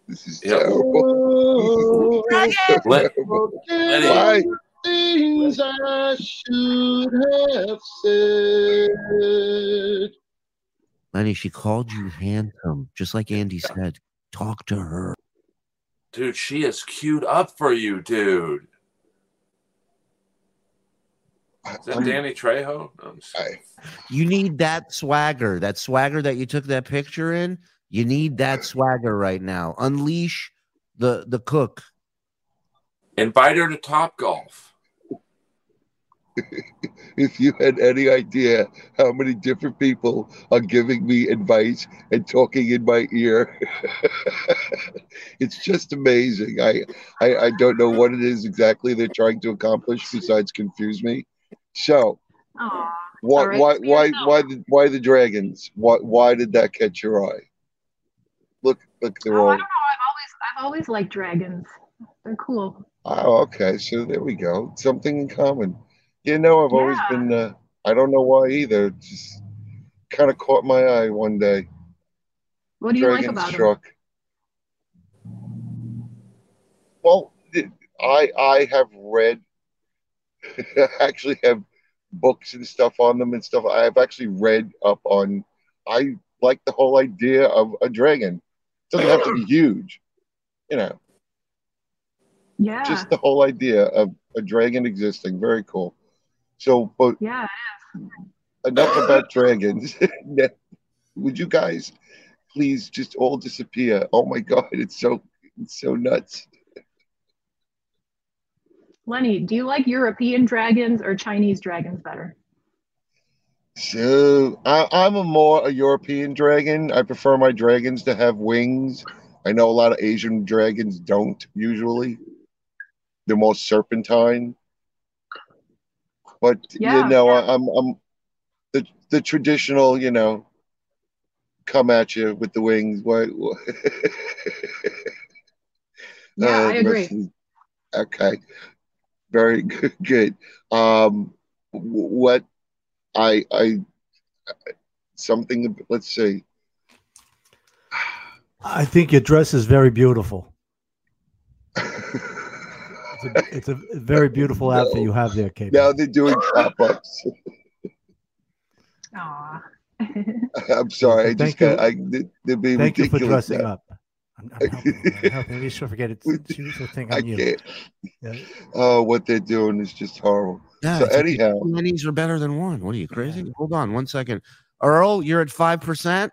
Speaker 8: This is
Speaker 6: Yeah.
Speaker 8: terrible. This is so
Speaker 6: Let-
Speaker 8: terrible.
Speaker 6: Lenny.
Speaker 8: Why?
Speaker 15: Things I should have said.
Speaker 4: Lenny, she called you handsome, just like Andy said. Talk to her.
Speaker 6: Dude, she is queued up for you, dude. Is that
Speaker 8: I'm-
Speaker 6: Danny Trejo? No, I'm just-
Speaker 8: I-
Speaker 4: You need that swagger, that swagger that you took that picture in. You need that swagger right now. Unleash the the cook.
Speaker 6: Invite her to Top Golf.
Speaker 8: If you had any idea how many different people are giving me advice and talking in my ear, it's just amazing. I, I I don't know what it is exactly they're trying to accomplish besides confuse me. So
Speaker 16: Aw.
Speaker 8: why
Speaker 16: All right,
Speaker 8: why
Speaker 16: so
Speaker 8: why
Speaker 16: you know.
Speaker 8: why the why the dragons? Why why did that catch your eye? Look look
Speaker 16: Oh, I
Speaker 8: they're
Speaker 16: don't know.
Speaker 8: all
Speaker 16: I've always I've always liked dragons. They're cool.
Speaker 8: Oh, okay. So there we go. Something in common. You know, I've always been, uh, I don't know why either. It Just kind of caught my eye one day.
Speaker 16: What do you like
Speaker 8: Dragon
Speaker 16: about them?
Speaker 8: struck. Well, th- I I have read actually have books and stuff on them and stuff. I've actually read up on I like the whole idea of a dragon. It doesn't have to be huge. You know.
Speaker 16: Yeah.
Speaker 8: Just the whole idea of a dragon existing. Very cool. So but
Speaker 16: yeah.
Speaker 8: enough about dragons. Now, Would you guys please just all disappear? Oh my god, it's so it's so nuts.
Speaker 16: Lenny, do you like European dragons or Chinese dragons better?
Speaker 8: So I, I'm a more a European dragon. I prefer my dragons to have wings. I know a lot of Asian dragons don't usually. They're more serpentine. But
Speaker 15: Yeah,
Speaker 8: you know, I, I'm I'm the the traditional, you know, come at you with the wings. What? what-
Speaker 15: Yeah, I agree.
Speaker 8: versus- Oh, Okay, very good. good. Um, wh- what I I something. Let's see.
Speaker 2: I think your dress is very beautiful. It's a, it's a very beautiful outfit you have there, Kate.
Speaker 8: Now they're doing pop ups.
Speaker 16: Aw.
Speaker 8: I'm sorry. I
Speaker 2: Thank
Speaker 8: just
Speaker 2: you.
Speaker 8: got. I they- they're being
Speaker 2: Thank you for
Speaker 8: ridiculous
Speaker 2: dressing
Speaker 8: now.
Speaker 2: up. I'm, I'm helping. you, I'm helping. you. You should forget it. She was the thing
Speaker 8: I
Speaker 2: on you.
Speaker 8: can't.
Speaker 2: Yeah.
Speaker 8: Oh, what they're doing is just horrible.
Speaker 4: Yeah,
Speaker 8: so
Speaker 4: it's like
Speaker 8: anyhow,
Speaker 4: two innings are better than one. What are you crazy? Hold on one second. Earl, you're at five percent.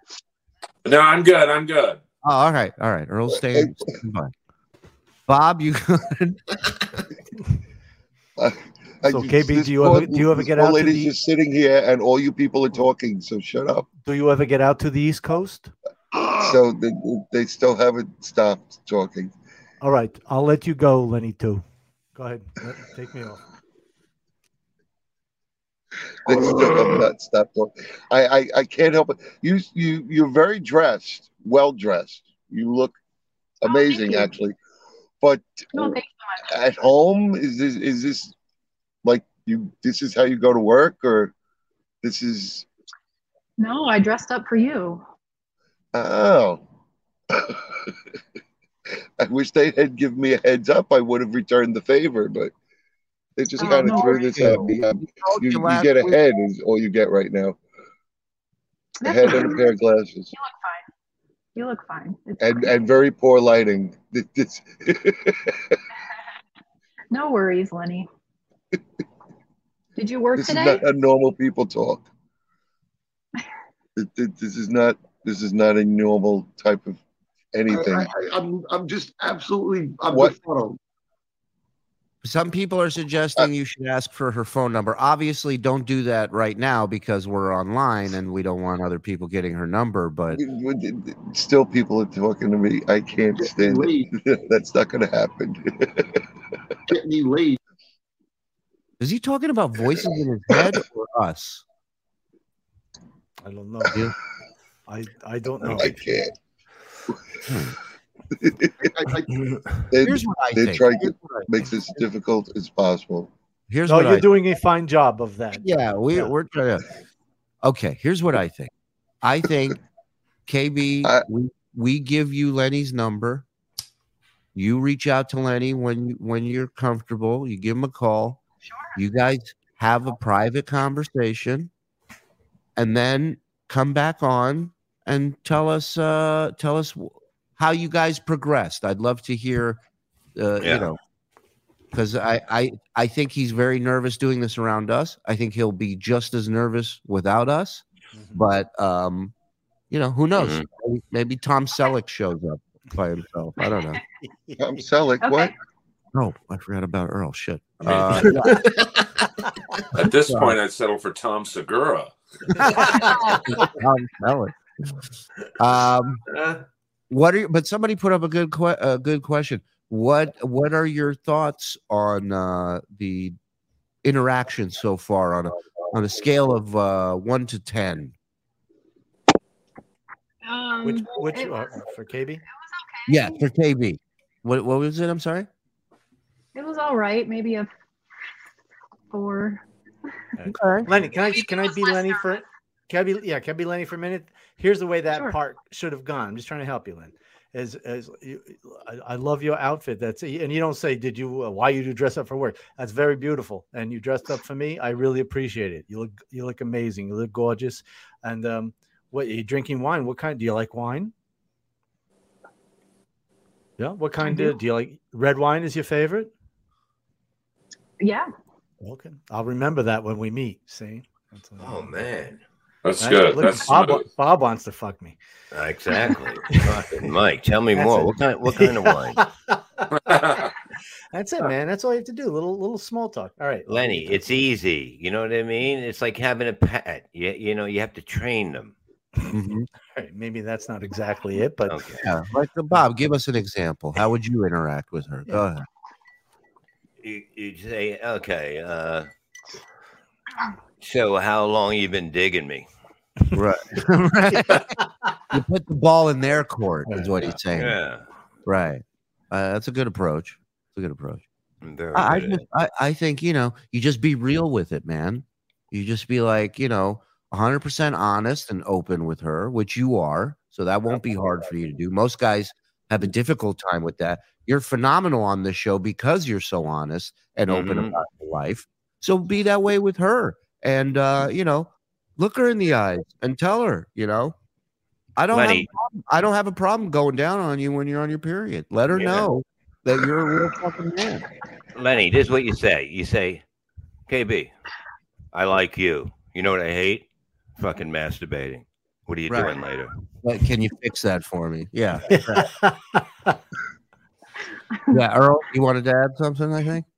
Speaker 17: No, I'm good. I'm good.
Speaker 4: Oh, all right, all right. Earl, stay. by. Bob, you good?
Speaker 8: I
Speaker 2: So,
Speaker 8: just-
Speaker 2: KB,
Speaker 8: this
Speaker 2: do you ever- do you ever
Speaker 8: this
Speaker 2: get
Speaker 8: poor
Speaker 2: out to
Speaker 8: Lady's
Speaker 2: the-
Speaker 8: just sitting here, and all you people are talking. So shut up.
Speaker 2: Do you ever get out to the East Coast?
Speaker 8: So they, they still haven't stopped talking.
Speaker 2: All right, I'll let you go, Lenny. Too. Go ahead. Let- Take me off.
Speaker 8: They still have not stopped talking. I, I, I can't help it. You you you're very dressed, well dressed. You look amazing, actually. But
Speaker 16: No, thank
Speaker 8: at home is this is this like you? This is how you go to work, or this is
Speaker 16: No, I dressed up for you.
Speaker 8: oh. I wish they had given me a heads up. I would have returned the favor, but they just
Speaker 4: Oh,
Speaker 8: kind of
Speaker 4: no
Speaker 8: threw this at me. Um,
Speaker 4: you
Speaker 8: you, you
Speaker 4: last
Speaker 8: get a
Speaker 4: week.
Speaker 8: head is all you get right now. A
Speaker 16: That's
Speaker 8: head
Speaker 16: fine.
Speaker 8: and a pair of glasses.
Speaker 16: You look fine. It's,
Speaker 8: and and very poor lighting. Th- this-
Speaker 16: no worries, Lenny. Did you work
Speaker 8: this is
Speaker 16: today?
Speaker 8: not a normal people talk. Th- th- This is not this is not a normal type of anything.
Speaker 19: I, I, I'm, I'm just absolutely I'm
Speaker 8: What-
Speaker 19: befuddled.
Speaker 4: Some people are suggesting you should ask for her phone number. Obviously, don't do that right now because we're online and we don't want other people getting her number. But
Speaker 8: Still, people are talking to me. I can't stand it. That's not going to happen.
Speaker 19: Get me laid.
Speaker 4: is he talking about voices in his head or us?
Speaker 2: I don't know. I I don't know.
Speaker 8: I can't.
Speaker 19: Hmm.
Speaker 8: They,
Speaker 2: Here's what I
Speaker 8: they're
Speaker 2: think.
Speaker 8: trying
Speaker 2: Here's
Speaker 8: to
Speaker 2: what I
Speaker 8: make this as difficult as possible.
Speaker 4: Here's
Speaker 2: no,
Speaker 4: what
Speaker 2: you're
Speaker 4: I-
Speaker 2: doing a fine job of that.
Speaker 4: Yeah, we, we're trying to. Okay, here's what I think. I think KB, we, we give you Lenny's number. You reach out to Lenny when you- when you're comfortable. You give him a call. Sure. You guys have a private conversation, and then come back on and tell us uh, tell us wh- how you guys progressed. I'd love to hear, uh,
Speaker 5: Yeah.
Speaker 4: you know, because I, I I think he's very nervous doing this around us. I think he'll be just as nervous without us. But um, you know, who knows?
Speaker 5: Mhm.
Speaker 4: Maybe, maybe Tom Selleck shows up by himself. I don't know.
Speaker 8: Tom Selleck, what?
Speaker 4: Oh, I forgot about Earl. Shit. Uh,
Speaker 6: At this
Speaker 4: Sorry.
Speaker 6: point, I'd settle for Tom Segura.
Speaker 4: Tom Selleck. Um, what are you, but somebody put up a good que- a good question. What what are your thoughts on uh, the interaction so far on a on a scale of uh, one to ten?
Speaker 16: Um,
Speaker 2: Which which
Speaker 16: it,
Speaker 2: uh,
Speaker 16: was,
Speaker 2: for KB?
Speaker 4: Yeah, for KB. What what was it? I'm sorry.
Speaker 16: it was all right. Maybe a four.
Speaker 2: Lenny, can I just can I be Lenny for can I be yeah, can I be Lenny for a minute? Here's the way that part should have gone. I'm just trying to help you, Len. As as you- I, I love your outfit. That's and you don't say, "Did you? Uh, why you do dress up for work?" That's very beautiful. And you dressed up for me. I really appreciate it. You look you look amazing. You look gorgeous. And um, what you drinking wine? What kind? Do you like wine? Yeah. What kind
Speaker 16: do.
Speaker 2: do. do you like? Red wine is your favorite.
Speaker 16: Yeah.
Speaker 2: Okay. I'll remember that when we meet. See.
Speaker 5: Oh man,
Speaker 2: Right? Look, Bob, Bob wants to fuck me.
Speaker 5: Exactly. Fucking Mike, tell me more. What kind? What kind of wine?
Speaker 2: wine? That's it, man. That's all you have to do. Little little small talk. All right.
Speaker 4: Oh,
Speaker 5: Lenny, it's easy. You know what I mean? It's like having a pet. You, you know, you have to train them. Mm-hmm.
Speaker 2: All right. Maybe that's not exactly it, but
Speaker 4: Yeah, like uh, Bob, give us an example. How would you interact with her? Go ahead.
Speaker 5: You, you say, okay. Uh, so, how long you been digging me?
Speaker 4: Right. right. You put the ball in their court, is what he's saying.
Speaker 5: Yeah.
Speaker 4: Right. Uh, that's a good approach. It's a good approach.
Speaker 5: I'm very
Speaker 4: I, I,
Speaker 5: good at
Speaker 4: just, I, I think, you know, you just be real with it, man. You just be like, you know, 100% honest and open with her, which you are. So that won't be hard for you to do. Most guys
Speaker 5: Mm-hmm.
Speaker 4: have a difficult time with that. You're phenomenal on this show because you're so honest and open
Speaker 5: Mhm.
Speaker 4: about your life. So be that way with her. And, uh,
Speaker 5: Mm-hmm.
Speaker 4: you know, look her in the eyes and tell her, you know, I don't, have a
Speaker 5: Lenny.
Speaker 4: problem- I don't have a problem going down on you when you're on your period. Let her
Speaker 5: Yeah.
Speaker 4: know that you're a real fucking man.
Speaker 5: Lenny, this is what you say. You say, KB, I like you. You know what I hate? Fucking masturbating. What are you
Speaker 4: Right.
Speaker 5: doing later?
Speaker 4: Like, can you fix that for me? Yeah. yeah, Earl, you wanted to add something, I think?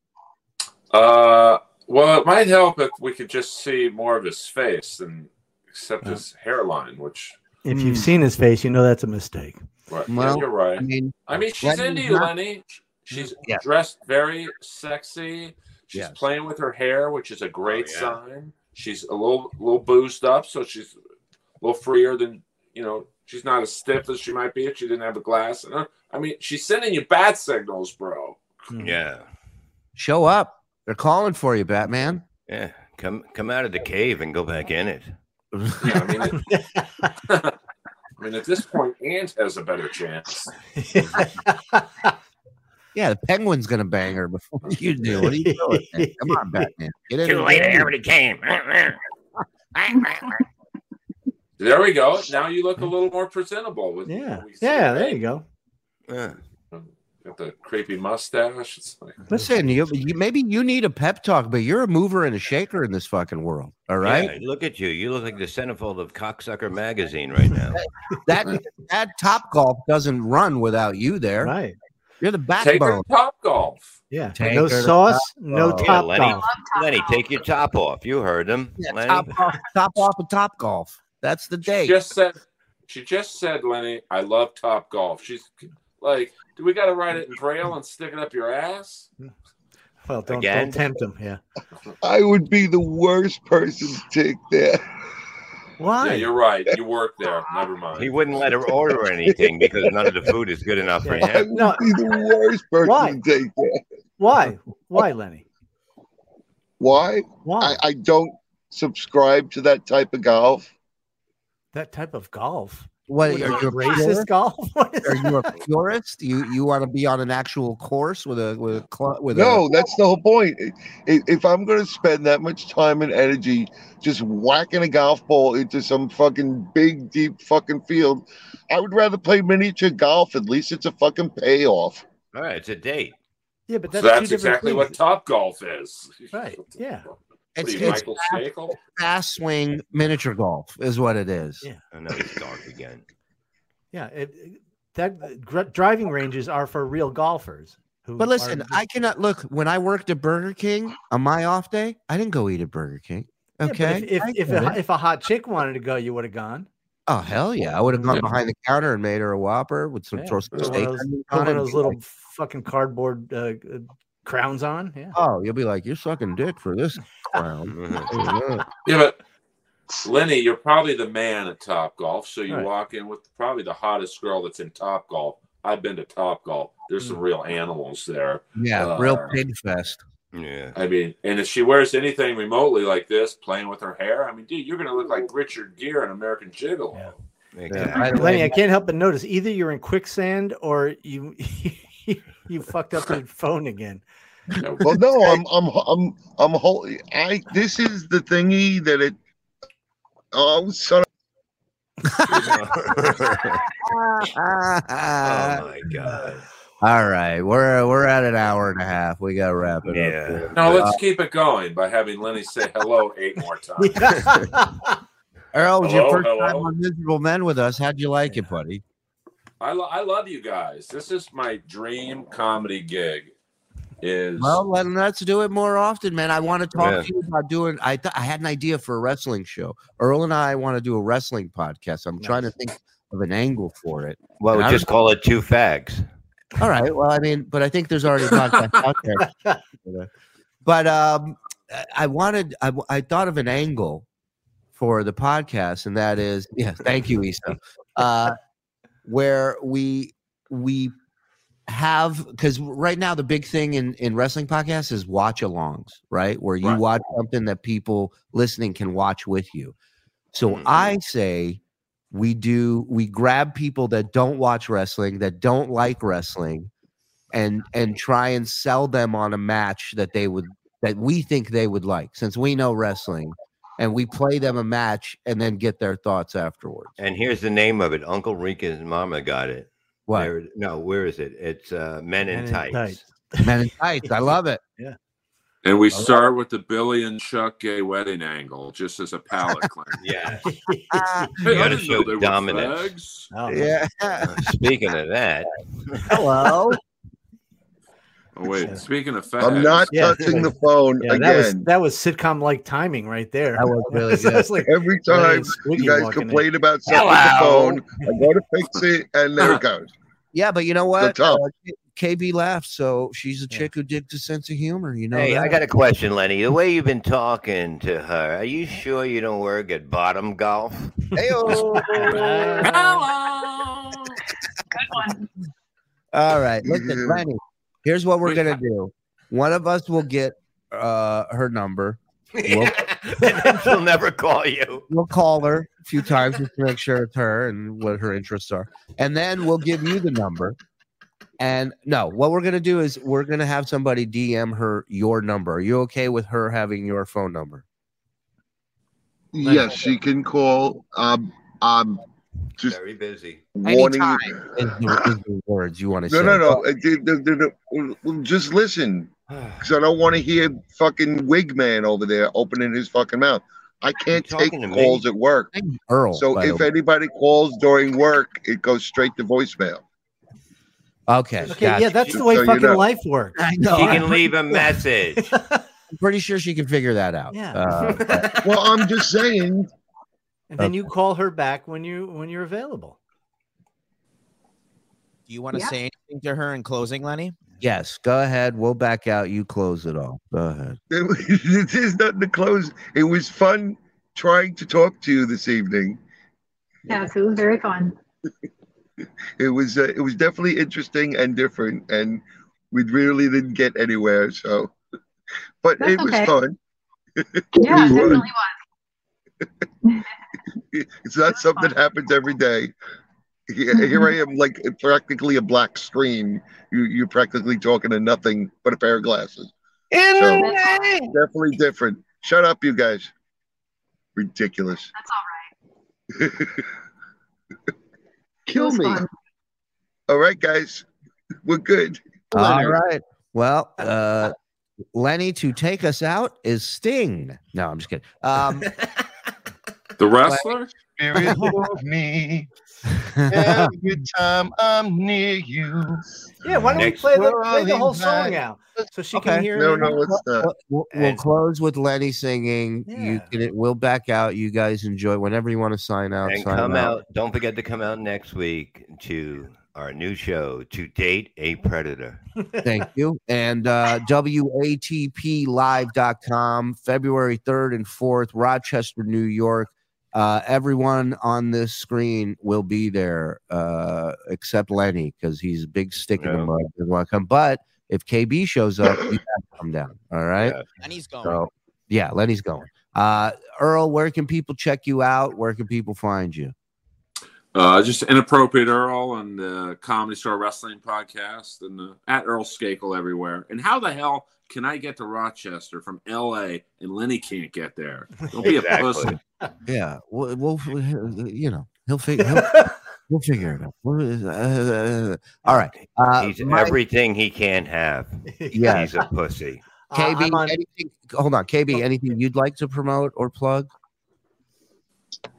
Speaker 6: Uh, well, it might help if we could just see more of his face and except his hairline, which.
Speaker 2: if
Speaker 16: Hmm.
Speaker 2: you've seen his face, you know that's a mistake.
Speaker 6: Right.
Speaker 4: Well,
Speaker 6: yeah, you're right.
Speaker 4: I mean,
Speaker 6: I mean, she's
Speaker 4: Lenny's
Speaker 6: into you,
Speaker 4: not-
Speaker 6: Lenny. She's
Speaker 2: Mm,
Speaker 4: Yeah.
Speaker 6: dressed very sexy. She's
Speaker 4: Yes.
Speaker 6: playing with her hair, which is a
Speaker 2: Oh,
Speaker 6: great sign. She's a little, little boozed up, so she's a little freer than you know. She's not as stiff as she might be if she didn't have a glass. in her. I mean, she's sending you bad signals, bro.
Speaker 4: Mm.
Speaker 5: Yeah.
Speaker 4: Show up. They're calling for you, Batman.
Speaker 5: Yeah. Come come out of the cave and go back in it.
Speaker 6: Yeah, I mean, I mean, at this point, Ant has a better chance.
Speaker 4: Yeah, the penguin's gonna bang her before you do. What are you doing? man? Come on, Batman. Get in
Speaker 6: Too
Speaker 4: the
Speaker 6: late, I
Speaker 4: game.
Speaker 6: already came. There we go. Now you look a little more presentable. With,
Speaker 2: Yeah.
Speaker 6: we see
Speaker 2: Yeah,
Speaker 6: that.
Speaker 2: there you go.
Speaker 6: Got the creepy mustache. It's like,
Speaker 4: Listen, you, you maybe you need a pep talk, but you're a mover and a shaker in this fucking world. All right.
Speaker 5: Yeah, look at you. You look like the centerfold of Cocksucker magazine right now.
Speaker 4: That that top golf doesn't run without you there.
Speaker 2: Right.
Speaker 4: You're the
Speaker 6: take her
Speaker 4: backbone.
Speaker 6: to Top Golf.
Speaker 2: Yeah.
Speaker 4: Take
Speaker 2: no
Speaker 4: her to
Speaker 2: sauce,
Speaker 4: Top
Speaker 2: no
Speaker 4: Golf.
Speaker 5: Yeah,
Speaker 2: top
Speaker 5: Lenny,
Speaker 2: golf.
Speaker 5: Lenny, take your top off. You heard him. Lenny.
Speaker 4: top off, top off of top golf. That's the day.
Speaker 6: She just said, she just said, Lenny, I love Top Golf. She's like, do we got to write it in braille and stick it up your ass?
Speaker 2: Well, don't,
Speaker 6: Again?
Speaker 2: don't tempt him. Yeah.
Speaker 8: I would be the worst person to take that.
Speaker 2: Why?
Speaker 6: Yeah, you're right. You work there. Never mind.
Speaker 5: He wouldn't let her order anything because none of the food is good enough for
Speaker 8: I
Speaker 5: him.
Speaker 8: would be the worst person to take that.
Speaker 2: Why?
Speaker 6: Oh,
Speaker 2: Why, Lenny?
Speaker 8: Why?
Speaker 2: Why?
Speaker 8: I, I don't subscribe to that type of golf.
Speaker 2: That type of golf.
Speaker 4: What
Speaker 2: What is
Speaker 4: are
Speaker 2: it,
Speaker 4: you a
Speaker 2: racist
Speaker 4: purist?
Speaker 2: golf? What is
Speaker 4: Are you a purist? You you want to be on an actual course with a with a club with
Speaker 8: No,
Speaker 4: a
Speaker 8: that's the whole point. I- i- If I'm going to spend that much time and energy just whacking a golf ball into some fucking big, deep fucking field, I would rather play miniature golf. At least it's a fucking payoff.
Speaker 5: All right, it's a date.
Speaker 2: Yeah, but
Speaker 6: So
Speaker 2: that's,
Speaker 6: that's,
Speaker 2: two different
Speaker 6: exactly
Speaker 2: things.
Speaker 6: what Top Golf is.
Speaker 2: Right. Yeah.
Speaker 6: What are you,
Speaker 4: It's-
Speaker 6: Michael Stakel?
Speaker 4: fast swing miniature golf is what it is.
Speaker 2: Yeah.
Speaker 5: I know it's dark again.
Speaker 2: Yeah. It, it- that gr- driving ranges are for real golfers. Who
Speaker 4: But
Speaker 2: are
Speaker 4: listen,
Speaker 2: just-
Speaker 4: I cannot look when I worked at Burger King on my off day. I didn't go eat at Burger King.
Speaker 2: Yeah, but
Speaker 4: Okay.
Speaker 2: if
Speaker 4: I
Speaker 2: if, if,
Speaker 4: get
Speaker 2: a,
Speaker 4: it.
Speaker 2: if a hot chick wanted to go, you would have gone.
Speaker 4: oh hell yeah, I would have gone
Speaker 2: Yeah.
Speaker 4: behind the counter and made her a Whopper with some
Speaker 2: Yeah,
Speaker 4: toast
Speaker 2: put one
Speaker 4: steak.
Speaker 2: of those,
Speaker 4: onions on
Speaker 2: put one
Speaker 4: it
Speaker 2: of
Speaker 4: and
Speaker 2: those
Speaker 4: be
Speaker 2: little
Speaker 4: like,
Speaker 2: fucking cardboard uh, uh, crowns on. Yeah.
Speaker 4: oh, you'll be like you're sucking dick for this
Speaker 5: Mm-hmm.
Speaker 4: clown.
Speaker 6: Yeah, but Lenny, you're probably the man at Top Golf, so you
Speaker 4: Right.
Speaker 6: walk in with probably the hottest girl that's in Top Golf. I've been to Top Golf. There's
Speaker 2: Hmm.
Speaker 6: some real animals there.
Speaker 4: yeah,
Speaker 6: Uh,
Speaker 4: real pig fest.
Speaker 5: Yeah.
Speaker 6: I mean, and if she wears anything remotely like this, playing with her hair, I mean, dude, you're gonna look like Richard Gere in American Gigolo.
Speaker 2: I, Lenny, I can't help but notice either you're in quicksand or you you fucked up your phone again.
Speaker 8: well, no, I'm, I'm, I'm, I'm whole. I this is the thingy that it. Oh, son. of-
Speaker 4: oh
Speaker 5: my god!
Speaker 4: All right, we're we're at an hour and a half. We got to wrap it up. here.
Speaker 20: No,
Speaker 4: Uh,
Speaker 20: let's keep it going by having Lenny say hello eight more times.
Speaker 4: Earl, it was your
Speaker 20: Hello,
Speaker 4: first time
Speaker 20: hello.
Speaker 4: on Miserable Men with us. How'd you like it, buddy?
Speaker 20: I, lo- I love you guys. This is my dream comedy gig. Is
Speaker 4: Well, let, let's do it more often, man. I want to talk
Speaker 20: Yeah.
Speaker 4: to you about doing. I th- I had an idea for a wrestling show. Earl and I want to do a wrestling podcast. I'm trying to think of an angle for it.
Speaker 5: Well,
Speaker 4: And I
Speaker 5: just
Speaker 4: don't-
Speaker 5: call it two fags.
Speaker 4: All right. Well, I mean, but I think there's already a podcast out there. But um, I- I wanted, I, w- I thought of an angle for the podcast, and that is, yeah, thank you, Issa, uh, where we we have because right now the big thing in in wrestling podcasts is watch alongs, right? Where you watch something that people listening can watch with you. So I say we do we grab people that don't watch wrestling, that don't like wrestling, and and try and sell them on a match that they would that we think they would like since we know wrestling and we play them a match and then get their thoughts afterwards.
Speaker 5: And here's the name of it. Uncle Rika's mama got it.
Speaker 4: What?
Speaker 5: There- no, where is it? It's uh, Men in
Speaker 4: Men in
Speaker 5: Tights.
Speaker 4: Tights. Men in tights. I love it.
Speaker 2: Yeah.
Speaker 20: and we
Speaker 4: All right.
Speaker 20: start with the Billy and Chuck gay wedding angle, just as a palate cleanser.
Speaker 5: yeah,
Speaker 2: Oh,
Speaker 20: Hey,
Speaker 5: You
Speaker 20: I
Speaker 5: gotta
Speaker 20: didn't know
Speaker 5: show
Speaker 20: they were
Speaker 5: dominance.
Speaker 20: fags.
Speaker 4: Yeah.
Speaker 5: Uh, Speaking of that,
Speaker 4: Hello.
Speaker 20: Oh, wait, speaking of fags,
Speaker 8: I'm not touching the phone
Speaker 2: Yeah, that was
Speaker 8: again.
Speaker 2: that was sitcom like timing right there. That
Speaker 4: was
Speaker 8: really good. Every time you guys complain about something on the phone, I go to fix it, and there it goes.
Speaker 4: Yeah, but you know
Speaker 8: They're
Speaker 4: what?
Speaker 8: tough.
Speaker 4: Uh, KB laughed, so she's a chick who digs a sense of humor. You know.
Speaker 5: hey, I
Speaker 4: that.
Speaker 5: got a question, Lenny. The way you've been talking to her, are you sure you don't work at Bottom Golf?
Speaker 17: Hello. Good one.
Speaker 4: All right.
Speaker 8: Mm-hmm.
Speaker 4: Listen, Lenny, here's what we're going to do. One of us will get uh, her number. We'll,
Speaker 5: She'll never call you.
Speaker 4: we'll call her a few times just to make sure it's her and what her interests are. And then we'll give you the number. And no, what we're going to do is we're going to have somebody DM her your number. Are you okay with her having your phone number?
Speaker 8: Yes, she can call. Um, I'm just
Speaker 5: Very busy.
Speaker 8: warning you.
Speaker 4: Anytime is the, is the words you want to
Speaker 8: No,
Speaker 4: say. Oh,
Speaker 8: no, no. Uh, d- d- d- d- well, Just listen, because I don't want to hear fucking wig man over there opening his fucking mouth. I can't take
Speaker 4: talking to me?
Speaker 8: calls at work.
Speaker 4: Earl,
Speaker 8: so
Speaker 4: by the
Speaker 8: if
Speaker 4: way.
Speaker 8: anybody calls during work, it goes straight to voicemail.
Speaker 4: Okay.
Speaker 2: Okay,
Speaker 4: gotcha.
Speaker 2: yeah, that's the way
Speaker 8: So you
Speaker 2: fucking
Speaker 8: know.
Speaker 2: life works.
Speaker 4: I know.
Speaker 5: She
Speaker 4: I'm
Speaker 5: can leave a message.
Speaker 4: pretty sure she can figure that out.
Speaker 2: Yeah.
Speaker 4: Uh,
Speaker 8: well, I'm just saying.
Speaker 2: And then you call her back when you when you're available.
Speaker 9: Do you want to
Speaker 2: Yeah.
Speaker 9: say anything to her in closing, Lenny?
Speaker 4: Yes, go ahead. We'll back out. You close it all. Go ahead.
Speaker 8: There's nothing to close. It was fun trying to talk to you this evening.
Speaker 16: Yes, it was very fun.
Speaker 8: It was uh, it was definitely interesting and different, and we really didn't get anywhere. So, but
Speaker 16: That's
Speaker 8: it was
Speaker 16: okay.
Speaker 8: fun.
Speaker 16: Yeah,
Speaker 8: It was.
Speaker 16: definitely was.
Speaker 8: It's not something that happens every day. Here here I am, like practically a black screen. You, you're practically talking to nothing but a pair of glasses. So, definitely different. Shut up, you guys. Ridiculous.
Speaker 16: That's all
Speaker 8: Kill me. All right, guys. We're good.
Speaker 4: All right. Well, uh, Lenny, to take us out is Sting. No, I'm just kidding. Um,
Speaker 20: the wrestler?
Speaker 21: Spirit of me. Every time I'm near you.
Speaker 2: Yeah, why don't
Speaker 4: we
Speaker 2: we
Speaker 4: Next
Speaker 2: play
Speaker 4: play the-
Speaker 2: the,
Speaker 4: play the
Speaker 2: whole
Speaker 4: whole
Speaker 2: song
Speaker 4: song
Speaker 2: out so she
Speaker 4: okay.
Speaker 2: can hear?
Speaker 4: We'll- We'll, we'll
Speaker 2: And-
Speaker 4: close with Lenny singing. You can. It, we'll back out. You guys enjoy whenever you want to sign out.
Speaker 5: And
Speaker 4: sign
Speaker 5: come out. Don't forget to come out next week to our new show, To Date a Predator.
Speaker 4: Thank you. And uh, WATPlive.com, February 3rd and 4th, Rochester, New York. Uh, everyone on this screen will be there uh, except Lenny because he's a big stick in the mud. Doesn't want to come. But if KB shows up, you have to come down. All right.
Speaker 9: Lenny's going.
Speaker 4: So, yeah, Lenny's going. Uh, Earl, where can people check you out? Where can people find you?
Speaker 6: Uh, just inappropriate Earl on the Comedy Store Wrestling podcast and the, at Earl Skakel everywhere. And how the hell can I get to Rochester from L.A. and Lenny can't get there? Don't be a pussy.
Speaker 4: Yeah, we'll, we'll you know he'll figure he'll, he'll figure it out. What is- uh, uh, all right, uh,
Speaker 5: He's
Speaker 4: my-
Speaker 5: everything he can have.
Speaker 4: Yeah.
Speaker 5: He's a pussy.
Speaker 2: uh,
Speaker 4: KB, anything, hold on, KB, anything you'd like to promote or plug?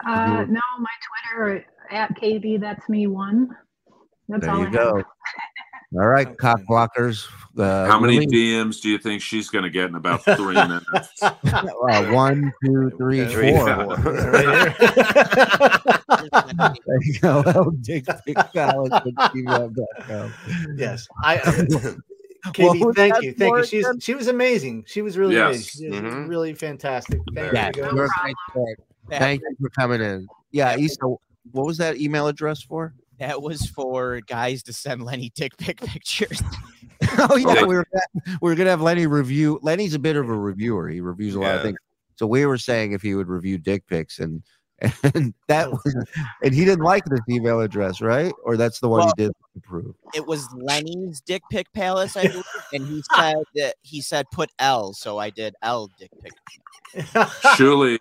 Speaker 16: Uh,
Speaker 4: Mhm.
Speaker 16: no, my Twitter at KB. That's me one. That's
Speaker 4: There
Speaker 16: all
Speaker 4: you
Speaker 16: I
Speaker 4: go.
Speaker 16: have.
Speaker 4: All right, cock blockers. Uh,
Speaker 6: How many
Speaker 4: Willie?
Speaker 6: DMs do you think she's going to get in about three minutes?
Speaker 4: Uh, one, two, three,
Speaker 6: Three,
Speaker 4: four.
Speaker 6: four.
Speaker 4: there you go. Oh, Dick, Dick Collins at gmail.com.
Speaker 2: Yes, I. um,
Speaker 4: Well,
Speaker 2: Katie, thank
Speaker 4: that's
Speaker 2: you, thank
Speaker 4: more
Speaker 2: you. She's she was amazing. She was really
Speaker 4: Yes.
Speaker 2: amazing. She was
Speaker 4: Mhm.
Speaker 2: really fantastic. Thank
Speaker 4: Yeah,
Speaker 2: you. guys.
Speaker 4: you're a great sport. Thank you for coming in. Yeah, Issa, what was that email address for?
Speaker 9: That was for guys to send Lenny dick pic pictures.
Speaker 4: oh yeah, we were we were gonna have Lenny review. Lenny's a bit of a reviewer. He reviews a lot of
Speaker 9: Yeah.
Speaker 4: things. So we were saying if he would review dick pics, and and that was, and he didn't like this email address, right? Or that's the one he did approve.
Speaker 9: It was Lenny's dick pic palace, I believe, and he said that he said put L, so I did L dick pic.
Speaker 6: Surely,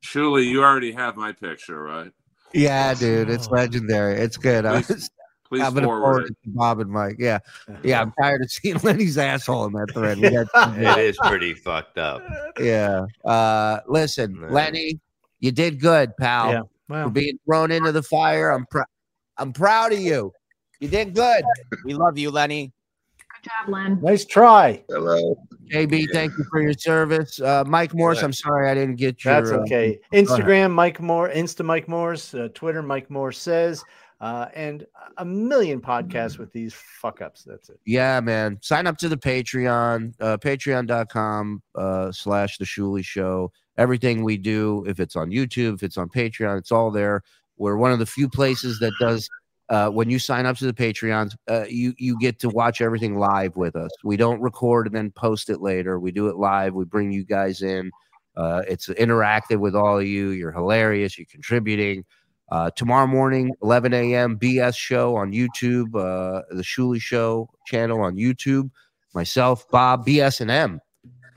Speaker 6: surely you already have my picture, right?
Speaker 4: Yeah, dude, it's legendary. It's good. I
Speaker 6: Please-
Speaker 4: was-
Speaker 6: please
Speaker 4: I'm gonna
Speaker 6: forward
Speaker 4: forward
Speaker 6: it.
Speaker 4: it to Bob and Mike. Yeah, yeah. I'm tired of seeing Lenny's asshole in that thread. We got-
Speaker 5: it is pretty fucked up.
Speaker 4: yeah. Uh, listen, Lenny, you did good, pal.
Speaker 5: Yeah,
Speaker 4: For being thrown into the fire, I'm proud. I'm proud of you. You did good.
Speaker 9: We love you, Lenny.
Speaker 16: Good job, Len.
Speaker 2: Nice try.
Speaker 8: Hello.
Speaker 4: JB, thank you for your service. Uh, Mike Morse, I'm sorry I didn't get your.
Speaker 2: That's
Speaker 4: uh,
Speaker 2: okay.
Speaker 4: go ahead.
Speaker 2: Instagram, Mike Moore, Insta Mike Moore's, uh, Twitter, Mike Moore says, uh, and a million podcasts with these fuck ups. That's it.
Speaker 4: Yeah, man. Sign up to the Patreon, uh, patreon.com uh, slash the Shuli Show. Everything we do, if it's on YouTube, if it's on Patreon, it's all there. We're one of the few places that does. Uh, when you sign up to the Patreons, uh, you you get to watch everything live with us. We don't record and then post it later. We do it live. We bring you guys in. Uh, it's interactive with all of you. You're hilarious. You're contributing. Uh, tomorrow morning, 11 a.m. BS show on YouTube, uh, the Shuli Show channel on YouTube. Myself, Bob, BS and M.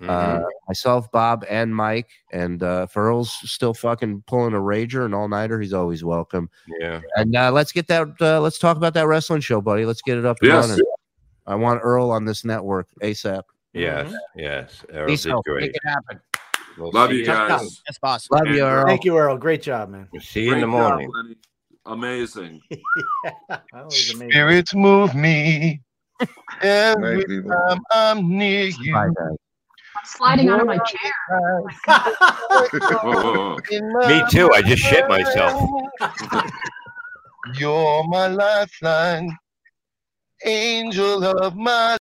Speaker 5: Mm-hmm.
Speaker 4: Uh, myself, Bob, and Mike. And uh, Ferrell's still fucking pulling a rager and all nighter. He's always welcome.
Speaker 5: Yeah.
Speaker 4: And uh, let's get that. Uh, let's talk about that wrestling show, buddy. Let's get it up and
Speaker 5: Yes.
Speaker 4: running. I want Earl on this network ASAP.
Speaker 5: Mm-hmm. Yes. Yes. Errol
Speaker 4: Peace
Speaker 5: did
Speaker 4: out.
Speaker 5: great.
Speaker 4: Make it happen.
Speaker 5: We'll
Speaker 6: Love
Speaker 5: see
Speaker 6: you guys.
Speaker 9: Yes, boss.
Speaker 4: Love you, Earl.
Speaker 2: Thank you, Earl. Great job, man.
Speaker 5: See you in the morning.
Speaker 6: Amazing.
Speaker 2: That was amazing.
Speaker 21: Spirits move me every
Speaker 2: Night, people.
Speaker 21: time I'm near you.
Speaker 16: I'm sliding out of my chair.
Speaker 6: Whoa, whoa,
Speaker 5: Me too. I just shit myself.
Speaker 21: You're my lifeline, angel of my